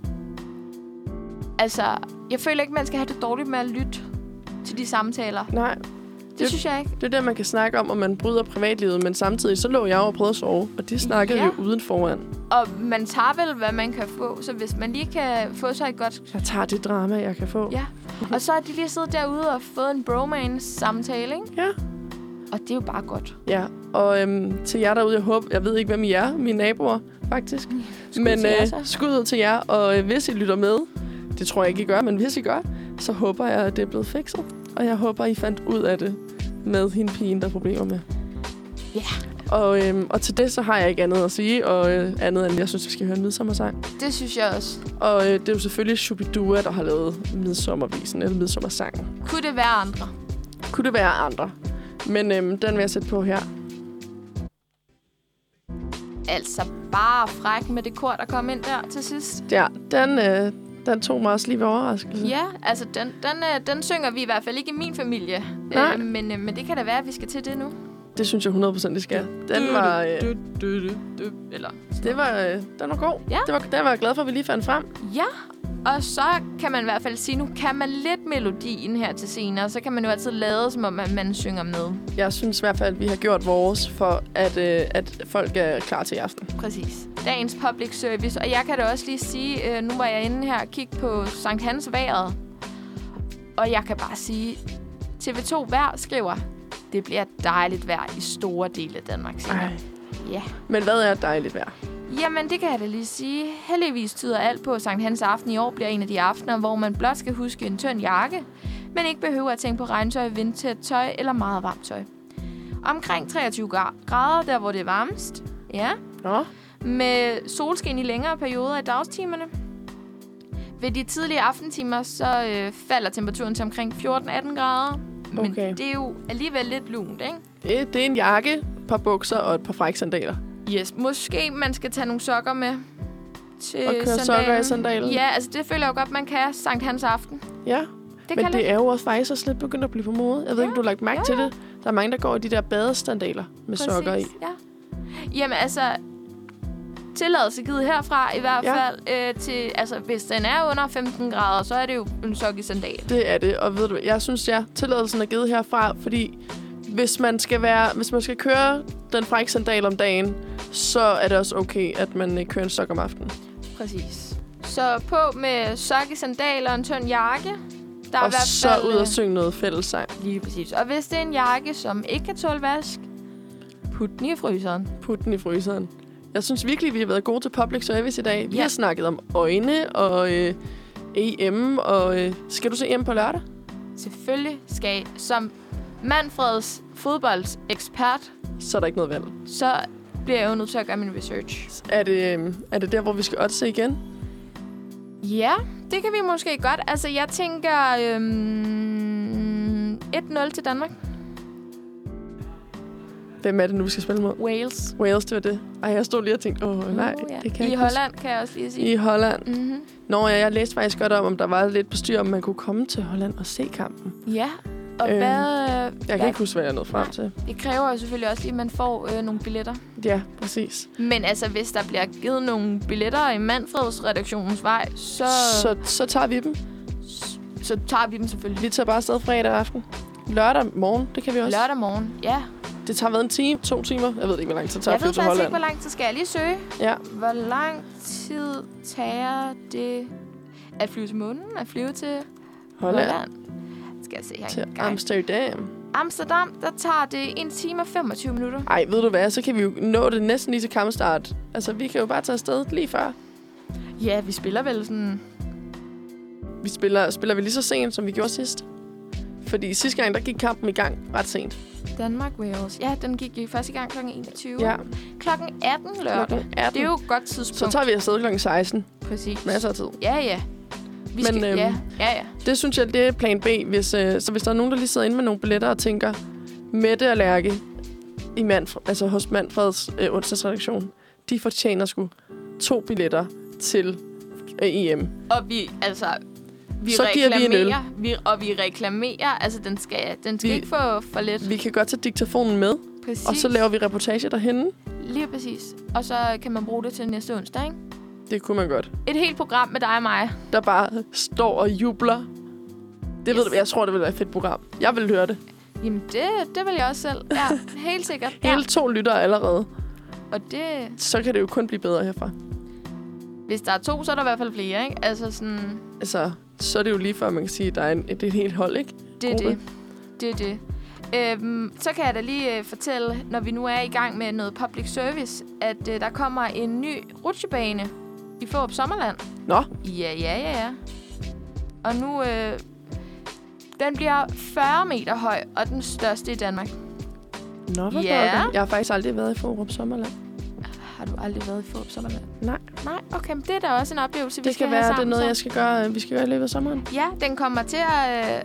[SPEAKER 2] Altså, jeg føler ikke, man skal have det dårligt med at lytte til de samtaler.
[SPEAKER 1] Nej,
[SPEAKER 2] Det,
[SPEAKER 1] Det-
[SPEAKER 2] det synes jeg ikke.
[SPEAKER 1] det er det, man kan snakke om, og man bryder privatlivet, men samtidig så lå jeg jo og prøvede at sove, og de snakkede
[SPEAKER 2] Ja.
[SPEAKER 1] jo uden foran.
[SPEAKER 2] Og man tager vel, hvad man kan få. Så hvis man lige kan få sig et godt
[SPEAKER 1] Jeg tager det drama, jeg kan få.
[SPEAKER 2] Ja, og så har de lige siddet derude og fået en bromance-samtale, ikke?
[SPEAKER 1] Ja.
[SPEAKER 2] Og det er jo bare godt.
[SPEAKER 1] Ja, og øhm, til jer derude, jeg håber, jeg ved ikke, hvem I er, mine naboer, faktisk. Skud men
[SPEAKER 2] Mm. til jer, så.
[SPEAKER 1] øh, skud ud til jer, og øh, hvis I lytter med, det tror jeg ikke, I gør, men hvis I gør, så håber jeg, at det er blevet fikset. Og jeg håber, I fandt ud af det med hende pigen, der er problemer med.
[SPEAKER 2] Ja.
[SPEAKER 1] Og, øhm, og til det, så har jeg ikke andet at sige, og øh, andet end, jeg synes, vi skal høre en midsommersang.
[SPEAKER 2] Det synes jeg også.
[SPEAKER 1] Og øh, det er jo selvfølgelig Shubidua, der har lavet midsommervisen, eller midsommersangen.
[SPEAKER 2] Kunne det være andre?
[SPEAKER 1] Kunne det være andre? Men øhm, den vil jeg sætte på her.
[SPEAKER 2] Altså bare fræk med det kort der kom ind der til sidst.
[SPEAKER 1] Ja, den, øh, den tog mig også lige ved overraskelse.
[SPEAKER 2] Ja, altså den, den, øh, den synger vi i hvert fald ikke i min familie.
[SPEAKER 1] Nej.
[SPEAKER 2] Øh, men, øh, men det kan da være, at vi skal til det nu.
[SPEAKER 1] Det synes jeg 100% det skal. Den var, øh,
[SPEAKER 2] Du, du, du, du, eller...
[SPEAKER 1] det var, øh, den var god.
[SPEAKER 2] Ja.
[SPEAKER 1] Det var, den var jeg glad for, at vi lige fandt frem.
[SPEAKER 2] Ja, og så kan man i hvert fald sige, nu kan man lidt melodien her til senere, så kan man jo altid lade, som om at man synger med.
[SPEAKER 1] Jeg synes i hvert fald, at vi har gjort vores for, at, øh, at folk er klar til i aften.
[SPEAKER 2] Præcis. Dagens public service. Og jeg kan da også lige sige, øh, nu var jeg inde her og kigge på Sankt Hans vejret. Og jeg kan bare sige, TV2 Vejr skriver, det bliver dejligt vejr i store dele af Danmark. siger jeg. Ja.
[SPEAKER 1] Men hvad er dejligt vejr?
[SPEAKER 2] Jamen, det kan jeg da lige sige. Heldigvis tyder alt på, at Sankt Hans aften i år bliver en af de aftener, hvor man blot skal huske en tynd jakke, men ikke behøver at tænke på regntøj, vindtæt tøj eller meget varmt tøj. Omkring 23 gra- grader, der hvor det er varmest. Ja,
[SPEAKER 1] Nå,
[SPEAKER 2] med solskin i længere perioder i dagstimerne. Ved de tidlige aftentimer, så øh, falder temperaturen til omkring 14-18 grader. Men
[SPEAKER 1] Okay.
[SPEAKER 2] det er jo alligevel lidt lunt, ikke?
[SPEAKER 1] det, det er en jakke, et par bukser og et par frække sandaler.
[SPEAKER 2] Yes, måske man skal tage nogle sokker med til
[SPEAKER 1] Og køre
[SPEAKER 2] sandalen.
[SPEAKER 1] sokker i sandalen?
[SPEAKER 2] Ja, altså det føler jeg jo godt, man kan Sankt Hans aften.
[SPEAKER 1] Ja,
[SPEAKER 2] Det
[SPEAKER 1] men
[SPEAKER 2] kan
[SPEAKER 1] det er jo også faktisk også lidt begyndt at blive på mode. Jeg ved
[SPEAKER 2] Ja,
[SPEAKER 1] ikke, om du har lagt mærke
[SPEAKER 2] ja,
[SPEAKER 1] til det. Der er mange, der går i de der badestandaler med
[SPEAKER 2] Præcis,
[SPEAKER 1] sokker i.
[SPEAKER 2] Ja. Jamen altså, tilladelse givet herfra i hvert
[SPEAKER 1] Ja.
[SPEAKER 2] fald. Øh, til, altså, hvis den er under 15 grader, så er det jo en sok i sandal.
[SPEAKER 1] Det er det, og ved du, hvad, jeg synes, ja, tilladelsen er givet herfra, fordi hvis man skal, være, hvis man skal køre den frække sandal om dagen, så er det også okay, at man øh, kører en sok om aftenen.
[SPEAKER 2] Præcis. Så på med sokke, sandaler og en tynd jakke. Der er i
[SPEAKER 1] Og
[SPEAKER 2] hvert
[SPEAKER 1] så
[SPEAKER 2] fald,
[SPEAKER 1] ud og
[SPEAKER 2] øh,
[SPEAKER 1] synge noget fællessang.
[SPEAKER 2] Lige præcis. Og hvis det er en jakke, som ikke kan tåle vask, put den i fryseren.
[SPEAKER 1] Put den i fryseren. Jeg synes virkelig, vi har været gode til public service i dag. Vi
[SPEAKER 2] Ja.
[SPEAKER 1] ja. har snakket om øjne og øh, EM, og øh, skal du se EM på lørdag?
[SPEAKER 2] Selvfølgelig skal som Manfreds fodboldsekspert,
[SPEAKER 1] Så er der ikke noget valg.
[SPEAKER 2] så bliver jeg jo nødt til at gøre min research.
[SPEAKER 1] Er det, øh, er det der, hvor vi skal oddse igen?
[SPEAKER 2] Ja, det kan vi måske godt. Altså, jeg tænker øhm, 1-0 til Danmark.
[SPEAKER 1] Hvem er det nu, vi skal spille mod?
[SPEAKER 2] Wales.
[SPEAKER 1] Wales, det var det. Ej, jeg stod lige og tænkte, åh oh, nej,
[SPEAKER 2] Uh, ja.
[SPEAKER 1] det kan jeg
[SPEAKER 2] I
[SPEAKER 1] ikke
[SPEAKER 2] Holland, kan jeg også lige
[SPEAKER 1] Huske.
[SPEAKER 2] sige.
[SPEAKER 1] I Holland.
[SPEAKER 2] Mm-hmm.
[SPEAKER 1] Nå, ja, jeg læste faktisk godt om, om der var lidt bestyr, om man kunne komme til Holland og se kampen.
[SPEAKER 2] Ja, og
[SPEAKER 1] Øhm,
[SPEAKER 2] øh, hvad... øh,
[SPEAKER 1] Jeg kan
[SPEAKER 2] hvad-
[SPEAKER 1] ikke huske, hvad jeg nåede frem
[SPEAKER 2] Nej.
[SPEAKER 1] til.
[SPEAKER 2] Det kræver jo selvfølgelig også lige, at man får øh, nogle billetter.
[SPEAKER 1] Ja, præcis.
[SPEAKER 2] Men altså, hvis der bliver givet nogle billetter i Manfreds redaktionens vej, så,
[SPEAKER 1] Så, så tager vi dem.
[SPEAKER 2] så, så tager vi dem selvfølgelig
[SPEAKER 1] Vi tager bare afsted fredag aften. Lørdag morgen, det kan vi også.
[SPEAKER 2] lørdag morgen. Ja,
[SPEAKER 1] Det tager hvad, en time, to timer? Jeg ved ikke, hvor lang tid det tager
[SPEAKER 2] jeg
[SPEAKER 1] at flyve
[SPEAKER 2] ved
[SPEAKER 1] til
[SPEAKER 2] faktisk ikke,
[SPEAKER 1] Holland.
[SPEAKER 2] hvor lang tid skal jeg lige søge.
[SPEAKER 1] Ja,
[SPEAKER 2] Hvor lang tid tager det at flyve til månen, at flyve til
[SPEAKER 1] Holland, Holland.
[SPEAKER 2] Holland? Skal jeg se her
[SPEAKER 1] til
[SPEAKER 2] en gang.
[SPEAKER 1] Amsterdam.
[SPEAKER 2] Amsterdam, der tager det 1 time og 25 minutter.
[SPEAKER 1] Ej, ved du hvad, så kan vi jo nå det næsten lige til kampstart. Altså, vi kan jo bare tage afsted lige før.
[SPEAKER 2] Ja, vi spiller vel sådan...
[SPEAKER 1] Vi spiller, spiller vi lige så sent, som vi gjorde sidst. Fordi sidste gang, der gik kampen i gang ret sent.
[SPEAKER 2] Danmark-Wales. Ja, den gik jo første gang kl. 21.
[SPEAKER 1] Ja,
[SPEAKER 2] Klokken 18 lørdag.
[SPEAKER 1] klokken
[SPEAKER 2] Det er
[SPEAKER 1] 18.
[SPEAKER 2] jo et godt tidspunkt.
[SPEAKER 1] Så tager vi afsted klokken 16.
[SPEAKER 2] Præcis.
[SPEAKER 1] Masser af tid.
[SPEAKER 2] Ja, ja. Vi
[SPEAKER 1] Men,
[SPEAKER 2] skal,
[SPEAKER 1] øhm,
[SPEAKER 2] ja, ja, ja.
[SPEAKER 1] Det synes jeg, det er plan B. Hvis, øh, så hvis der er nogen, der lige sidder inde med nogle billetter og tænker, Mette og Lærke i Manfred, altså hos Manfreds øh, onsdagsredaktion, de fortjener sgu to billetter til øh, EM.
[SPEAKER 2] Og vi, altså... Vi
[SPEAKER 1] Så giver vi en øl.
[SPEAKER 2] reklamerer, vi en øl. og vi reklamerer. Altså, den skal, den skal
[SPEAKER 1] Vi-
[SPEAKER 2] vi, ikke få for lidt.
[SPEAKER 1] Vi kan godt tage diktafonen med,
[SPEAKER 2] Præcis.
[SPEAKER 1] og så laver vi reportage derhenne.
[SPEAKER 2] Lige præcis. Og så kan man bruge det til næste onsdag, ikke?
[SPEAKER 1] Det kunne man godt.
[SPEAKER 2] Et helt program med dig og mig.
[SPEAKER 1] Der bare står og jubler. Det yes. ved
[SPEAKER 2] Yes.
[SPEAKER 1] du, hvad, jeg tror, det ville være et fedt program. Jeg vil høre det.
[SPEAKER 2] Jamen, det, det vil jeg også selv. Ja, <laughs> helt sikkert.
[SPEAKER 1] Hele
[SPEAKER 2] Ja.
[SPEAKER 1] to lyttere allerede.
[SPEAKER 2] Og det...
[SPEAKER 1] Så kan det jo kun blive bedre herfra.
[SPEAKER 2] Hvis der er to, så er der i hvert fald flere, ikke? Altså sådan...
[SPEAKER 1] Altså, så er det jo lige før, man kan sige, at der er en, det er et helt hold, ikke?
[SPEAKER 2] Det er
[SPEAKER 1] gruppe.
[SPEAKER 2] det. Det er det. Øhm, så kan jeg da lige øh, fortælle, når vi nu er i gang med noget public service, at øh, der kommer en ny rutsjebane i Fårup Sommerland.
[SPEAKER 1] Nå,
[SPEAKER 2] Ja, ja, ja, ja. Og nu... Øh, den bliver 40 meter høj, og den største i Danmark.
[SPEAKER 1] Nå, hvor
[SPEAKER 2] Ja.
[SPEAKER 1] yeah. Jeg har faktisk aldrig været i Forum Sommerland.
[SPEAKER 2] Har du aldrig været i Fårup Sommerland?
[SPEAKER 1] Nej.
[SPEAKER 2] Nej, okay, men det er da også en oplevelse, vi
[SPEAKER 1] Det
[SPEAKER 2] skal
[SPEAKER 1] kan
[SPEAKER 2] have
[SPEAKER 1] være, det er
[SPEAKER 2] sammen.
[SPEAKER 1] noget,
[SPEAKER 2] så.
[SPEAKER 1] jeg skal gøre, øh, vi skal gøre i løbet af sommeren.
[SPEAKER 2] Ja, den kommer til at... Øh,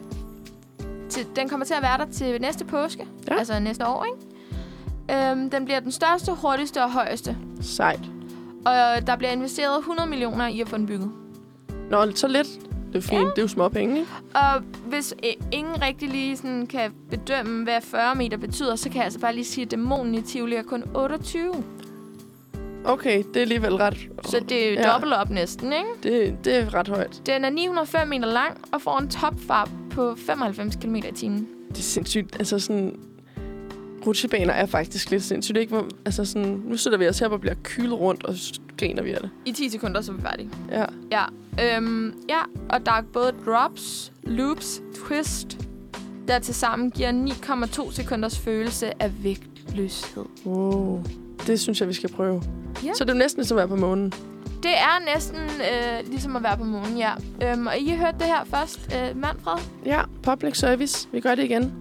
[SPEAKER 2] til, den kommer til at være der til næste påske.
[SPEAKER 1] Ja.
[SPEAKER 2] Ja. Altså næste år, ikke? Øhm, den bliver den største, hurtigste og højeste.
[SPEAKER 1] Sejt.
[SPEAKER 2] Og øh, der bliver investeret 100 millioner i at få den bygget.
[SPEAKER 1] Nå, så lidt. Det er fint. Ja. Det er jo små penge, ikke?
[SPEAKER 2] Og hvis øh, ingen rigtig lige sådan kan bedømme, hvad 40 meter betyder, så kan jeg altså bare lige sige, at dæmonen i Tivoli er kun 28.
[SPEAKER 1] Okay, det er alligevel ret...
[SPEAKER 2] Så det er jo
[SPEAKER 1] Ja.
[SPEAKER 2] ja. dobbelt op næsten, ikke?
[SPEAKER 1] Det, det er ret højt.
[SPEAKER 2] Den er 905 meter lang og får en topfart på 95 km i timen.
[SPEAKER 1] Det er sindssygt. Altså sådan... Rutsjebaner er faktisk lidt sindssygt, ikke? Hvor, altså sådan, nu sidder vi os her og bliver kylet rundt, og så griner vi af det.
[SPEAKER 2] I 10 sekunder, så er vi færdige.
[SPEAKER 1] Ja.
[SPEAKER 2] Ja, øhm, ja, og der er både drops, loops, twist, der tilsammen giver 9,2 sekunders følelse af vægtløshed.
[SPEAKER 1] Wow. Det synes jeg, vi skal prøve.
[SPEAKER 2] Ja.
[SPEAKER 1] Så det er jo næsten som at være på månen.
[SPEAKER 2] Det er næsten øh, ligesom at være på månen, ja. Øhm, og I har hørt det her først, øh, Manfred?
[SPEAKER 1] Ja, public service. Vi gør det igen.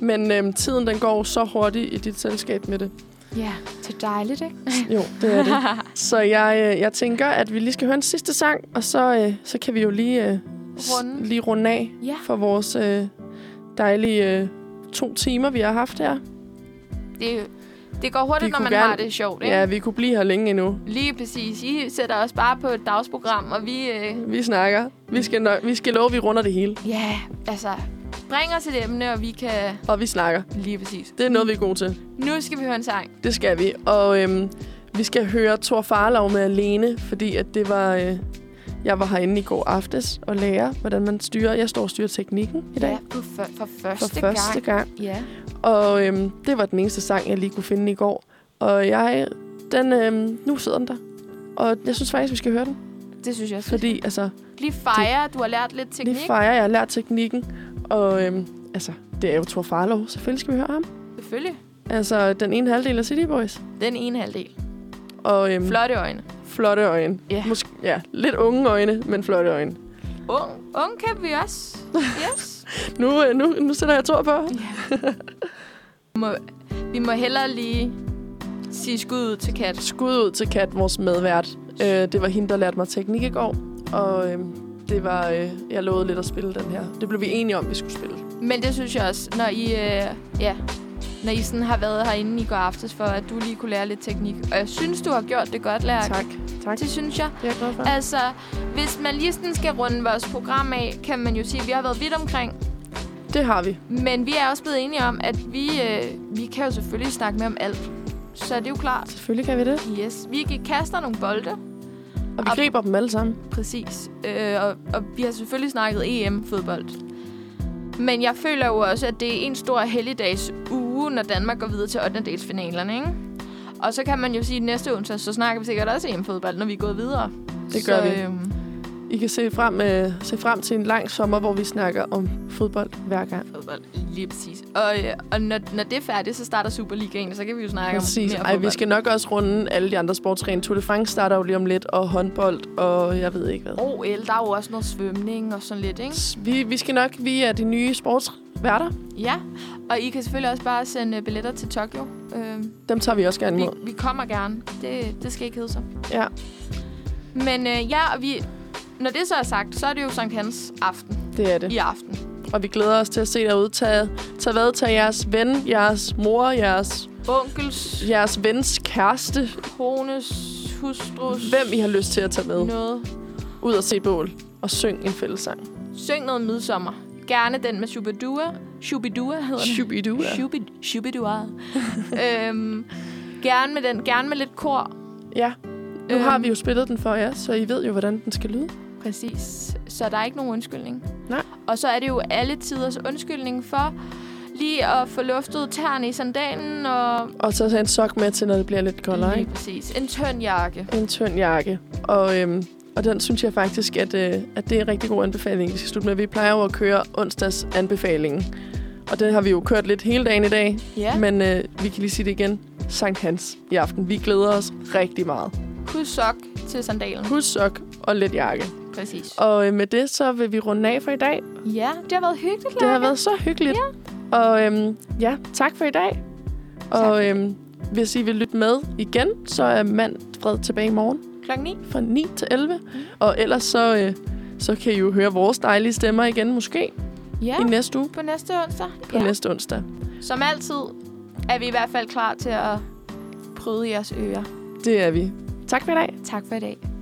[SPEAKER 1] Men øhm, tiden, den går så hurtigt i dit selskab med det.
[SPEAKER 2] Ja, det er dejligt, ikke?
[SPEAKER 1] Jo, det er det. så jeg, øh, jeg tænker, at vi lige skal høre en sidste sang, og så, øh, så kan vi jo lige, øh, s-
[SPEAKER 2] Runde.
[SPEAKER 1] lige runde af
[SPEAKER 2] Ja.
[SPEAKER 1] for vores øh, dejlige øh, to timer, vi har haft her.
[SPEAKER 2] Det, det går hurtigt,
[SPEAKER 1] Vi
[SPEAKER 2] når
[SPEAKER 1] kunne
[SPEAKER 2] man
[SPEAKER 1] gerne-
[SPEAKER 2] har det sjovt, ikke?
[SPEAKER 1] Ja, vi kunne blive her længe endnu.
[SPEAKER 2] Lige præcis. I sætter os bare på et dagsprogram, og vi... Øh,
[SPEAKER 1] Vi snakker. Vi skal, nok, vi skal love, at vi runder det hele.
[SPEAKER 2] ja, altså... Bring os et emne, og vi kan...
[SPEAKER 1] Og vi snakker.
[SPEAKER 2] Lige præcis.
[SPEAKER 1] Det er noget, vi er gode til.
[SPEAKER 2] Nu skal vi høre en sang.
[SPEAKER 1] Det skal vi. Og øhm, vi skal høre Thor Farlov med Alene, fordi at det var... Øh, jeg var herinde i går aftes og lærer, hvordan man styrer. Jeg står og styrer teknikken i dag.
[SPEAKER 2] Ja, på for, for første,
[SPEAKER 1] for første
[SPEAKER 2] gang.
[SPEAKER 1] gang.
[SPEAKER 2] Ja.
[SPEAKER 1] Og øhm, det var den eneste sang, jeg lige kunne finde i går. Og jeg, den, øhm, nu sidder den der. Og jeg synes faktisk, vi skal høre den.
[SPEAKER 2] Det synes jeg også. Fordi
[SPEAKER 1] Fordi altså,
[SPEAKER 2] lige fejre, du har lært lidt teknik.
[SPEAKER 1] lige fejrer jeg har lært teknikken. Og øhm, altså, det er jo Thor Farlov. Selvfølgelig skal vi høre ham.
[SPEAKER 2] Selvfølgelig.
[SPEAKER 1] Altså, den ene halvdel af City Boys.
[SPEAKER 2] Den ene halvdel.
[SPEAKER 1] Mm. Og øhm,
[SPEAKER 2] Flotte øjne.
[SPEAKER 1] flotte øjne.
[SPEAKER 2] Ja.
[SPEAKER 1] Måske, ja, lidt unge øjne, men flotte øjne.
[SPEAKER 2] Ung, ung kan vi også. Yes.
[SPEAKER 1] Nu, øh, nu, nu sætter jeg Thor på.
[SPEAKER 2] må, vi må hellere lige sige skud ud til Kat.
[SPEAKER 1] Skud ud til Kat, vores medvært. Øh, det var hende, der lærte mig teknik i går. Og øh, det var, øh, jeg lovede lidt at spille den her. Det blev vi enige om, vi skulle spille.
[SPEAKER 2] Men det synes jeg også, når I, øh, ja, når I sådan har været herinde i går aftes, for at du lige kunne lære lidt teknik. Og jeg synes, du har gjort det godt, lærer.
[SPEAKER 1] Tak. Tak.
[SPEAKER 2] Det synes jeg.
[SPEAKER 1] Det er jeg glad for.
[SPEAKER 2] Altså, hvis man lige sådan skal runde vores program af, kan man jo sige, at vi har været vidt omkring.
[SPEAKER 1] Det har vi.
[SPEAKER 2] Men vi er også blevet enige om, at vi, øh, vi kan jo selvfølgelig snakke med om alt. Så det er jo klart.
[SPEAKER 1] Selvfølgelig kan vi det.
[SPEAKER 2] Yes. Vi kaster nogle bolde.
[SPEAKER 1] Og vi
[SPEAKER 2] Og-
[SPEAKER 1] griber dem alle sammen.
[SPEAKER 2] Præcis. Øh, og, og vi har selvfølgelig snakket EM-fodbold. Men jeg føler jo også, at det er en stor helligdags uge, når Danmark går videre til 8. ikke? Og så kan man jo sige, at næste onsdag, så snakker vi sikkert også EM-fodbold, når vi er gået videre.
[SPEAKER 1] Det
[SPEAKER 2] så,
[SPEAKER 1] gør vi.
[SPEAKER 2] Øhm,
[SPEAKER 1] I kan se frem, øh, se frem til en lang sommer, hvor vi snakker om fodbold hver gang.
[SPEAKER 2] fodbold, lige præcis. Og, øh, og når, når det er færdigt, så starter Superligaen, og så kan vi jo snakke
[SPEAKER 1] Præcis.
[SPEAKER 2] om mere
[SPEAKER 1] Ej, vi
[SPEAKER 2] fodbold.
[SPEAKER 1] skal nok også runde alle de andre sportsgrene. Tour de France starter jo lige om lidt, og håndbold, og jeg ved ikke hvad.
[SPEAKER 2] OL, der er jo også noget svømning og sådan lidt, ikke?
[SPEAKER 1] Vi, vi skal nok, vi er de nye sportsværter.
[SPEAKER 2] Ja, og I kan selvfølgelig også bare sende øh, billetter til Tokyo. Øhm,
[SPEAKER 1] Dem tager vi også gerne med.
[SPEAKER 2] Vi, vi kommer gerne. Det, det skal ikke hedde sig.
[SPEAKER 1] Ja.
[SPEAKER 2] Men øh, ja, og vi, når det så er sagt, så er det jo Sankt Hans aften
[SPEAKER 1] Det er det.
[SPEAKER 2] i aften.
[SPEAKER 1] Og vi glæder os til at se dig ud. Tag, tag hvad? Tag jeres ven, jeres mor, jeres,
[SPEAKER 2] Onkels,
[SPEAKER 1] jeres vens kæreste.
[SPEAKER 2] kones, hustrus,
[SPEAKER 1] Hvem I har lyst til at tage med.
[SPEAKER 2] noget.
[SPEAKER 1] Ud og se bål. Og syng en fællessang.
[SPEAKER 2] Syng noget midsommer. Gerne den med Shubidua. Shubidua hedder den.
[SPEAKER 1] Shubidua.
[SPEAKER 2] Shubid, Shubidua. øhm, gerne med den. Gerne med lidt kor.
[SPEAKER 1] Ja. Nu
[SPEAKER 2] Øhm.
[SPEAKER 1] har vi jo spillet den for jer, så I ved jo, hvordan den skal lyde.
[SPEAKER 2] Præcis. Så der er ikke nogen undskyldning.
[SPEAKER 1] Nej.
[SPEAKER 2] Og så er det jo alle tiders undskyldning for lige at få luftet tæerne i sandalen og
[SPEAKER 1] Og så tage en sok med til, når det bliver lidt koldere.
[SPEAKER 2] Lige
[SPEAKER 1] Ikke?
[SPEAKER 2] præcis. En tynd jakke.
[SPEAKER 1] En tynd jakke. Og, øhm, og den synes jeg faktisk, at, øh, at det er en rigtig god anbefaling, vi skal slutte med. Vi plejer jo at køre onsdags anbefalingen. Og den har vi jo kørt lidt hele dagen i dag.
[SPEAKER 2] Ja. Men
[SPEAKER 1] Men øh, vi kan lige sige det igen. Sankt Hans i aften. Vi glæder os rigtig meget.
[SPEAKER 2] plus sok til sandalen.
[SPEAKER 1] Husk sok og lidt jakke.
[SPEAKER 2] Præcis.
[SPEAKER 1] Og øh, med det, så vil vi runde af for i dag.
[SPEAKER 2] Ja, det har været hyggeligt,
[SPEAKER 1] Det har
[SPEAKER 2] Lærke.
[SPEAKER 1] været så hyggeligt. Ja. Og øhm, ja, tak for i dag.
[SPEAKER 2] for
[SPEAKER 1] Og øhm, hvis I vil lytte med igen, så er Manfred tilbage i morgen
[SPEAKER 2] Klokken 9.
[SPEAKER 1] fra 9 til 11. Og ellers så, øh, så kan I jo høre vores dejlige stemmer igen måske
[SPEAKER 2] Ja,
[SPEAKER 1] i næste uge
[SPEAKER 2] på næste onsdag.
[SPEAKER 1] på ja. næste onsdag.
[SPEAKER 2] Som altid er vi i hvert fald klar til at pryde jeres ører.
[SPEAKER 1] Det er vi. Tak for i dag.
[SPEAKER 2] Tak for i dag.